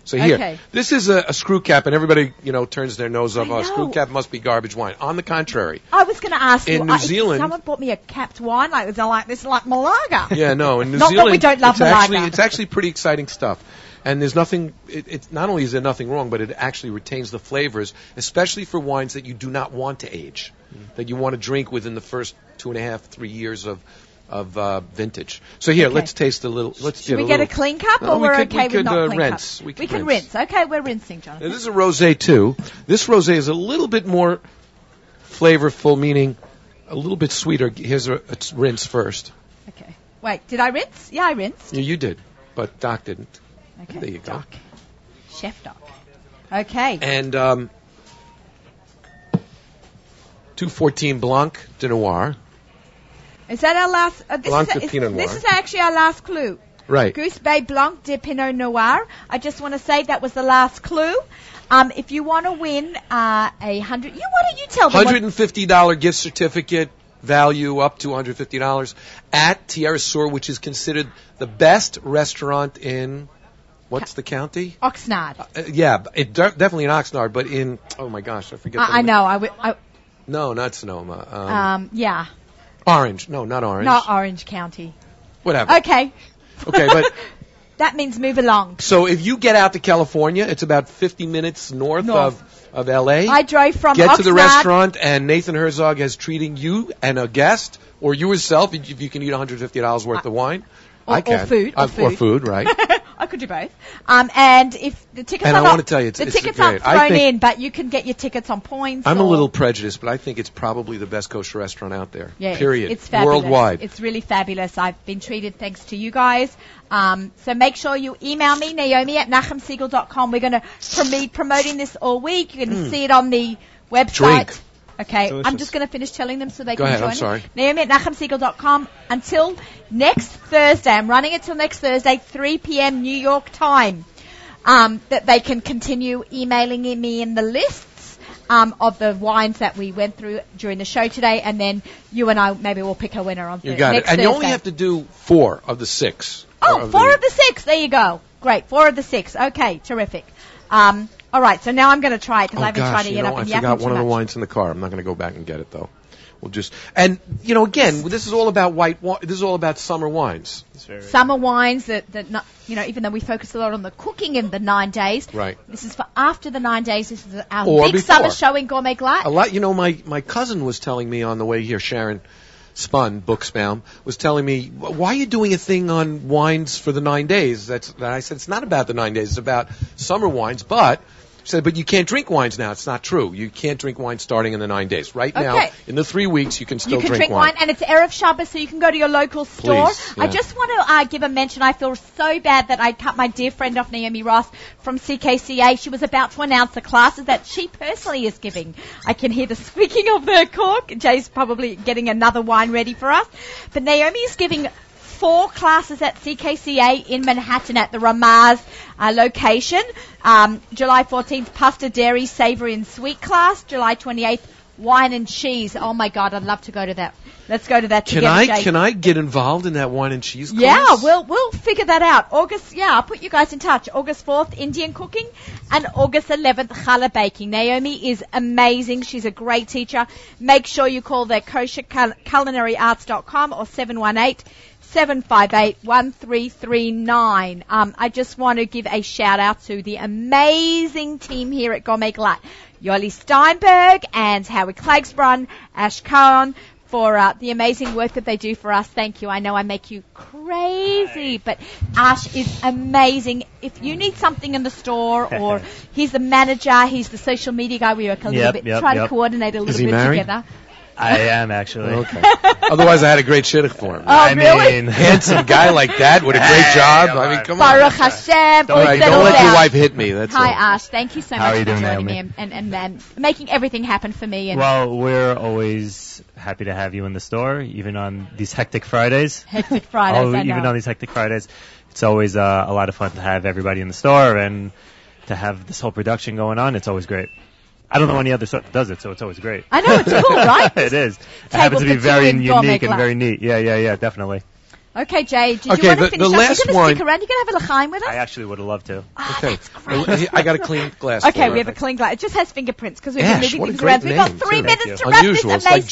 S7: So here,
S1: Okay.
S7: this is a, a screw cap, and everybody, you know, turns their nose up.
S1: I
S7: Oh,
S1: know.
S7: screw cap must be garbage wine. On the contrary,
S1: I was going to ask
S7: In
S1: you.
S7: New
S1: I- if
S7: Zealand-
S1: someone bought me a capped wine like this. I like this, like Malaga.
S7: Yeah, no, in New
S1: Not that
S7: Zealand,
S1: we don't love
S7: it's actually
S1: Malaga.
S7: it's actually pretty exciting stuff. And there's nothing. It, it's not only is there nothing wrong, but it actually retains the flavors, especially for wines that you do not want to age,
S1: Mm-hmm.
S7: that you want to drink within the first two and a half, three years of of uh, vintage. So here, let's taste a little. Let's
S1: Should
S7: get
S1: we
S7: a
S1: get
S7: little,
S1: a clean cup,
S7: No,
S1: or
S7: we
S1: are
S7: could-
S1: okay
S7: we
S1: with
S7: could,
S1: not
S7: uh,
S1: clean
S7: rinse.
S1: cups?
S7: We could
S1: can rinse.
S7: rinse.
S1: Okay, we're rinsing,
S7: Now,
S1: Jonathan.
S7: this is a rosé too. This rosé is a little bit more flavorful, meaning a little bit sweeter. Here's a, a rinse first.
S1: Okay. Wait, did I rinse? Yeah, I rinsed.
S7: You, you did, but Doc didn't.
S1: Okay.
S7: There you go.
S1: Doc. Chef Doc. Okay.
S7: and um, 214 Blanc de Noir.
S1: Is that our last? Uh, this,
S7: Blanc
S1: is,
S7: de
S1: is-
S7: Pinot
S1: this
S7: Noir.
S1: is actually our last clue.
S7: Right.
S1: Goose Bay Blanc de Pinot Noir. I just want to say that was the last clue. Um, if you want to win uh, a hundred, you why don't you tell them? what-
S7: $150 gift certificate value up to $150 at Tierra Sur, which is considered the best restaurant in what's the county?
S1: Oxnard.
S7: Uh, yeah, it de- definitely in Oxnard, but in oh my gosh, I forget. the Um,
S1: I, I
S7: name.
S1: know. I, w- I
S7: No, not Sonoma. Um,
S1: um, yeah,
S7: Orange. No, not Orange.
S1: not Orange Oh, County.
S7: Whatever.
S1: Okay,
S7: okay, but
S1: that means move along.
S7: so if you get out to California, it's about 50 minutes north,
S1: North.
S7: of of LA.
S1: I drove from
S7: get
S1: Oxnard.
S7: to the restaurant and Nathan Herzog is treating you and a guest or you yourself if you- if you can eat $150 worth of wine.
S1: Or-
S7: I
S1: or
S7: can.
S1: food, or
S7: Uh, Or
S1: food.
S7: food, right.
S1: I could do both. Um, and if the tickets
S7: And
S1: are
S7: I
S1: not,
S7: wanna tell you, it's-
S1: the
S7: it's
S1: tickets
S7: great.
S1: aren't
S7: I
S1: thrown
S7: think-
S1: in, but you can get your tickets on points.
S7: I'm a
S1: or-
S7: little prejudiced, but I think it's probably the best kosher restaurant out there.
S1: Yeah, it's-
S7: period.
S1: It's, fabulous.
S7: Worldwide.
S1: It's really fabulous. I've been treated thanks to you guys. Um, so make sure you email me, Naomi at nachemsiegel.com. We're going to prom- be promoting this all week. You're going to see it on the website.
S7: Hmm. Drink.
S1: Okay, I'm
S6: Delicious.
S1: just going to finish telling them so they
S7: Go
S1: can
S7: ahead,
S1: join
S7: I'm
S1: us.
S7: sorry.
S1: Naomi at nachemsiegel.com. Until next Thursday, I'm running it till next Thursday, 3 p.m. New York time. Um, that they can continue emailing me in the lists. um, of the wines that we went through during the show today, and then you and I maybe will pick a winner on
S7: You
S1: Thurs-
S7: got it.
S1: next
S7: And
S1: Thursday.
S7: you only have to do four of the six.
S1: Oh,
S7: Or
S1: four of the six. There you go. Great. Four of the six. Okay, terrific. Um, all right, so now I'm going to try it because
S7: Oh
S1: I've been
S7: gosh,
S1: trying to
S7: you
S1: get
S7: know,
S1: up and
S7: I forgot
S1: yapping
S7: one
S1: too
S7: of the
S1: much.
S7: wines in the car. I'm not going to go back and get it though. We'll just and you know again, this is all about white. Wi- this is all about summer wines.
S6: It's very-
S1: Summer wines that, that not, you know, even though we focus a lot on the cooking in the nine days,
S7: Right.
S1: this is for after the nine days. This is our
S7: Or
S1: big
S7: before.
S1: summer show in Gourmet Glass.
S7: A lot, you know. My my cousin was telling me on the way here, Sharon Spun Booksbaum was telling me, why are you doing a thing on wines for the nine days? That's and I said it's not about the nine days. It's about summer wines, but. She said, but you can't drink wines now. It's not true. You can't drink wine starting in the nine days. Right now,
S1: Okay.
S7: in the three weeks, you can
S1: you
S7: still
S1: can drink wine. and it's Erev Shabbos, so you can go to your local store.
S7: Please,
S1: I
S7: yeah.
S1: just want to uh, give a mention. I feel so bad that I cut my dear friend off, Naomi Ross from CKCA. She was about to announce the classes that she personally is giving. I can hear the squeaking of the cork. Jay's probably getting another wine ready for us. But Naomi is giving four classes at CKCA in Manhattan at the Ramaz uh, location. Um, July 14th, pasta, dairy, savory, and sweet class. July 28th, wine and cheese. Oh my God, I'd love to go to that. Let's go to that
S7: Can
S1: together.
S7: I
S1: Jay.
S7: can I get involved in that wine and cheese? Class?
S1: Yeah, we'll we'll figure that out. August, yeah, I'll put you guys in touch. August 4th, Indian cooking, and August 11th, challah baking. Naomi is amazing. She's a great teacher. Make sure you call their kosherculinaryarts.com or 718 758 1339. Um, I just want to give a shout out to the amazing team here at Gourmet Glut. Yoli Steinberg and Howie Clagsbrun, Ash Cohen, for uh, the amazing work that they do for us. Thank you. I know I make you crazy, but Ash is amazing. If you need something in the store, or he's the manager, he's the social media guy. We work a little
S8: Yep,
S1: bit,
S8: yep,
S1: try to
S8: yep.
S1: coordinate a little
S7: he
S1: bit
S7: married?
S1: together.
S8: I am actually.
S7: Okay. Otherwise, I had a great shit for him.
S1: Oh,
S8: I
S1: really?
S8: mean,
S7: Handsome guy like that with a great
S8: Hey,
S7: job.
S8: come
S7: I mean,
S8: on.
S7: come on.
S1: Baruch Hashem.
S7: All right,
S1: settle
S7: don't let your
S1: down.
S7: wife hit me. That's all.
S1: Hi Ash, thank you so
S8: How
S1: much
S8: are you
S1: for
S8: doing,
S1: joining me
S8: Naomi?
S1: and, and, and, and making everything happen for me. And
S8: well, we're always happy to have you in the store, even on these hectic Fridays.
S1: hectic Fridays,
S8: Oh,
S1: I
S8: even
S1: know.
S8: on these hectic Fridays, it's always uh, a lot of fun to have everybody in the store and to have this whole production going on. It's always great. I don't know any other store that does it, so it's always great.
S1: I know it's cool, right?
S8: it is. It happens to be
S1: for two
S8: very
S1: in gourmet
S8: unique and
S1: glass.
S8: very neat. Yeah, yeah, yeah, definitely.
S1: Okay, Jay, did you
S7: Okay,
S1: want to
S7: the-
S1: finish
S7: the
S1: up? You're
S7: last
S1: going to stick
S7: one-
S1: around. You're going to have a l'chaim with us. Ah,
S8: I actually would have loved to.
S7: Okay. I got a clean glass.
S1: Okay,
S7: for
S1: we have
S7: her.
S1: a clean glass. It just has fingerprints because we've
S7: Ash,
S1: been moving
S7: what a
S1: things
S7: great
S1: around. We've got
S7: name,
S1: three
S8: too.
S1: minutes
S8: Thank
S1: to
S8: you.
S1: wrap
S7: Unusual.
S1: this
S7: It's like
S1: amazing.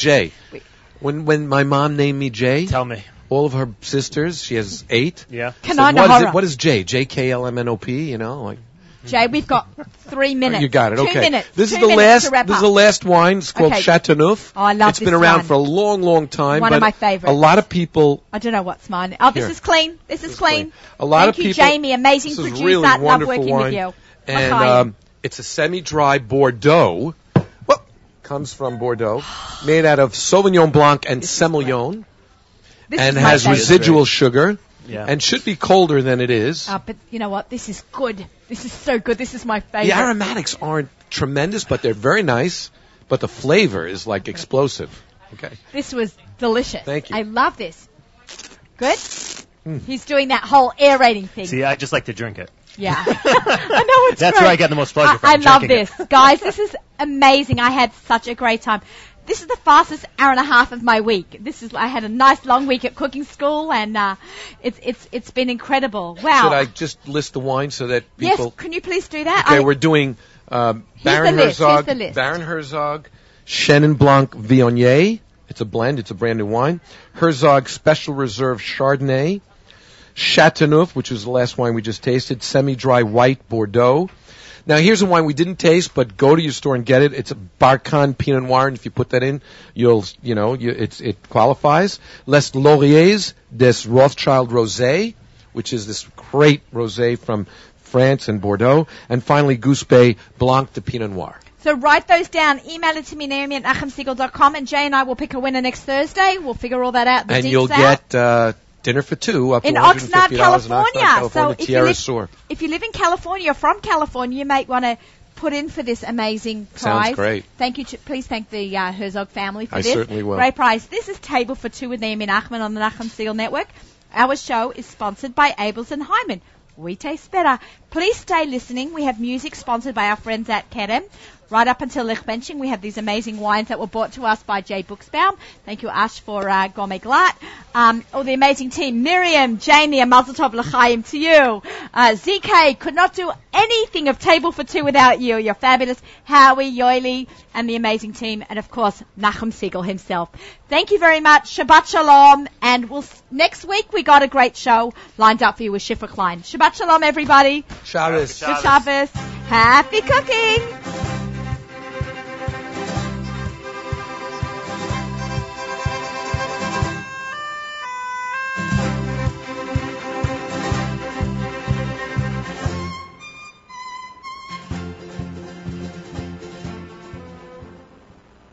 S7: Jay. When when my mom named me Jay,
S8: Tell me.
S7: all of her sisters, she has eight.
S8: Yeah.
S1: Can
S7: So
S1: I
S7: what is
S1: Nahara?
S7: it? What is J? J K L M N O P. You know, like
S1: Jay, we've got three minutes.
S7: Oh, you got it.
S1: Two
S7: okay.
S1: minutes.
S7: This
S1: Two
S7: is the
S1: minutes
S7: last.
S1: To wrap
S7: This
S1: up.
S7: is the last wine. It's called
S1: Okay.
S7: Chateauneuf.
S1: Oh, I love
S7: It's
S1: this
S7: been around
S1: wine.
S7: for a long, long time.
S1: One of
S7: but
S1: my favorites.
S7: A lot of people
S1: I don't know what's mine. Oh, this
S7: Here.
S1: is clean. This is clean.
S7: A lot
S1: Thank
S7: of people.
S1: you, Jamie. Amazing
S7: this
S1: producer.
S7: Is really
S1: Love
S7: wonderful
S1: working
S7: wine.
S1: with you.
S7: And
S1: Mikhail.
S7: um, it's a semi-dry Bordeaux. Well, comes from Bordeaux, made out of Sauvignon Blanc and Semillon,
S1: this
S7: and
S1: is my
S7: has
S1: favorite.
S7: residual sugar,
S8: Yeah.
S7: and should be colder than it is.
S1: Oh, but you know what? This is good. This is so good. This is my favorite.
S7: the aromatics aren't tremendous, but they're very nice. But the flavor is like explosive. Okay.
S1: This was delicious.
S7: Thank you. Hmm.
S1: I love this. Good. He's doing that whole aerating thing.
S8: See, I just like to drink it.
S1: Yeah. I know it's
S8: That's
S1: great.
S8: where I get the most pleasure from.
S1: I, I love
S8: drinking
S1: this.
S8: it.
S1: Guys, this is amazing. I had such a great time. This is the fastest hour and a half of my week. This is I had a nice long week at cooking school and uh, it's it's it's been incredible. Wow.
S7: Should I just list the wine so that
S1: yes,
S7: people?
S1: can you please do that?
S7: Okay,
S1: I-
S7: we're doing um,
S1: Here's
S7: Baron
S1: the list,
S7: Herzog.
S1: here's the list.
S7: Baron Herzog, Chenin Blanc Viognier. It's a blend. It's a brand new wine. Herzog Special Reserve Chardonnay. Chateauneuf, which was the last wine we just tasted. Semi-dry white Bordeaux. Now here's a wine we didn't taste, but go to your store and get it. It's a Barcan Pinot Noir, and if you put that in, you'll, you know, you, it's, it qualifies. Les Lauriers des Rothschild Rosé, which is this great rosé from France and Bordeaux, and finally Goose Bay Blanc de Pinot Noir.
S1: So write those down. Email it to me, Naomi at nachemsiegel.com, and Jay and I will pick a winner next Thursday. We'll figure all that out. The
S7: and
S1: deets
S7: you'll
S1: out.
S7: get uh, dinner for two up
S1: in
S7: to
S1: Oxnard, California.
S7: $150 in Oxnard, California,
S1: so if you,
S7: Tierra
S1: live,
S7: Sur.
S1: if you live in California, you're from California, you might want to put in for this amazing prize.
S7: Sounds great.
S1: Thank you. To, please thank the uh, Herzog family for
S7: I
S1: this.
S7: certainly will.
S1: Great prize. This is Table for Two with Naomi Nachman on the Nachman Seal Network. Our show is sponsored by Abels and Hyman. We taste better. Please stay listening. We have music sponsored by our friends at Kerem. Right up until Lech Benching, we have these amazing wines that were brought to us by Jay Booksbaum. Thank you, Ash, for uh, Gourmet Glat. Um, all the amazing team, Miriam, Janie, and Mazel Tov L'chaim to you. Uh, ZK could not do anything of Table for Two without you. You're fabulous. Howie, Yoili, and the amazing team, and of course, Nachum Siegel himself. Thank you very much. Shabbat Shalom, and we'll, s- next week we got a great show lined up for you with Schiffer Klein. Shabbat Shalom, everybody.
S7: Shabbos.
S1: Good Shabbos. Happy cooking.